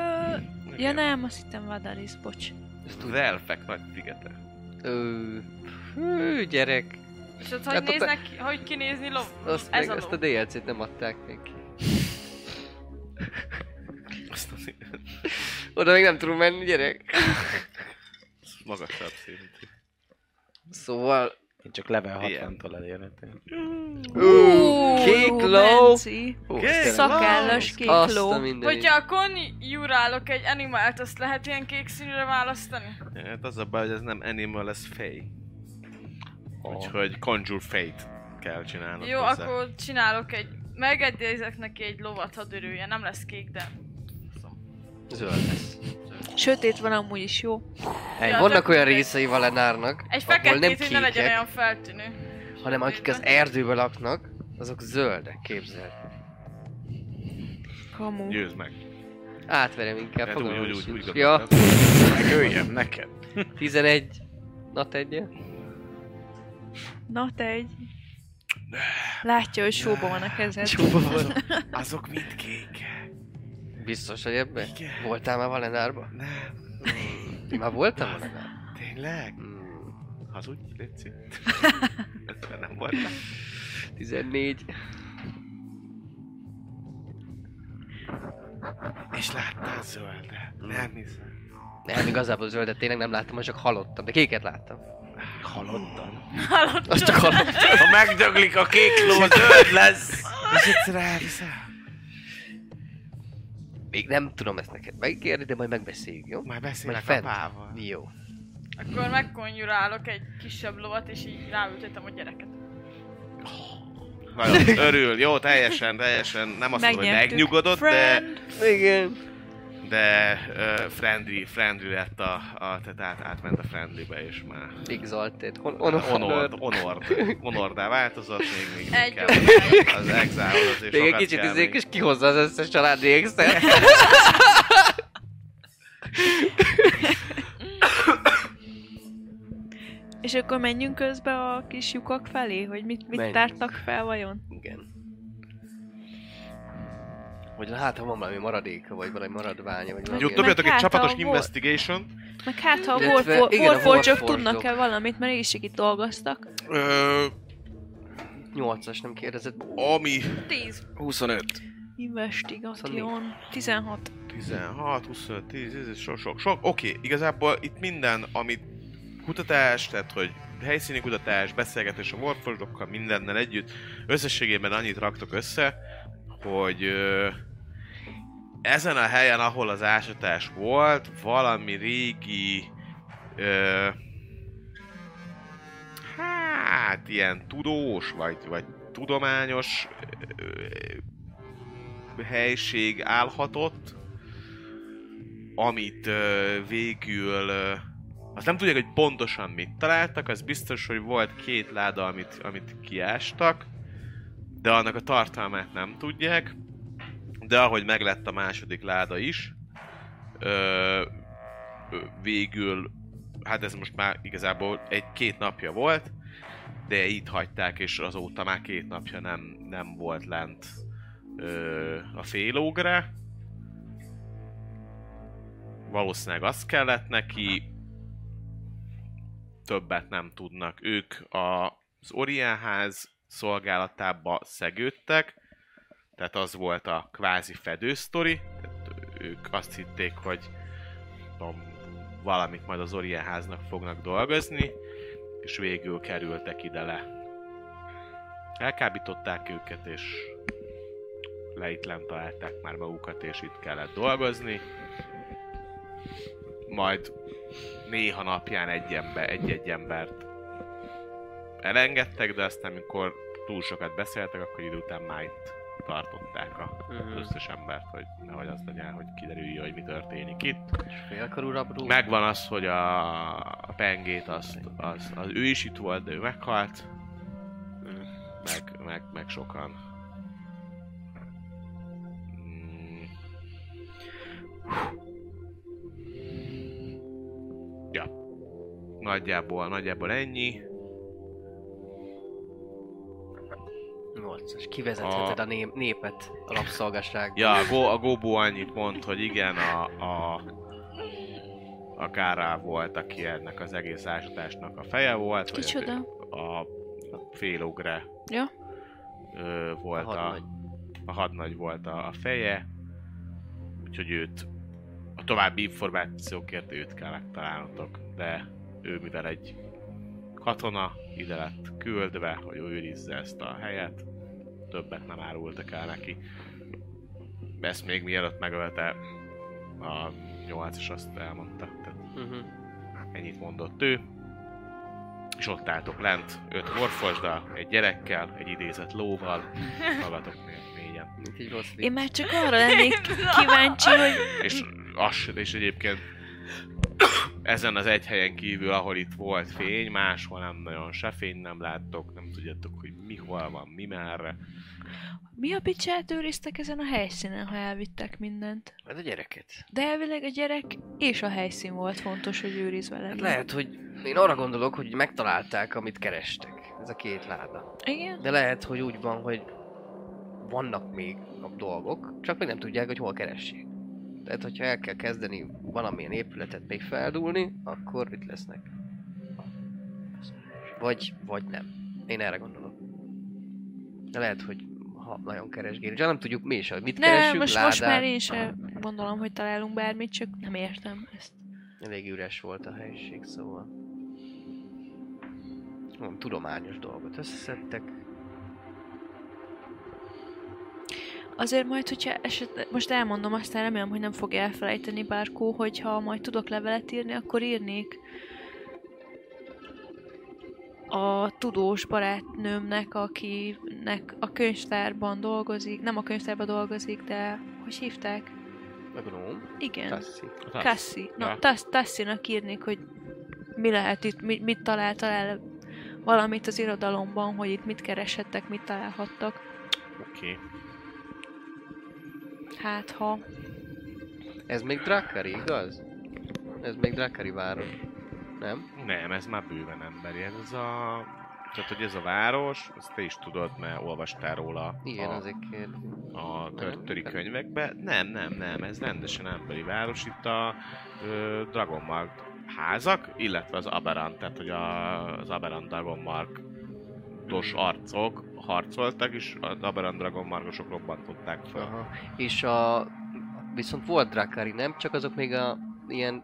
Ja nem, azt hittem Vadaris, bocs. Ezt Az elfek nagy szigete. Ö, Hű, gyerek. És ott Hát hogy ott a- néznek, ki- hogy kinézni lov? Azt, Ez meg, a ezt a ló. DLC-t nem adták neki. Azt az Oda még nem tudunk menni, gyerek. magasabb szintű. Szóval... Én csak level Ilyen. 60-tól elérhető. Ú, kék Ú, ló. Benci. Ó, Kék Istenem. Szakállas kék Azt ló. a mindenit. Hogyha akkor jurálok egy animált, azt lehet ilyen kék színre választani? Hát az a baj, hogy ez nem animal, ez fej. Úgyhogy conjure fate kell csinálnod Jó, hozzá. akkor csinálok egy... Megedézek neki egy lovat, ha dörülje. Nem lesz kék, de... Zöld lesz. Sötét van amúgy is, jó? Hey, Ja, vannak csak- olyan részei Valenárnak, Egy ahol nem feketét, hogy ne legyen kékek, olyan feltűnő. hanem akik az erdőben laknak, azok zöldek, képzel. Kamu. Győzd meg. Átverem inkább, Hát úgy, fogalmam úgy, is úgy, úgy nincs. Ja, gondoltam. Megöljem neked. 11. Na tegye. Na te egy. Látja, hogy sóban van a kezed. Csúba van. Azok mind kékek. Biztos, hogy ebbe? Igen. Voltál már Valenárba? Nem, Én már voltam Hát, Valenárba. tényleg? Mm, Hazudj, Léci. Ötven nem volt. 14. És láttál zöldet? Nem hiszem. Nem, igazából zöldet tényleg nem láttam, most csak hallottam, de kéket láttam. <laughs> Halottan. Azt csak hallottam. Ha megdöglik a kék ló, zöld lesz. És egyszer elviszel. Még nem tudom ezt neked megígérni, de majd megbeszéljük, jó? Majd beszélek fent. apával. Jó. Akkor megkonjurálok egy kisebb lovat, és így ráültetem a gyereket. Nagyon örül, jó, teljesen, teljesen, nem azt mondom, hogy Megnyertük. megnyugodott, de, Friend. Igen. de uh, friendly, friendly lett a, a tehát át, átment a friendlybe, és már Exalted. Hon, on, on, honord, honord, honordá változott, még, még Egy kell óráig. az exile azért Még egy sokat kicsit izé kell izék, még. és kihozza az összes családi ékszert. És akkor menjünk közbe a kis lyukak felé, hogy mit, mit Menjünk. tártak fel vajon? Igen. Vagy hát, ha van valami maradéka, vagy valami maradványa, vagy valami Jó, Meg ilyen. dobjatok egy hát a csapatos volt. investigation. Meg hát, ha a Illetve- igen, a Warfor- warforge-ok Warforge-ok. tudnak-e valamit, mert ők is itt dolgoztak. Ö, Nyolcas nem kérdezett. Ó, ami 10. 25. Investigation 16. 16, 25, 10, ez is sok, sok, sok. Oké, igazából itt minden, amit kutatás, tehát hogy helyszíni kutatás, beszélgetés a warforge mindennel együtt, összességében annyit raktok össze, hogy ö, ezen a helyen, ahol az ásatás volt, valami régi ö, hát ilyen tudós, vagy, vagy tudományos ö, ö, helység állhatott, amit ö, végül... Ö, azt nem tudják, hogy pontosan mit találtak, az biztos, hogy volt két láda, amit, amit kiástak, de annak a tartalmát nem tudják. De ahogy meglett a második láda is, ö, ö, végül, hát ez most már igazából egy-két napja volt, de itt hagyták, és azóta már két napja nem, nem volt lent ö, a félógra valószínűleg az kellett neki, többet nem tudnak. Ők a, az Oriánház szolgálatába szegődtek, tehát az volt a kvázi fedősztori, tehát ők azt hitték, hogy tudom, valamit majd az Oriánháznak fognak dolgozni, és végül kerültek ide le. Elkábították őket, és leitlen találták már magukat, és itt kellett dolgozni majd néha napján egy ember, egy-egy embert elengedtek, de aztán amikor túl sokat beszéltek, akkor idő után már itt tartották a Mhm. összes embert, hogy nehogy az legyen, hogy kiderüljön, hogy mi történik itt. Félkarú rabró. Megvan az, hogy a, a pengét, azt, az, az, ő is itt volt, de ő meghalt. Meg, meg, meg sokan. Mm. Ja. Nagyjából, nagyjából ennyi. Nyolcas. Kivezetheted A- a, nép, népet a rabszolgaságba. Ja, a, Go, a Gobó annyit mond, hogy igen, a, a, a Kárá volt, aki ennek az egész ásatásnak a feje volt. vagy Kicsoda? A, a félogre Ja. ö, volt hát a, Hadnagy. a hadnagy volt a, a feje, úgyhogy őt a további információkért őt kell megtalálnotok, de ő mivel egy katona ide lett küldve, hogy ő őrizze ezt a helyet, többet nem árultak el neki. Ezt még mielőtt megölte a nyolc is azt elmondta, tehát Mhm. ennyit mondott ő. És ott álltok lent, öt morfosdal, egy gyerekkel, egy idézett lóval, magatok né- négyen. Mint egy rossz Én vicc. már csak arra <laughs> lennék <laughs> kíváncsi, hogy És, az, és egyébként ezen az egy helyen kívül, ahol itt volt fény, máshol nem nagyon se fény nem láttok, nem tudjátok, hogy mi hol van, mi merre. mi a picsát őriztek ezen a helyszínen, ha elvittek mindent. Hát a gyereket. De elvileg a gyerek és a helyszín volt fontos, hogy őrizve legyen. Hát lehet, hogy én arra gondolok, hogy megtalálták, amit kerestek. Ez a két láda. Igen? De lehet, hogy úgy van, hogy vannak még a dolgok, csak még nem tudják, hogy hol keressék. Tehát, hogyha el kell kezdeni valamilyen épületet még feldúlni, akkor itt lesznek. Vagy, vagy nem. Én erre gondolok. De lehet, hogy ha nagyon keresgélünk. Csak nem tudjuk mi is, hogy mit Nem, keresünk, most, ládát. most már én sem gondolom, hogy találunk bármit, csak nem értem ezt. Elég üres volt a helyiség, szóval... Mondom, tudományos dolgot összeszedtek. Azért majd, hogyha eset, most elmondom, aztán remélem, hogy nem fog elfelejteni Bárkó, hogyha majd tudok levelet írni, akkor írnék a tudós barátnőmnek, akinek a könyvtárban dolgozik, nem a könyvtárban dolgozik, de hogy hívták? A gnóm, Igen, Tassi. Hát, Kassi. Na, Ja. Tass- Tassinak írnék, hogy mi lehet itt, mit, mit találtál el valamit az irodalomban, hogy itt mit kereshettek, mit találhattak. Oké. Okay. Hát, ha Ez még Drakkari, igaz? Ez még Drakkari város. Nem? Nem, ez már bőven emberi, ez az a Tehát, hogy ez a város, azt te is tudod, mert olvastál róla Igen, a, azért kérdezi. a törtöri Nem? könyvekbe. Nem, nem, nem, ez rendesen emberi város. Itt a ö, Dragonmark házak, illetve az Aberant, tehát hogy a, az Aberant Dragonmark dos arcok harcoltak, és az Aberant Dragonmarkosok robbantották fel. Aha. És a... Viszont volt Drakari, nem? Csak azok még a ilyen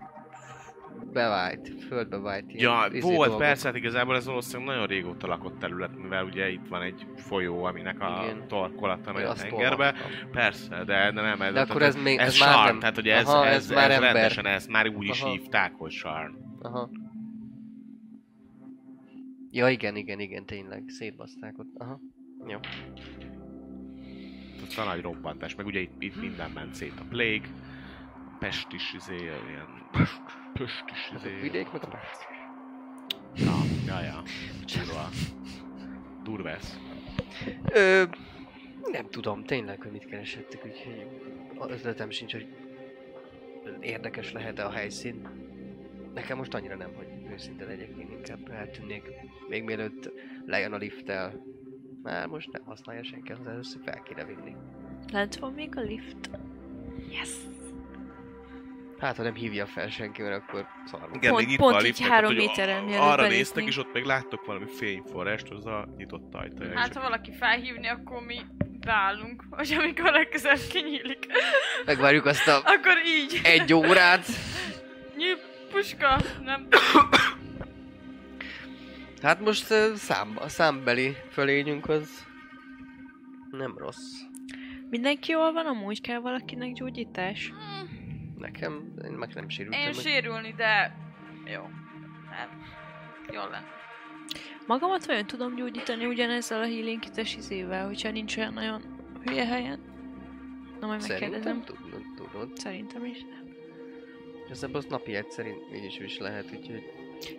bevált, földbe vált ilyen Ja, izé volt, dolgok. persze, hát igazából ez valószínűleg nagyon régóta lakott terület, mivel ugye itt van egy folyó, aminek a Igen. torkolata megy Én a azt tengerbe. olvastam. Persze, de, de nem ez. De akkor ez még, ez, ez ez már sarn, nem... tehát hogy ez, Aha, ez, ez, már ember. rendesen, ezt már úgy is Aha. hívták, hogy sarn. Aha. Ja, igen, igen, igen, tényleg, szétbaszták ott. Aha. Jó. Tehát a nagy robbantás, meg ugye itt, itt Mhm. minden ment szét, a plague, a pest is izé, ilyen... Pest, pest is Ez Hát a izé... vidék, meg a pest. Ja, ja, ja. Durva. Durva ez. Ö, nem tudom, tényleg, hogy mit keresettek, úgyhogy a ötletem sincs, hogy érdekes lehet-e a helyszín. Nekem most annyira nem, hogy őszinte legyek, én inkább eltűnnék, még mielőtt lejön a lifttel. Már most nem használja senki, az először fel kéne vinni. Lent van még a lift. Yes. Hát, ha nem hívja fel senki, mert akkor szarunk. Igen, Pont- még pont itt van a így liftnek, három ott, hogy a- méteren mielőtt Arra belépnénk. néztek, és ott még láttok valami fényforrást, az a nyitott ajtaja. Hát, és ha valaki felhívni, akkor mi beállunk, hogy amikor legközelebb kinyílik, <laughs> Megvárjuk azt a akkor így. egy órát. Nyíl puska, nem Hát most ö, szám, a számbeli fölényünk az nem rossz. Mindenki jól van, amúgy kell valakinek gyógyítás. Nekem, én meg nem sérültem. Én meg- sérülni, de jó. Nem. Jól lenne. Magamat vajon tudom gyógyítani ugyanezzel a healing kites izével, hogyha nincs olyan nagyon hülye helyen? Na majd Szerintem megkérdezem. tudod, tudod. Szerintem is. nem. Igazából az napi egyszer így így is, is lehet, úgyhogy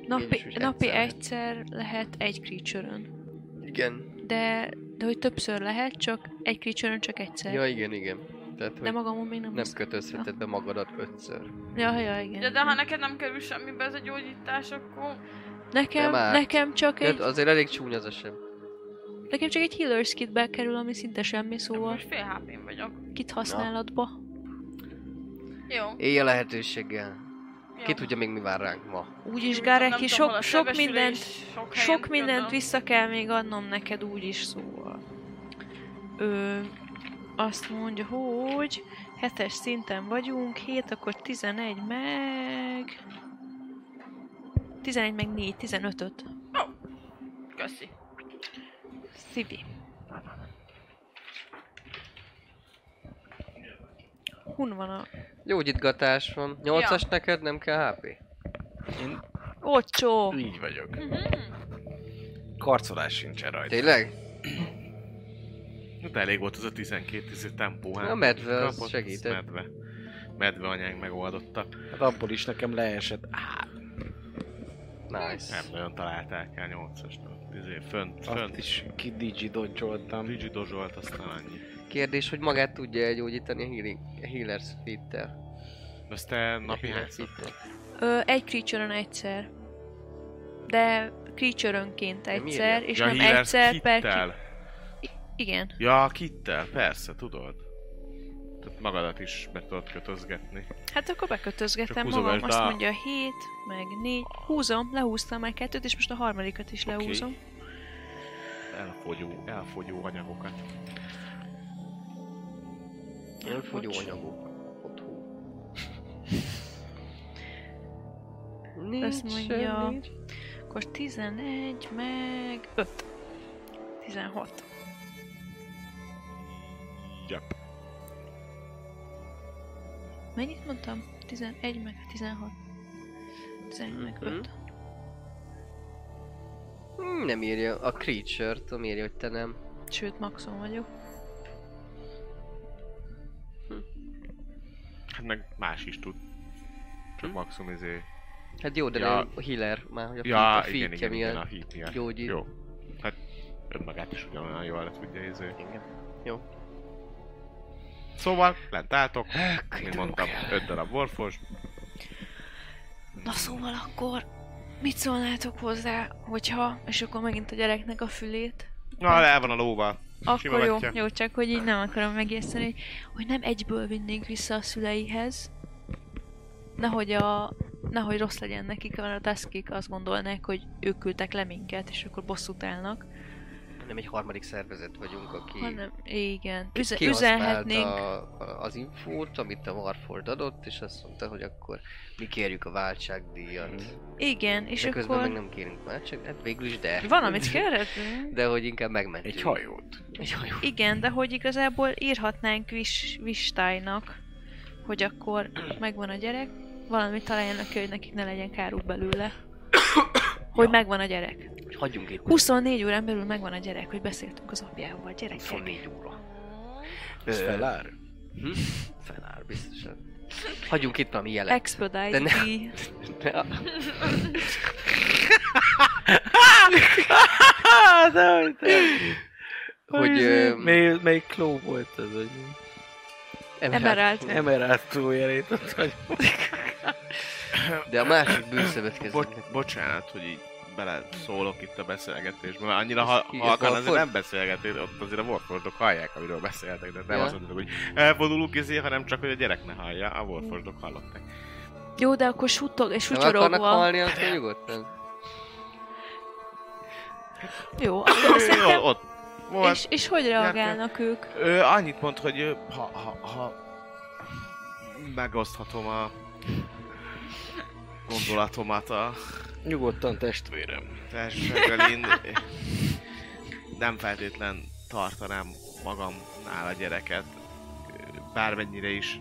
Napi, is napi egyszer. egyszer lehet egy creature igen. De, de hogy többször lehet, csak egy creature csak egyszer. Ja, igen, igen. Tehát, de hogy magamon még nem, nem hiszem. kötözheted be magadat ötször. Ja, ja, igen. De, de ha neked nem kerül semmibe ez a gyógyítás, akkor... nekem, Nem árt. nekem, csak Okay. egy, Azért elég csúnya az sem. nekem csak egy healer's kitbe kerül, ami szinte semmi, szóval Most fél hp vagyok. kit használatba. Jó. Élj a lehetőséggel. jó. Ki tudja még mi vár ránk ma. Úgyis Nem Gáreki, tudom, hol a sok, sok sebesülés, mindent sok, helyen, Sok mindent gondolom. vissza kell még adnom neked úgyis, szóval. Ö, azt mondja, hogy hetes szinten vagyunk, 7, akkor 11 meg... 11 meg 4, 15-öt. Köszi. Szivi. 20 van a... Gyógyítgatás van. Nyolcas ja. neked nem kell HP? Ocsó! Így vagyok. Mhm. Karcolás sincsen rajta. Tényleg? Hát elég volt az a 12 izé tempó. hát. A medve az Kapott, segített. Medve. Medve anyánk megoldotta. Hát abból is nekem leesett. Nice. Nem nagyon találták el 8-as. Izé, fönt, Azt fönt. is ki digi doncsoltam. Luigi dozsolt, aztán annyi. Kérdés, hogy magát tudja elgyógyítani a healing, a healer's fit-tel. Azt te napi Healer's hányszor? fit-tel. Ö, egy creature egyszer. De creature-önként miért? egyszer, és ja, nem healer egyszer per... ki- kittel. Igen. Ja, kittel, persze, tudod. Tehát magadat is be tudod kötözgetni. Hát akkor bekötözgetem Csak magam, húzogasd azt a- mondja 7, meg 4, húzom, lehúztam már kettőt, és most a harmadikat is Oké. lehúzom. Elfogyó, elfogyó anyagokat. Elfogyó Bocs. anyagok. Otthon. <laughs> Azt Nincs mondja- semmi. Akkor 11, meg 5. 16. Yep. Mennyit mondtam? 11, meg 16. 11, meg Mhm. 5. Hmm, Nem írja a creature-t, ami írja, hogy te nem. Sőt, maxon vagyok. Hát meg más is tud. Csak maximum izé... Hát jó, de Ja. ja. a healer, már hogy a, Ja, ja, feat, igen, igen, igen, a milyen hit miatt. gyógyít. Jó. Hát önmagát is ugyanolyan jól le tudja izé. Igen. Szóval, lent álltok, Hát, mint mondtam, 5 darab warforge, Na szóval akkor Mit szólnátok hozzá, hogyha, és akkor megint a gyereknek a fülét, Na, el van a lóval. akkor jó, Simogatja. jó, csak hogy így nem akarom megérteni, hogy, hogy nem egyből vinnénk vissza a szüleihez, nehogy a nehogy rossz legyen nekik, mert a taszkik azt gondolnák, hogy ők küldtek le minket, és akkor bosszút állnak, Nem egy harmadik szervezet vagyunk, aki... hanem igen, ki- üze, kihasználta üzenhetnénk. a- a- az infót, amit a Warford adott, és azt mondta, hogy akkor mi kérjük a váltságdíjat. Mhm. Igen, és de közben meg akkor nem kérünk váltság, hát végül is de. van, amit kérhetünk. De hogy inkább megmentjük. Egy hajót. Egy hajó. Igen, de hogy igazából írhatnánk Vis, Vistájnak, hogy akkor megvan a gyerek, valamit találjanak ki, hogy nekik ne legyen káruk <coughs> belőle. Hogy megvan a gyerek. Hogy hagyjunk itt 24 órán belül megvan a gyerek, hogy beszéltünk az apjával, gyerekek. 24 óra. Ez Ö, felár? Hm? Feláll, biztosan. Hagyjunk itt valami jelet. De Expedite ne- the- hogy ö, Mely, melyik kló volt ez? Hogy... hát, Emerald. Emerald klójelét ott vagy. De a másik bűnszövetkezetnek. Bo- bocsánat, hogy így bele szólok itt a beszélgetésbe, mert annyira ha- Ez ki, ez halkan azért Warford? nem beszélgetés, ott azért a Warfordok hallják, amiről beszéltek, de nem Ja. azt mondtuk, hogy elvonulunk ezért, hanem csak, hogy a gyerek ne hallja, a Warfordok hallották. Jó, de akkor suttog és Nem akarnak sutyorogva. halni, akkor nyugodtan. <coughs> Jó, akkor Jó, szerintem... ott volt. És, és hogy reagálnak ők? Ő annyit mond, hogy ö, ha, ha, ha megoszthatom a gondolatomat a Nyugodtan testvérem. társasággal, én nem feltétlen tartanám magamnál a gyereket. Bármennyire is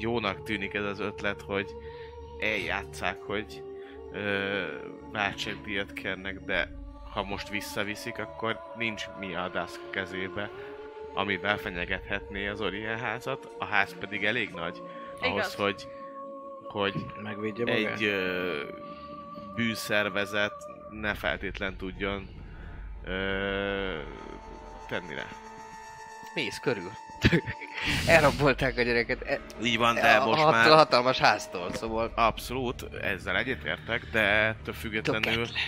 jónak tűnik ez az ötlet, hogy eljátszák, hogy ö, váltságdíjat kérnek, de ha most visszaviszik, akkor nincs mi a DASK kezébe, amivel fenyegethetné az Orient házat, a ház pedig elég nagy ahhoz, Igaz. hogy hogy Megvédje magát. egy ö, bűszervezet ne feltétlen tudjon ö, tenni rá. Nézz körül. <laughs> Elrabolták a gyereket. E, Így van, de a, most a, már a hatalmas háztól, szóval abszolút ezzel egyetértek, de ettől függetlenül, Tökéletlen.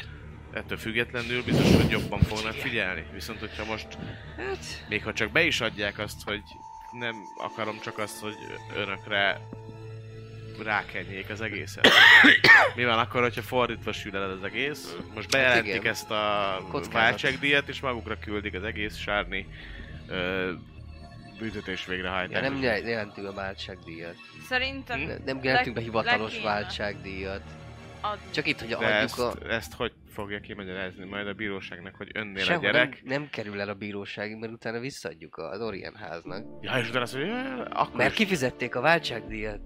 ettől függetlenül biztos, hogy jobban fognak figyelni. Viszont, hogyha most, Hát- még ha csak be is adják azt, hogy nem akarom csak azt, hogy örökre rákenjék az egészet. Mi van akkor, hogyha fordítva sül el az egész? Most bejelentik Hát igen. ezt a Kockázat. váltságdíjat, és magukra küldik az egész sárni ö, büntetés végrehajtás. ja, nem jel- jelentünk a váltságdíjat. Szerintem Hm? Hm? Ne, nem jelentünk be Leg- hivatalos legkéne. váltságdíjat. adni. Csak itt, hogy De adjuk ezt, a... ezt hogy fogja kimagyarázni majd a bíróságnak, hogy önnél Sehol a gyerek? nem, nem kerül el a bíróságig, mert utána visszaadjuk az Orient háznak. Ja, és utána azt mondja, "Ja, akkor Mert Mert ki... kifizették a váltságdíjat.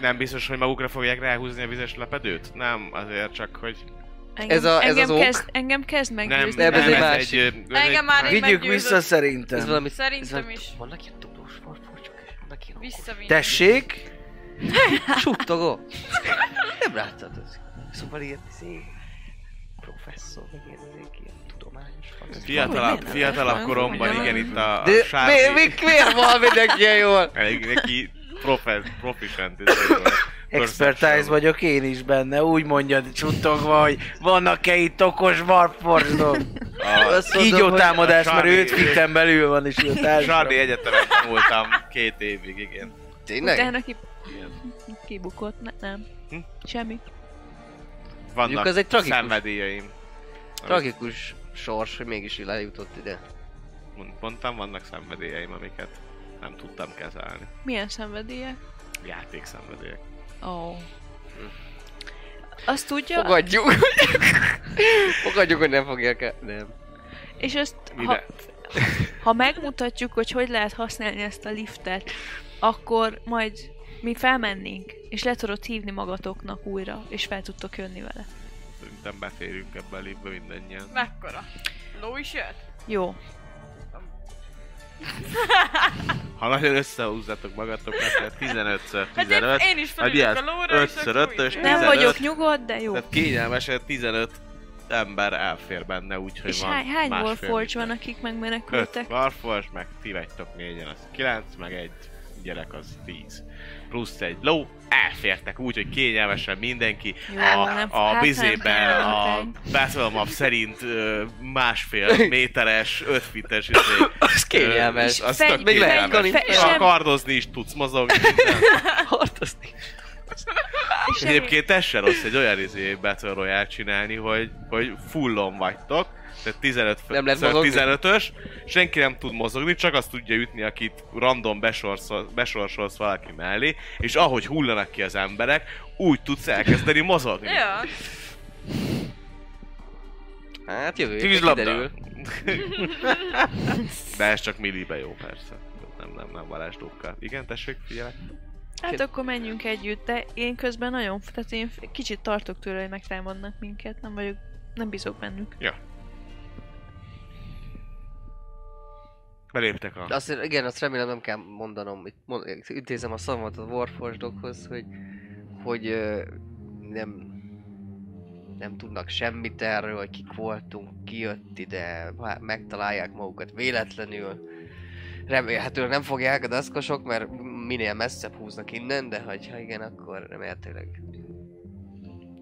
nem biztos, hogy magukra fogják ráhúzni a vizes lepedőt? Nem, azért csak, hogy... Engem, Ez a- ez az engem, ok? kezd, engem kezdd Nem, meggyőzni. nem, ez egy ez másik. egy, ö, ez Engem már én Vigyük meggyőzött. vissza szerintem. Ez valami... Szerintem ez- is. Vannak ilyen tudós farfocsok, és vannak ilyen okos. Visszavinni. <laughs> Tessék? Suttogó! Nem láttad az. Szóval ilyen izé... Professzor, meg ilyen izék, ilyen tudományos egy fantasy. Fiatalabb, nem, fiatalabb nem, koromban, nem. igen, itt a, a De sárni... mi, mi, miért van mindenki ilyen jól? Elég neki profe, proficient. ez egy olyan Expertise vagyok én is benne, úgy mondja csuttogva, hogy vannak-e itt okos varporzok. A Azt mondom, Így hogy- támadás, a mert Charlie- őt fitten belül van, és ő társam. Sárni egyetemen tanultam két évig, igen. Tényleg? Utána ki... kibukott, ne, nem. Hm? Semmi. Vannak az egy tragikus. szenvedélyeim. Tragikus sors, hogy mégis eljutott ide. Mond- Mondtam, vannak szenvedélyeim, amiket nem tudtam kezelni. Milyen szenvedélye? Játékszenvedélyek. Ó. Oh. Azt tudja, Fogadjuk. Fogadjuk, hogy nem fogják el. Nem. és ezt, ha, Ide. ha megmutatjuk, hogy hogy lehet használni ezt a liftet, akkor majd mi felmennénk, és le tudod hívni magatoknak újra, és fel tudtok jönni vele. Szerintem beférünk ebbe a liftbe mindannyian. Mekkora? Ló is jött? Jó. Ha nagyon összehúzzátok magatokat, tehát 15-ször Hát én, 15, én is mi az? felülök a lóra, és Ötször akkor ötös? így- Nem 15. vagyok nyugodt, de jó. tehát kényelmesen 15 ember elfér benne, úgyhogy És van hány, hány másfél Warforge liter. van, akik Öt megmenekültek? Warforge, meg ti vagytok négyen, az 9, meg egy gyerek az 10. Plusz egy ló, elfértek úgy, hogy kényelmesen mindenki. Jó, nem- a, a hát bizében, nem- a battle map szerint ö, másfél méteres, öt fites izé, Az kényelmes. kényelmes. Az Fegy- tök még lehet fegy- fe- sem- Kardozni is tudsz, mozogni. <laughs> minden. Hartozni. És semmi- Egyébként ez se rossz egy olyan izé Battle Royale csinálni, hogy, hogy fullon vagytok, tehát 15 Nem lehet szóval mozogni? 15-ös, senki nem tud mozogni, csak azt tudja ütni, akit random besorszol, besorsolsz valaki mellé, és ahogy hullanak ki az emberek, úgy tudsz elkezdeni mozogni. Ja. Hát jövő héten Tűzlabda. <laughs> kiderül. De ez csak millibe jó, persze. Nem, nem, nem varázslókkal. Igen, tessék, figyelek. Hát akkor menjünk együtt, de én közben nagyon, tehát én kicsit tartok tőle, hogy megtámadnak minket, nem vagyok, nem bízok bennük. Beléptek a... Azt, igen, azt remélem nem kell mondanom, itt mond, intézem a szavamat a Warforgedokhoz, hogy, hogy ö, nem, nem tudnak semmit erről, hogy kik voltunk, ki jött ide, vá- megtalálják magukat véletlenül. Remélhetőleg nem fogják a daszkosok, mert minél messzebb húznak innen, de hogy ha igen, akkor remélhetőleg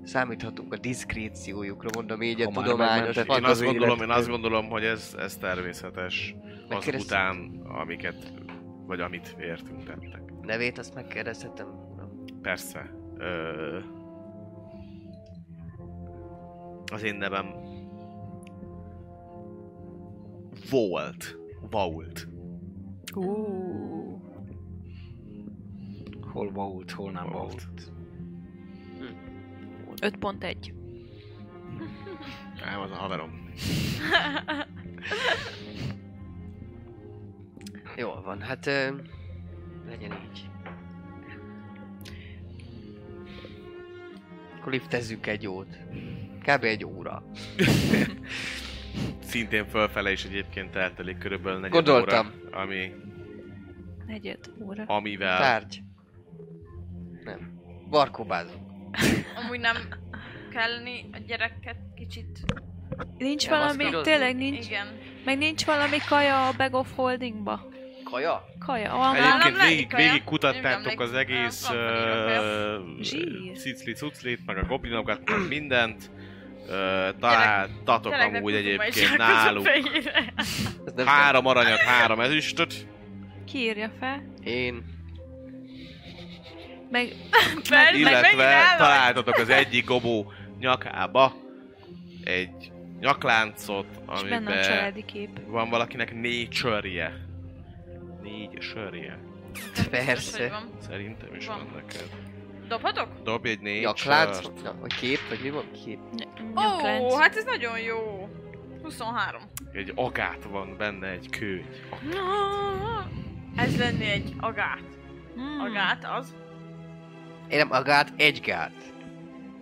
számíthatunk a diszkréciójukra, mondom így a tudományos Homármentes. Én azt, fantasy- gondolom, én azt gondolom, hogy ez, ez természetes az Megkérdez- után, amiket, vagy amit értünk tettek. nevét, azt megkérdezhetem. uram? Persze. Ö... Az én nevem... Volt. Vault. Hol vault, hol nem Vault. vault. 5.1. Nem, az a haverom. Jól van, hát ö, legyen így. Akkor liftezzünk egy jót. Kb. egy óra. Szintén fölfele is egyébként eltelik körülbelül negyed Gondoltam. óra, ami, Negyed óra. amivel... Tárgy. Nem. Barkobázunk. Amúgy nem kelleni a gyereket kicsit. Nincs Nem, azt valami, tudod. tényleg nincs, Igen. meg nincs valami kaja a Bag of Holdingba? Kaja? Kaja, van Egyébként valami? Egyébként Nálam lenni végig, kell. végig Nem kutattátok emlékszem, az egész nem tudom, hogy írok-e. Zsír. cicli-cuclit, meg a goblinokat, <clears throat> meg mindent. Ö, Találtatok amúgy egyébként náluk Ez nem három aranyat, három ezüstöt. Kiírja fel, kell. Én. <laughs> meg Mert illetve találtatok az egyik gobó nyakába egy nyakláncot, és benne a amiben családi kép. van valakinek négy sörje. Négy sörje. Persze. Szerintem is van, Van. neked. Dobhatok? Dobj egy négy Nyaklánc? sört. Na, vagy kép? Vagy mi van? Kép. Ny- Ó, nyaklánc. hát ez nagyon jó. 23. Egy agát van benne, egy kő. Ez lenni egy agát. Hmm. Agát az. Én nem a gát, egy gát.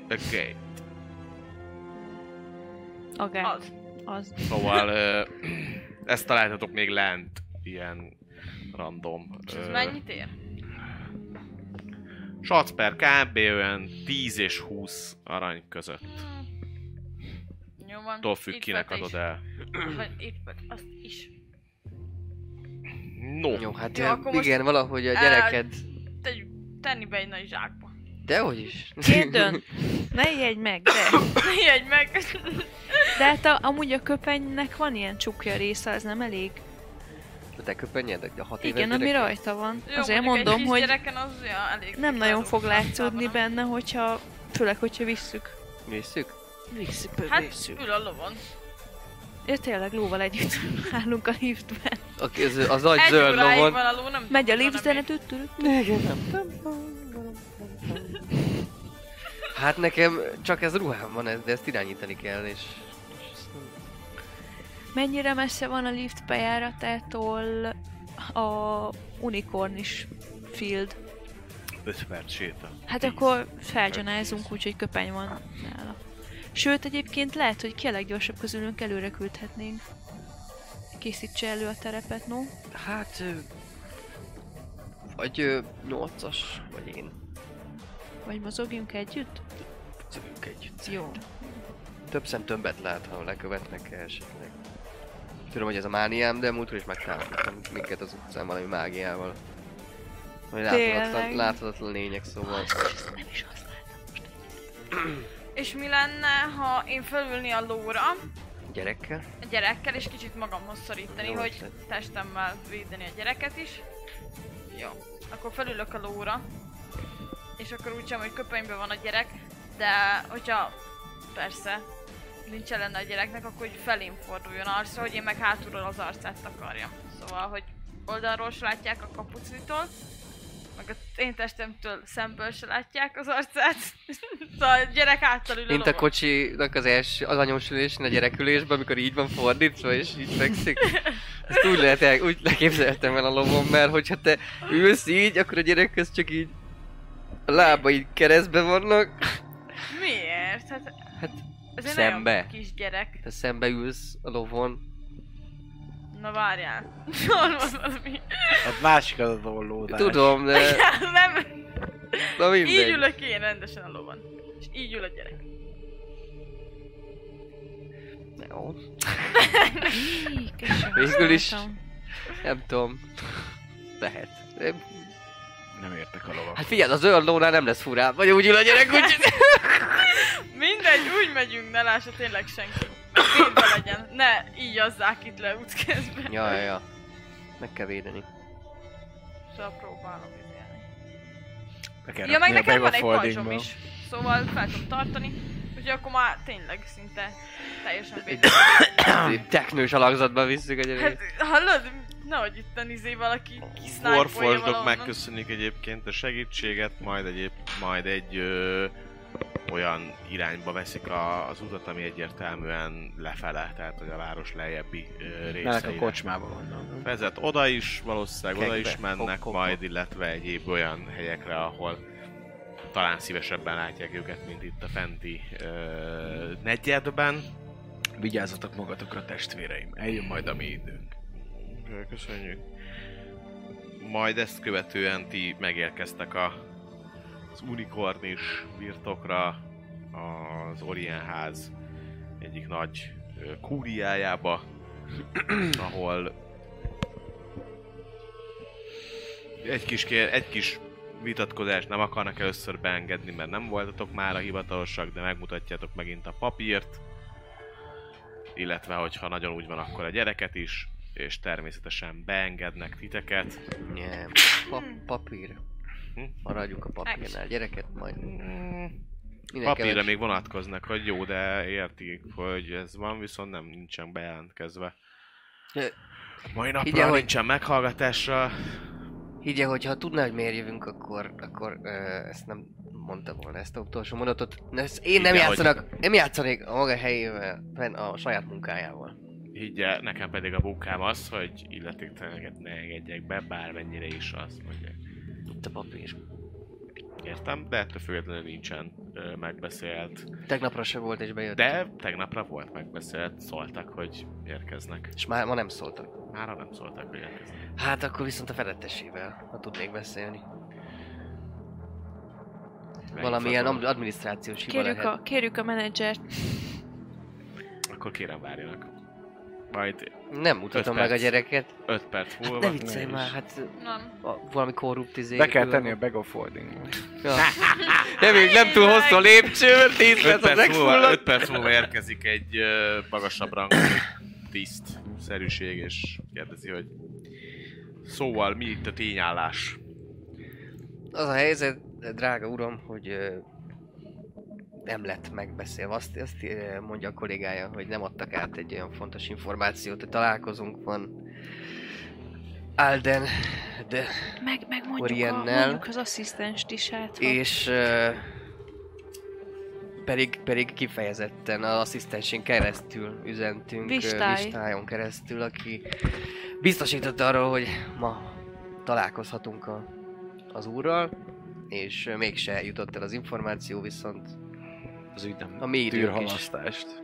Oké. Okay. Agát. Az. Az. Szóval ö, <clears throat> ezt találtatok még lent, ilyen random. És ez mennyit ér? Sac per kb. olyan 10 és 20 arany között. Jó van. Attól függ, Itt kinek volt adod is. el. Vagy itt volt, azt is. No, Jó, hát Jó, ö, akkor most- igen, valahogy a gyereket. Tegyük, tenni be egy nagy zsákba. <laughs> Dehogy is. Kérdőn. Ne ijedj meg, de. Jegy meg. De hát a, amúgy a köpenynek van ilyen csukja része, az nem elég. Te köpenyedek, de hat éves Igen, ami gyerek. rajta van. Jó, Azért mondjuk egy mondom, hogy kisgyereken az ja, elég nem nagyon kiadó fog látszódni lábában, benne, hogyha... Főleg, hogyha visszük. Nézzük. Visszük, nem? Hát ül a lovon. Ja, tényleg lóval együtt állunk a liftben. Aki az, az nagy Egy zöld óráig lovon. van a ló, nem Megy a tudom, lift nem zenet, üttülük. Hát nekem csak ez ruhám van, ez- de ezt irányítani kell, és... Mennyire messze van a lift bejáratától a unicorn is field? 5 perc séta. Hát Tíz. akkor felgyanázunk úgy, hogy köpeny van nála. Sőt, egyébként lehet, hogy ki a leggyorsabb közülünk előre küldhetnénk. Készítse elő a terepet, no? Hát... ö, Vagy ö, nyolcas, vagy én. Vagy mozogjunk együtt? Szövünk együtt. Jó. Több szem többet lát, ha lekövetnek esetleg. Tudom, hogy ez a mániám, de múltkor is megtámadtam minket az utcán valami mágiával. Vagy Tényleg. láthatatlan, láthatatlan lények, szóval... Ezt nem is használtam. És mi lenne, ha én fölülni a lóra Gyerekkel? a gyerekkel, és kicsit magamhoz szorítani, Jó hogy ötlet. testemmel védeni a gyereket is? Jó. Akkor felülök a lóra, és akkor úgy sem, hogy köpenyben van a gyerek, de hogyha persze nincs lenne a gyereknek, akkor hogy felém forduljon arcra, hogy én meg hátulról az arcát takarjam. Szóval, hogy oldalról se látják a kapucnitól, meg a én testemtől szemből se látják az arcát. <laughs> szóval a gyerek által ül a Mint a lovon. kocsinak az első, az anyósülésén a gyerekülésben, amikor így van fordítva és így fekszik. Ezt úgy lehet, el- úgy leképzeltem el a lovon, mert hogyha te ülsz így, akkor a gyerek az csak így a lába így keresztbe vannak, Miért? Hát, Hát, ez egy szembe. nagyon kisgyerek. te szembe ülsz a lovon. Na várjál. <laughs> Hol van az mi? A másik az a dollódás. Tudom, de Nem, na így mindegy. ülök én rendesen a lovon. És így ül a gyerek. Jó. Így, és Végül is. használtam. Nem tudom. Lehet. Nem értek a lovak. Hát figyeld, az örlónál nem lesz furább, vagy úgy ül a gyerek, úgy... <laughs> Mindegy, úgy megyünk, ne lássa tényleg senki. Védve legyen. Ne így azzák itt le útkezbe. Ja, ja, ja. Meg kell védeni. Szóval próbálom idélni. Be kell Ja, meg rakni a nekem van bag egy of holdingba. pajzsom is. Szóval fel tudom tartani. Úgyhogy akkor már tényleg szinte teljesen Egy- izé- védve. Egy Teknős alakzatban visszük a gyereket. Hát, hallod? Nehogy itt a izé valaki kisználkolja Warforgedok valahonnan. megköszönik egyébként a segítséget, majd, egyéb, majd egy ö, olyan irányba veszik a, az utat, ami egyértelműen lefele, tehát hogy a város lejjebbi ö, Ennek a részeire kocsmába vannak. vezet. Oda is, valószínűleg oda Kegbe. is mennek, Hop, hop, majd illetve egyéb olyan helyekre, ahol talán szívesebben látják őket, mint itt a fenti ö, negyedben. Vigyázzatok magatokra, testvéreim. Eljön majd a mi időnk. Ö, Köszönjük. Majd ezt követően ti megérkeztek a, az unikornis birtokra, az Orienház egyik nagy ö, kúriájába, <clears throat> ahol egy kis, kér, egy kis vitatkozást nem akarnak először beengedni, mert nem voltatok már a hivatalosak, de megmutatjátok megint a papírt, illetve hogyha nagyon úgy van, akkor a gyereket is, és természetesen beengednek titeket. Nem. Pa- Hmm. papír. Hm? Maradjunk a papírnál. Gyereket majd. Minek Papírra még vonatkoznak, hogy jó, de értik, hogy ez van, viszont nem nincsen bejelentkezve. Ö, Mai napra igen, hogy- nincsen meghallgatásra. Higgye, hogy ha tudná, hogy miért jövünk, akkor, akkor ö, ezt nem mondta volna ezt a utolsó mondatot. Na, Ezt én nem Higgye, játszanak, nem játszanék a maga helyével, fenn a saját munkájával. Így eh, nekem pedig a bukám az, hogy illetékteleneket ne engedjek be, bármennyire is azt mondják. Itt a papír. Értem, de ettől függetlenül nincsen ö, megbeszélt. Tegnapra se volt és bejött. De tegnapra volt megbeszélt, szóltak, hogy érkeznek. És már ma nem szóltak. Mára nem szóltak, hogy érkeznek. Hát akkor viszont a felettesével, ha tudnék beszélni. Valamilyen Megnyugtatom. am- adminisztrációs hiba Kérjük lehet. a, kérjük a menedzsert. Akkor kérem várjanak. Majd Nem mutatom Öt meg a perc. gyereket. 5 perc múlva. Ne viccelj és- már, hát Nem. a, valami korrupt izé. Be kell tenni a bag of holdingba. Ja. Nem, még nem túl hosszú a lépcső, mert 5 10 lesz az perc, múlva, megfullad. 5 perc múlva érkezik egy ö, magasabb rangú tiszt szerűség, és kérdezi, hogy szóval mi itt a tényállás? Az a helyzet, drága uram, hogy ö, nem lett megbeszélve. Azt, azt ö, mondja a kollégája, hogy nem adtak át egy olyan fontos információt, hogy találkozunk van Alden, de, Meg, meg mondjuk, a, Oriennel. mondjuk az asszisztenst is hát. ha- és ö, pedig, pedig kifejezetten az asszisztensén keresztül üzentünk, ö, Vistály. Vistájon keresztül, aki biztosította arról, hogy ma találkozhatunk a, az úrral, és ö, mégse jutott el az információ, viszont Az ügy nem A mi időnk is. tűrhalasztást.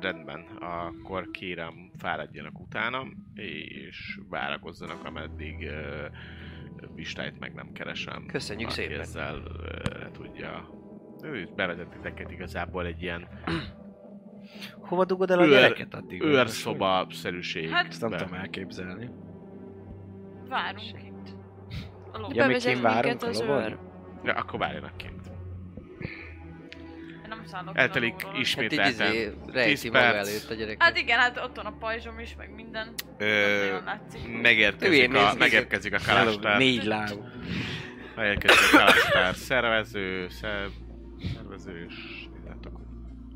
Rendben, akkor kérem fáradjanak utánam, és várakozzanak, ameddig ö, Vistályt meg nem keresem. Köszönjük Aki szépen. ezzel ö, le tudja. Ő bevezet titeket igazából egy ilyen Hova dugod el a Őr- gyereket addig? őrszoba szerűség. Hát- Ezt nem tudom elképzelni. Várunk itt. A ló. Ja, még Bevezet kint várunk minket a az lovon? őr. Ja, akkor várjanak kint. Én nem szállok le Eltelik lóról. Hát így izé, ismételten. rejti 10 maga perc. előtt a gyerek. Hát igen, hát ott van a pajzsom is, meg minden. Azért Ö, jól látszik. Hülyén megérkezik, néz a, ki. megérkezik a kalástár. Négy láb. Megérkezik a kalástár szervező, szer, szervező, és tudjátok, hogy-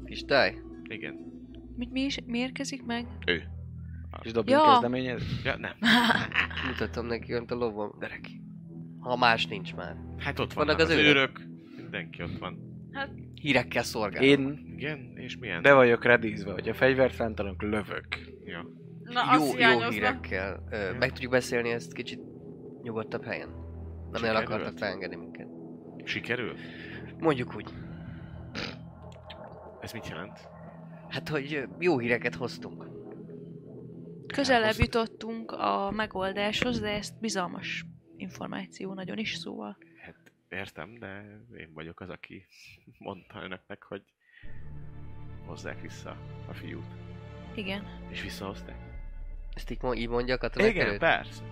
Pistály? igen. Mit mi is? Mi érkezik meg? És dobjunk Ja. kezdeményez? Ja, nem. Mutattam neki ott a lovom. Derek. Ha más nincs már. Hát ott Vannak vannak az az őrök. Mindenki ott van. Hírekkel szolgálom. Én Igen, és milyen? be vagyok redízve, hogy a fegyvert fenntarunk, lövök. Ja. Na, azt jó, jó hiányozna. hírekkel. Ö, meg tudjuk beszélni ezt kicsit nyugodtabb helyen. Nem el Sikerült? akartak leengedni minket. Sikerül? Mondjuk úgy. Ez mit jelent? Hát, hogy ö, jó híreket hoztunk. Közelebb jutottunk a megoldáshoz, de ezt bizalmas információ nagyon is szóval. Hát értem, de én vagyok az, aki <laughs> mondta önöknek, hogy hozzák vissza a fiút. Igen. És visszahozták? Ezt így, mo- így mondja a katonák Igen, előtt? persze.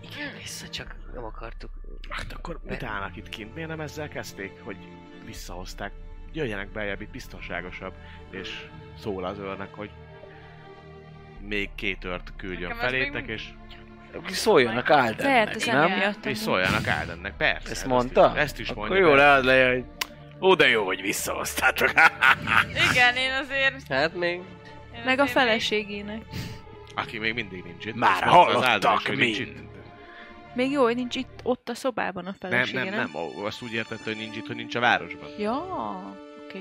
Igen, vissza csak nem akartuk. Hát akkor mit állnak itt kint? Miért nem ezzel kezdték, hogy visszahozták? Jöjjenek beljebb, itt biztonságosabb. És szól az őrnek, hogy még két ört küldjön Nekem ez még felétek, mind- és, Szóljanak Lehet, Aldennek, ez nem? nem nem? miatt. és szóljanak Ádennek, persze. Ezt hát mondta? Ezt is, ezt is Akkor mondja. jó, lead persze. le, hogy ó, de jó, hogy visszahoztátok. hát. Igen, én azért... Hát még... Én Meg a azért még- feleségének. Aki még mindig nincs itt. Már Ezt mondta az hallottak Áden is, hogy nincs mind. itt. Még jó, hogy nincs itt, ott a szobában a Nem, felesége, nem, nem, ó, azt úgy értette, hogy nincs itt, hogy nincs a városban. Ja, oké.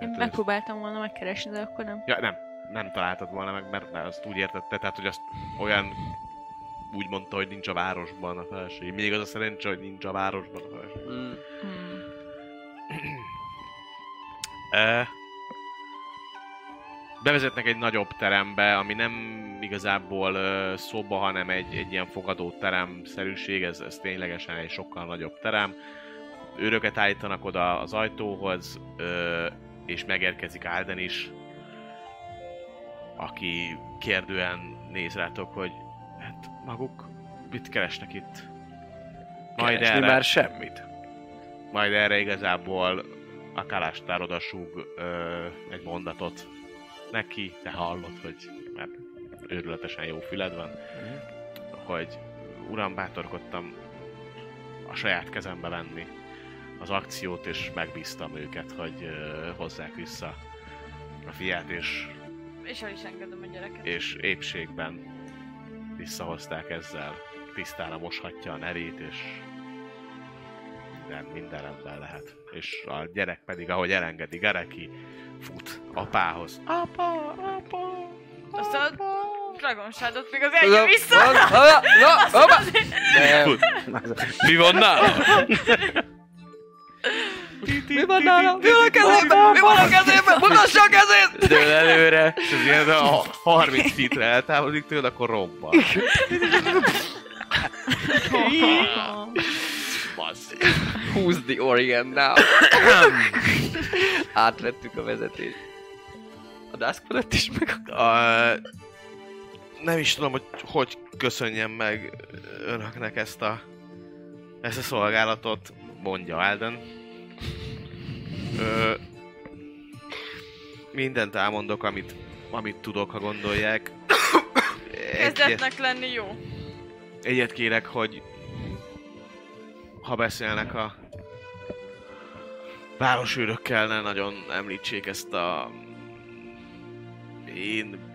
Én ez- megpróbáltam volna megkeresni, de akkor <laughs> nem. Ja, nem, nem találtad volna meg, mert azt úgy értette, tehát hogy azt olyan úgy mondta, hogy nincs a városban a felség. Mindig az a szerencse, hogy nincs a városban a felség. Mm. Hmm. E, bevezetnek egy nagyobb terembe, ami nem igazából ö, szoba, hanem egy, egy ilyen fogadóterem szerűség, ez, ez ténylegesen egy sokkal nagyobb terem. Őröket állítanak oda az ajtóhoz, ö, és megérkezik Alden is, aki kérdően néz rátok, hogy hát maguk mit keresnek itt? Majd erre- már semmit. majd erre igazából a kalástár odasúg ö, egy mondatot neki, te hallod, hogy mert őrületesen jó füled van, hogy uram, bátorkodtam a saját kezembe venni az akciót, és megbíztam őket, hogy ö, hozzák vissza a fiát, és, És el is engedem a gyereket. és épségben visszahozták ezzel. Tisztára moshatja a nerét, és minden, minden rendben lehet. És a gyerek pedig, ahogy elengedi Gareki, fut apához. Apa, apa, Azt a Dragon Shadow-t még az Na, egyre vissza. na, na, na, hoppá! Nem. Mi van nála? Mi van nála? Mi van a kezében? Mi van a kezében? Mutassa a kezét! Dől előre, és az ilyen a 30 hitre eltávolodik tőle, akkor robban. Bassz. Who's the Orient now? Átvettük a vezetést. A Dusk felett is meg a... A, nem is tudom, hogy hogy köszönjem meg önöknek ezt a, ezt a szolgálatot, mondja Alden. Ö, mindent elmondok, amit, amit tudok, ha gondolják. Egyet, Kezdetnek lenni jó. egyet kérek, hogy ha beszélnek a városőrökkel, ne nagyon említsék ezt a én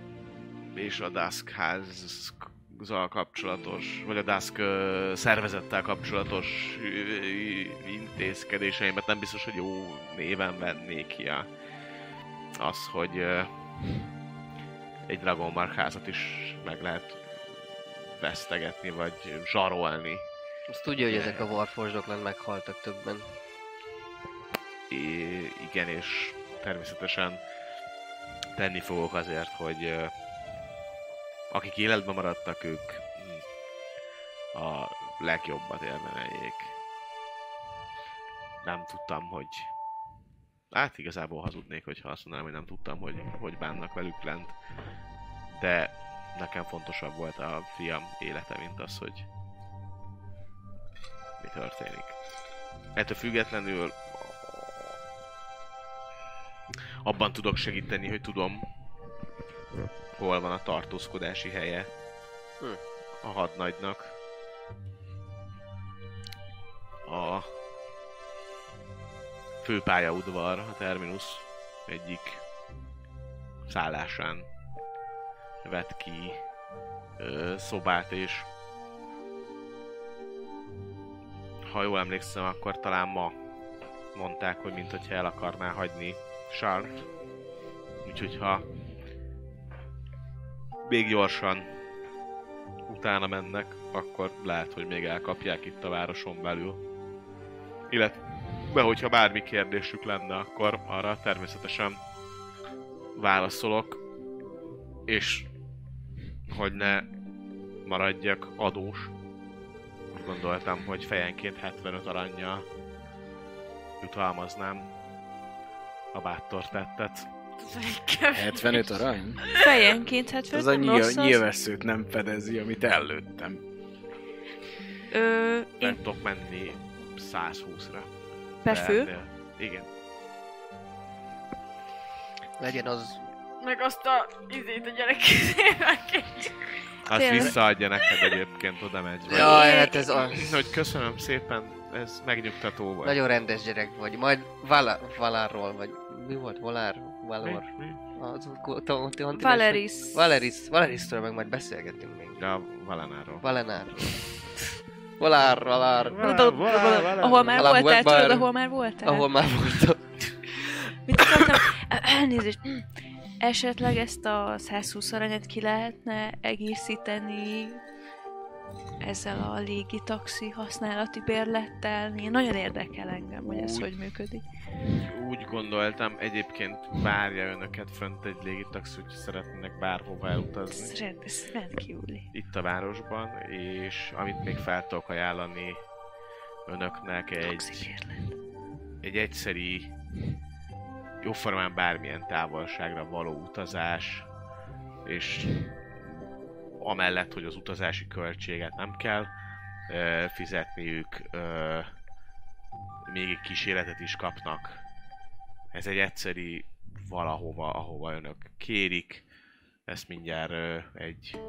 és a Dusk házzal kapcsolatos, vagy a Dusk ö, szervezettel kapcsolatos ö, ö, intézkedéseimet nem biztos, hogy jó néven vennék ki a, az, hogy ö, egy Dragonmark házat is meg lehet vesztegetni, vagy zsarolni. Azt tudja, hogy ezek a Warforged-ok meghaltak többen. I- igen, és természetesen tenni fogok azért, hogy ö, akik életben maradtak, ők mm, a legjobbat érdemeljék. Nem tudtam, hogy... Hát igazából hazudnék, hogyha azt mondanám, hogy nem tudtam, hogy hogy bánnak velük lent. De nekem fontosabb volt a fiam élete, mint az, hogy mi történik. Ettől függetlenül abban tudok segíteni, hogy tudom, hol van a tartózkodási helye Hm. a hadnagynak. A főpályaudvar, a Terminus egyik szállásán vett ki ö, szobát, és ha jól emlékszem, akkor talán ma mondták, hogy mint hogyha el akarná hagyni Sart. Úgyhogy ha még gyorsan utána mennek, akkor lehet, hogy még elkapják itt a városon belül. Illetve, hogyha bármi kérdésük lenne, akkor arra természetesen válaszolok, és hogy ne maradjak adós. Úgy gondoltam, hogy fejenként 75 aranyjal jutalmaznám a bátor tettet. Ez egy kemény. 75 arany? <laughs> Fejenként, hát Az a főleg nyil- rossz az. nyilvesszőt nem fedezi, amit ellőttem. Ö, én Nem tudok menni 120-ra. per fő. De- Igen. Legyen az... Meg azt a izét a gyerek kezével Azt Tényleg. visszaadja neked egyébként, oda megy. vagy- Jaj, hát ez a... Hogy köszönöm szépen, ez megnyugtató volt. Nagyon rendes gyerek vagy. Majd Vala, Valárról, vagy mi volt? Valár? Valor? Mi? Mi? Az, ott- ott- Valeris. Valeris. Valerisztől meg majd beszélgetünk még. De a Valenáról. Valenárról. Valár, Valár. Ahol már Allahu voltál, Akbar. tudod, ahol már voltál. Ahol már voltam. Mit akartam? Elnézést. Esetleg ezt a 120 aranyat ki lehetne egészíteni ezzel a légitaxi használati bérlettel. Én nagyon érdekel engem, hogy ez Úgy. hogy működik. Úgy gondoltam, egyébként várja önöket fönt egy légitaxi, hogy szeretnének bárhova elutazni. Ez, rend, ez rendkívüli. itt a városban, és amit még fel tudok ajánlani önöknek Taxi egy, bérlet. egy egyszeri, jóformán bármilyen távolságra való utazás, és amellett, hogy az utazási költséget nem kell ö, fizetniük, ö, még egy kísérletet is kapnak. Ez egy egyszeri valahova, ahova önök kérik. Ezt mindjárt ö, egy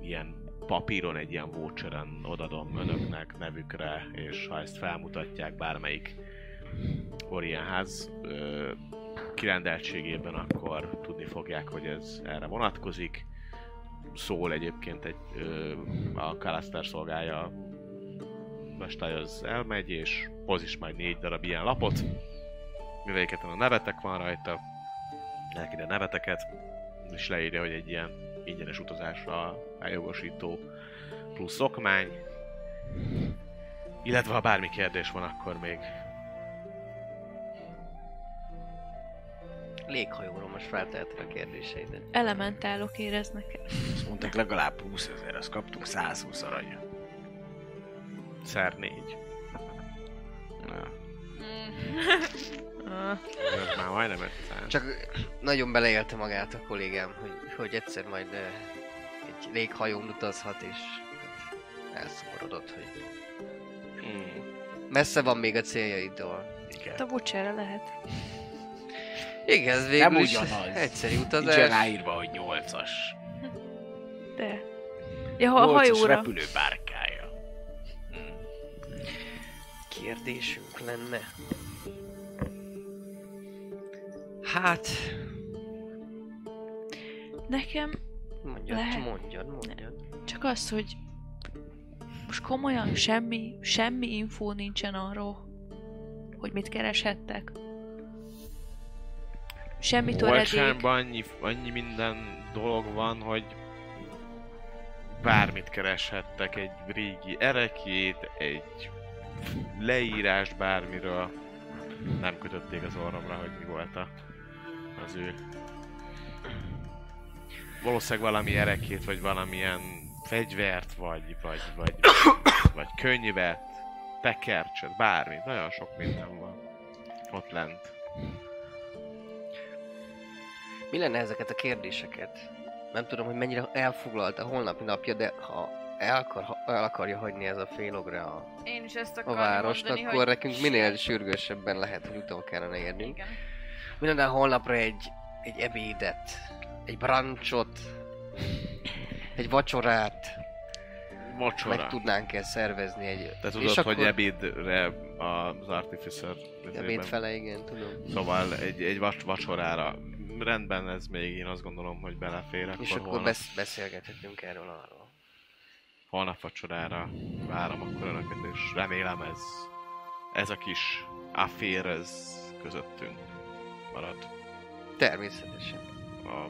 ilyen papíron, egy ilyen voucheren odadom önöknek nevükre, és ha ezt felmutatják bármelyik Orient ház ö, kirendeltségében, akkor tudni fogják, hogy ez erre vonatkozik. Szól egyébként egy, ö, a Kalasztár szolgálja Vestályhoz elmegy, és hoz is majd négy darab ilyen lapot, mivel a nevetek van rajta, neki ide neveteket, és leírja, hogy egy ilyen ingyenes utazásra eljogosító plusz okmány. Illetve ha bármi kérdés van, akkor még Léghajóról most felteheted a kérdéseidet. Elementálok éreznek el. Azt mondták legalább 20 ezer, azt kaptunk 120 aranyat. szer négy. Ah, Ez már majdnem 500. Csak nagyon beleélte magát a kollégám, hogy, hogy egyszer majd eh, egy léghajón utazhat, és elszomorodott, hogy Hmm. Mm. messze van még a céljaidól. hát a bucsára lehet. Igen, ez Nem végül is ugyanaz. egyszerű Nincsen utazás. ráírva, hogy 8-as. De. Ja, ha a 8-as hajóra. repülőbárkája. Kérdésünk lenne. Hát, Nekem mondjad, Lehet. mondjad, mondjad. Csak az, hogy most komolyan semmi, semmi infó nincsen arról, hogy mit kereshettek. Semmi töredék. Olcsánban annyi, annyi minden dolog van, hogy bármit kereshettek, egy régi erekét, egy leírást bármiről. Nem kötötték az orromra, hogy mi volt a, az ő. Valószínűleg valami erekét, vagy valamilyen fegyvert, vagy, vagy, vagy, vagy könyvet, tekercset, bármit. Nagyon sok minden van ott lent. Mi lenne ezeket a kérdéseket nem tudom, hogy mennyire elfoglalt a holnapi napja, de ha el, akar, ha el akarja hagyni ez a félogra a, Én is ezt a akarom várost, mondani, akkor hogy... nekünk minél sürgősebben lehet, hogy utol kellene érnünk. Igen. Minden holnapra egy, egy ebédet, egy brancsot, egy vacsorát meg Mocsora. tudnánk-e szervezni egy... Te tudod, hogy ebédre az Artificer... Ebéd fele, igen, tudom. Szóval egy, egy vacs- vacsorára. Rendben, ez még én azt gondolom, hogy belefér. Akkor És akkor holnap, besz- beszélgethetünk erről arról. holnap vacsorára várom akkor önöket, és remélem ez, ez a kis affér, ez közöttünk marad. Természetesen. A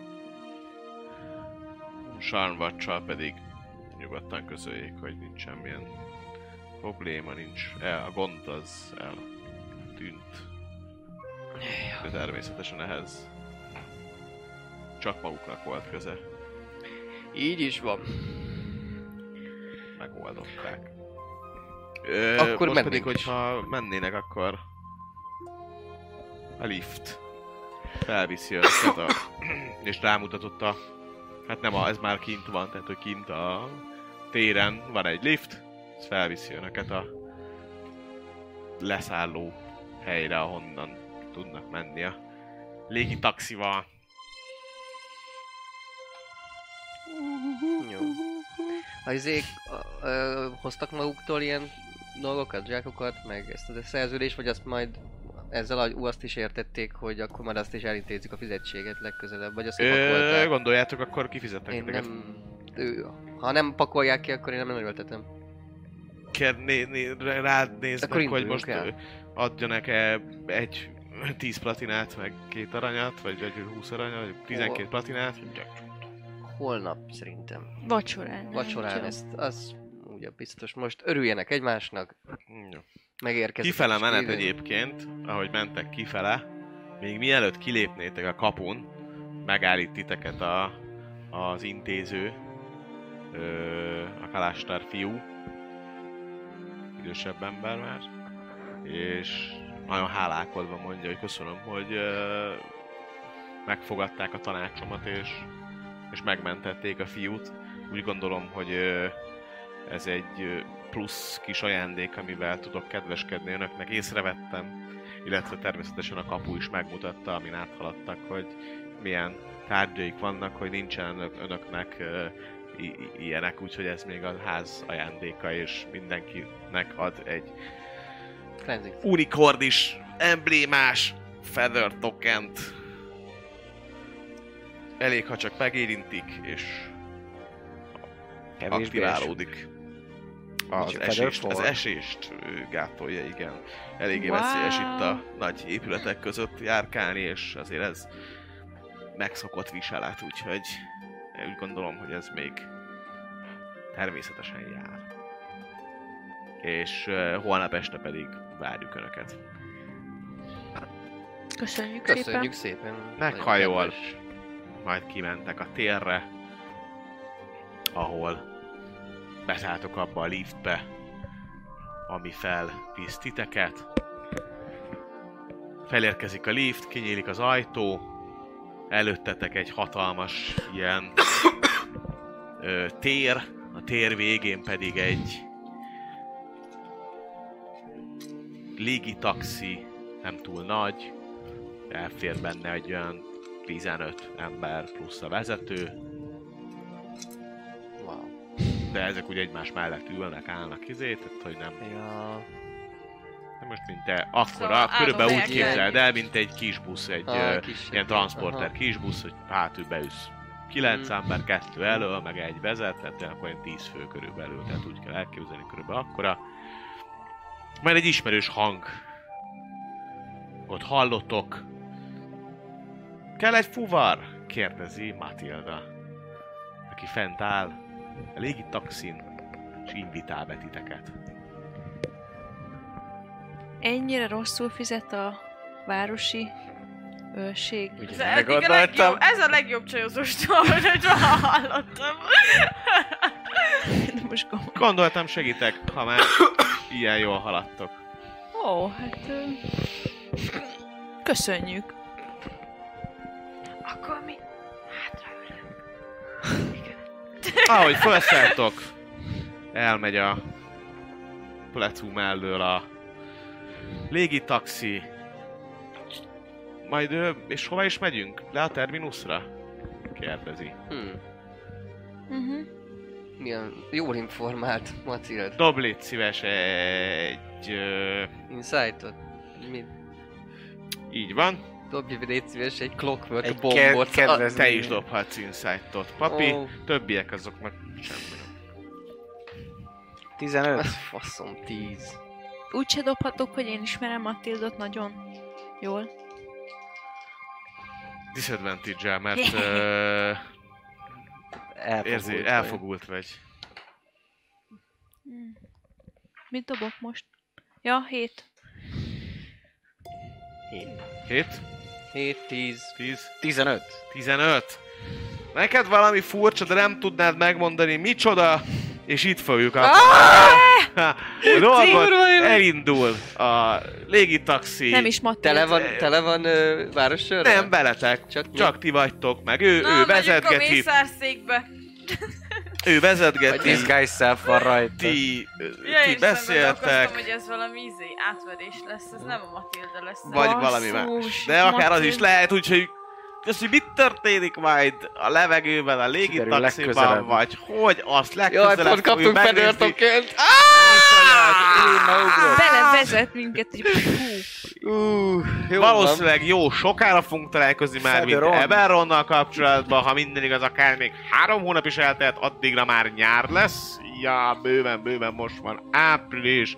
Sarnvacsal pedig nyugodtan közöljék, hogy nincs semmilyen probléma, nincs el, a gond az eltűnt. De természetesen ehhez csak maguknak volt köze, Így is van. megoldották. Ö, Akkor most mennénk pedig, is. hogyha mennének, akkor a lift felviszi őket <coughs> a... és rámutatott a... Hát nem, a, ez már kint van, tehát hogy kint a téren van egy lift, ez felviszi önöket a leszálló helyre, ahonnan tudnak menni a légi taxival. Jó. A izék a- ö, hoztak maguktól ilyen dolgokat, zsákokat, meg ezt a szerződést, vagy azt majd ezzel a- azt is értették, hogy akkor már azt is elintézzük a fizetséget legközelebb, vagy azt Ö, kipakolták. gondoljátok, akkor kifizetnek Én titeket. nem... Ő, ha nem pakolják ki, akkor én nem erőltetem. kér, né, né, rád Akkor néznek, hogy induljunk most el. el. adjanak-e egy 10 platinát, meg két aranyat, vagy egy 20 aranyat, vagy 12 Hol? platinát. Holnap szerintem. Vacsorán. Vacsorán ezt, az ugye biztos most örüljenek egymásnak, Jó. megérkezik. Kifele és menet kézen- egyébként, ahogy mentek kifele, még mielőtt kilépnétek a kapun, megállít titeket a, az intéző, ö, a kalástár fiú, idősebb ember már, és nagyon hálálkodva mondja, hogy köszönöm, hogy ö, megfogadták a tanácsomat, és, és megmentették a fiút. Úgy gondolom, hogy ö, ez egy ö, plusz kis ajándék, amivel tudok kedveskedni önöknek, észrevettem, illetve természetesen a kapu is megmutatta, amin áthaladtak, hogy milyen tárgyaik vannak, hogy nincsen önök- önöknek ö, i- i- ilyenek, úgyhogy ez még a ház ajándéka, és mindenkinek ad egy Cleansing. unikordis, emblémás feather tokent. Elég, ha csak megérintik, és Kevésbé eső. aktiválódik. Az Micsoda, esést, az Featherfall? esést ő gátolja, igen. Eléggé veszélyes Wow. itt a nagy épületek között járkálni, és azért ez megszokott viselet, úgyhogy én úgy gondolom, hogy ez még természetesen jár. És uh, holnap este pedig várjuk Önöket. Köszönjük, szépen. Köszönjük szépen. Meghajol. Nagyon kedves. majd kimentek a térre, ahol beszálltok abba a liftbe, ami felvisz titeket. Felérkezik a lift, kinyílik az ajtó, előttetek egy hatalmas ilyen ö, tér, a tér végén pedig egy légitaxi, nem túl nagy, elfér benne egy olyan 15 ember plusz a vezető, Wow. de ezek ugye egymás mellett ülnek, állnak izét, tehát hogy nem, Ja. nem most mint te, akkora, Szóval szóval körülbelül úgy áldozás képzeld jelent. el, mint egy kis busz, egy Ah, ah, kis- ilyen transporter aha. kis busz, hogy hátul beülsz. 9 Mhm. ember, kettő elől, meg egy vezet, tehát tényleg olyan 10 fő körülbelül, tehát úgy kell elképzelni körülbelül akkora. Már egy ismerős hang. Ott hallottok. Kell egy fuvar? kérdezi Matilda, aki fent áll a légitaxin, és invitál be titeket. Ennyire rosszul fizet a városi őrség. <laughs> Ez, Ugye, eddig a meggondoltam. legjobb, ez a legjobb csajozó story, hogy valaha hallottam. De most komolyan. Gondoltam segítek, ha már ilyen jól haladtok. Ó, hát... ö, Köszönjük. Akkor mi? Hátraülünk. Ahogy felszálltok, elmegy a plecú mellől a légitaxi. Majd, ö, és hova is megyünk? Le a terminuszra? Kérdezi. Hmm. Uh-huh. Milyen jól informált Macild. Dob légy szíves egy... Ö, Insightot. Mi így van. dobj egy légy szíves egy clockwork Egy bombot. ke- kedves- Te is dobhatsz insightot, papi. Ó. Többiek azoknak semmi. Ah, 15. az faszom, 10. Úgy se dobhatok, hogy én ismerem Matildot nagyon jól. Disadvantage-el, <laughs> mert ö, érzi, Elfogult vagy. elfogult vagy. Hmm. Mit dobok most? Ja, hét. 7, 7, 10. 10, 15. 15. Neked valami furcsa, de nem tudnád megmondani micsoda, és itt fogjuk a, a <laughs> dolgot. Elindul a légitaxi. Nem is Matild. Tele van, tele van ö, városőrrel? Nem, veletek. Csak mi? Csak ti vagytok, meg ő, ő megyünk vezetgeti, komisszárszékbe. ő Vagy vezetgeti, This guy's self van rajta. ti, Ja, ti én beszéltek, beszéltek. hogy ez valami izé, átverés lesz, ez nem a Matilda lesz. vagy Basszus, valami más. De akár az is Martin. lehet, úgyhogy az, hogy mit történik majd a levegőben, a légitaxiban, legközelebb. vagy hogy azt legközelebb Jaj, pont fogjuk kaptunk megnézni. fedőrtoként. Belevezet minket egy hú. Uh, jó van. Valószínűleg jó sokára fogunk találkozni már, mint Federon. Eberronnal kapcsolatban, ha minden igaz, akár még három hónap is eltelt, addigra már nyár lesz. Ja, bőven, bőven most van április,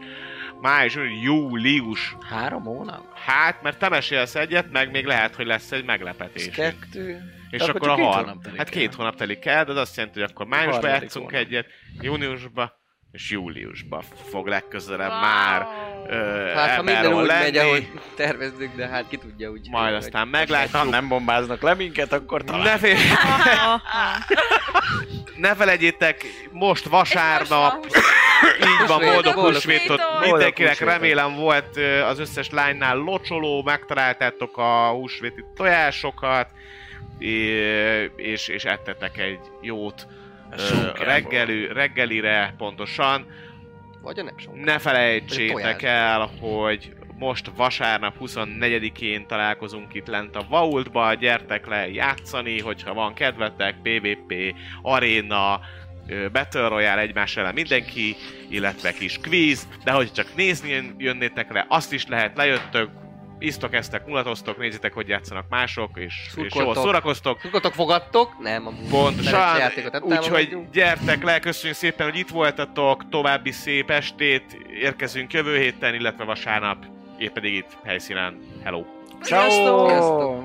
május, július. Három hónap? Hát, mert te mesélsz egyet, meg még lehet, hogy lesz egy meglepetés. Ez kettő. És De akkor, akkor akkor a csak két har... hónap telik Hát el. két hónap telik el, de az azt jelenti, hogy akkor májusban harmadik játszunk hónap. egyet, júniusba, és júliusba fog legközelebb már <laughs> ö, Hát ha minden Eberron úgy lenni. megy, ahogy terveztük, de hát ki tudja úgy. Majd hogy- aztán Ha meglátjuk. nem bombáznak le minket, akkor talán. Ne félj! Aha. ne felejtjétek, most Sárnap. vasárnap, így van, Húsvét, boldog boldog húsvétot húsvétot. mindenkinek, Boldog húsvétot. remélem volt ö, az összes lánynál locsoló, megtaláltátok a húsvéti tojásokat, é- és, és ettetek egy jót A ö, sonkából. reggelű, reggelire pontosan. Vagy a nem sok. Ne felejtsétek Tojás. el, hogy most vasárnap 24-én találkozunk itt lent a Vaultba, gyertek le játszani, hogyha van kedvetek, PvP, Arena, ö, Battle Royale egymás ellen mindenki, illetve kis quiz, de hogy csak nézni jön- jönnétek le, azt is lehet, lejöttök, isztok, eztek, mulatoztok, nézitek, hogy játszanak mások, és, és jól Szurkoltok. szórakoztok. Tudottok, fogadtok? Nem, amúgy. Mert a Pontosan, játékot hát nem úgyhogy támogatjuk. gyertek le, köszönjük szépen, hogy itt voltatok, további szép estét, érkezünk jövő héten, illetve vasárnap, én pedig itt helyszínen. Hello! Ciao. Sziasztok.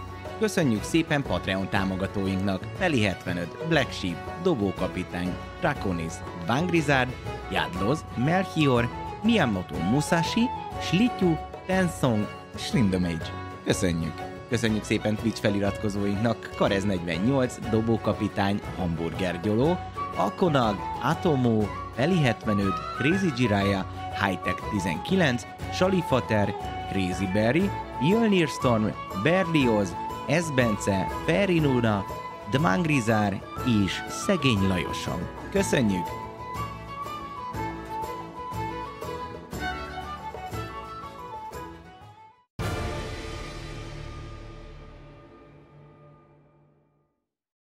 Köszönjük szépen Patreon támogatóinknak! Feli 75, Black Sheep, Dobókapitány, Draconis, Vangrizard, Jadloz, Melchior, Miyamoto Musashi, Slityu, Tensong, Slindomage. Köszönjük! Köszönjük szépen Twitch feliratkozóinknak Karez48, Dobókapitány, Hamburger Gyoló, Akonag, Atomó, Feli 75, Crazy Jiraya, Hightech 19, Salifater, Crazy Berry, Jölnir Storm, Berlioz, ez Bence, Ferin Una, Dmangrizár és Szegény Lajosom. Köszönjük!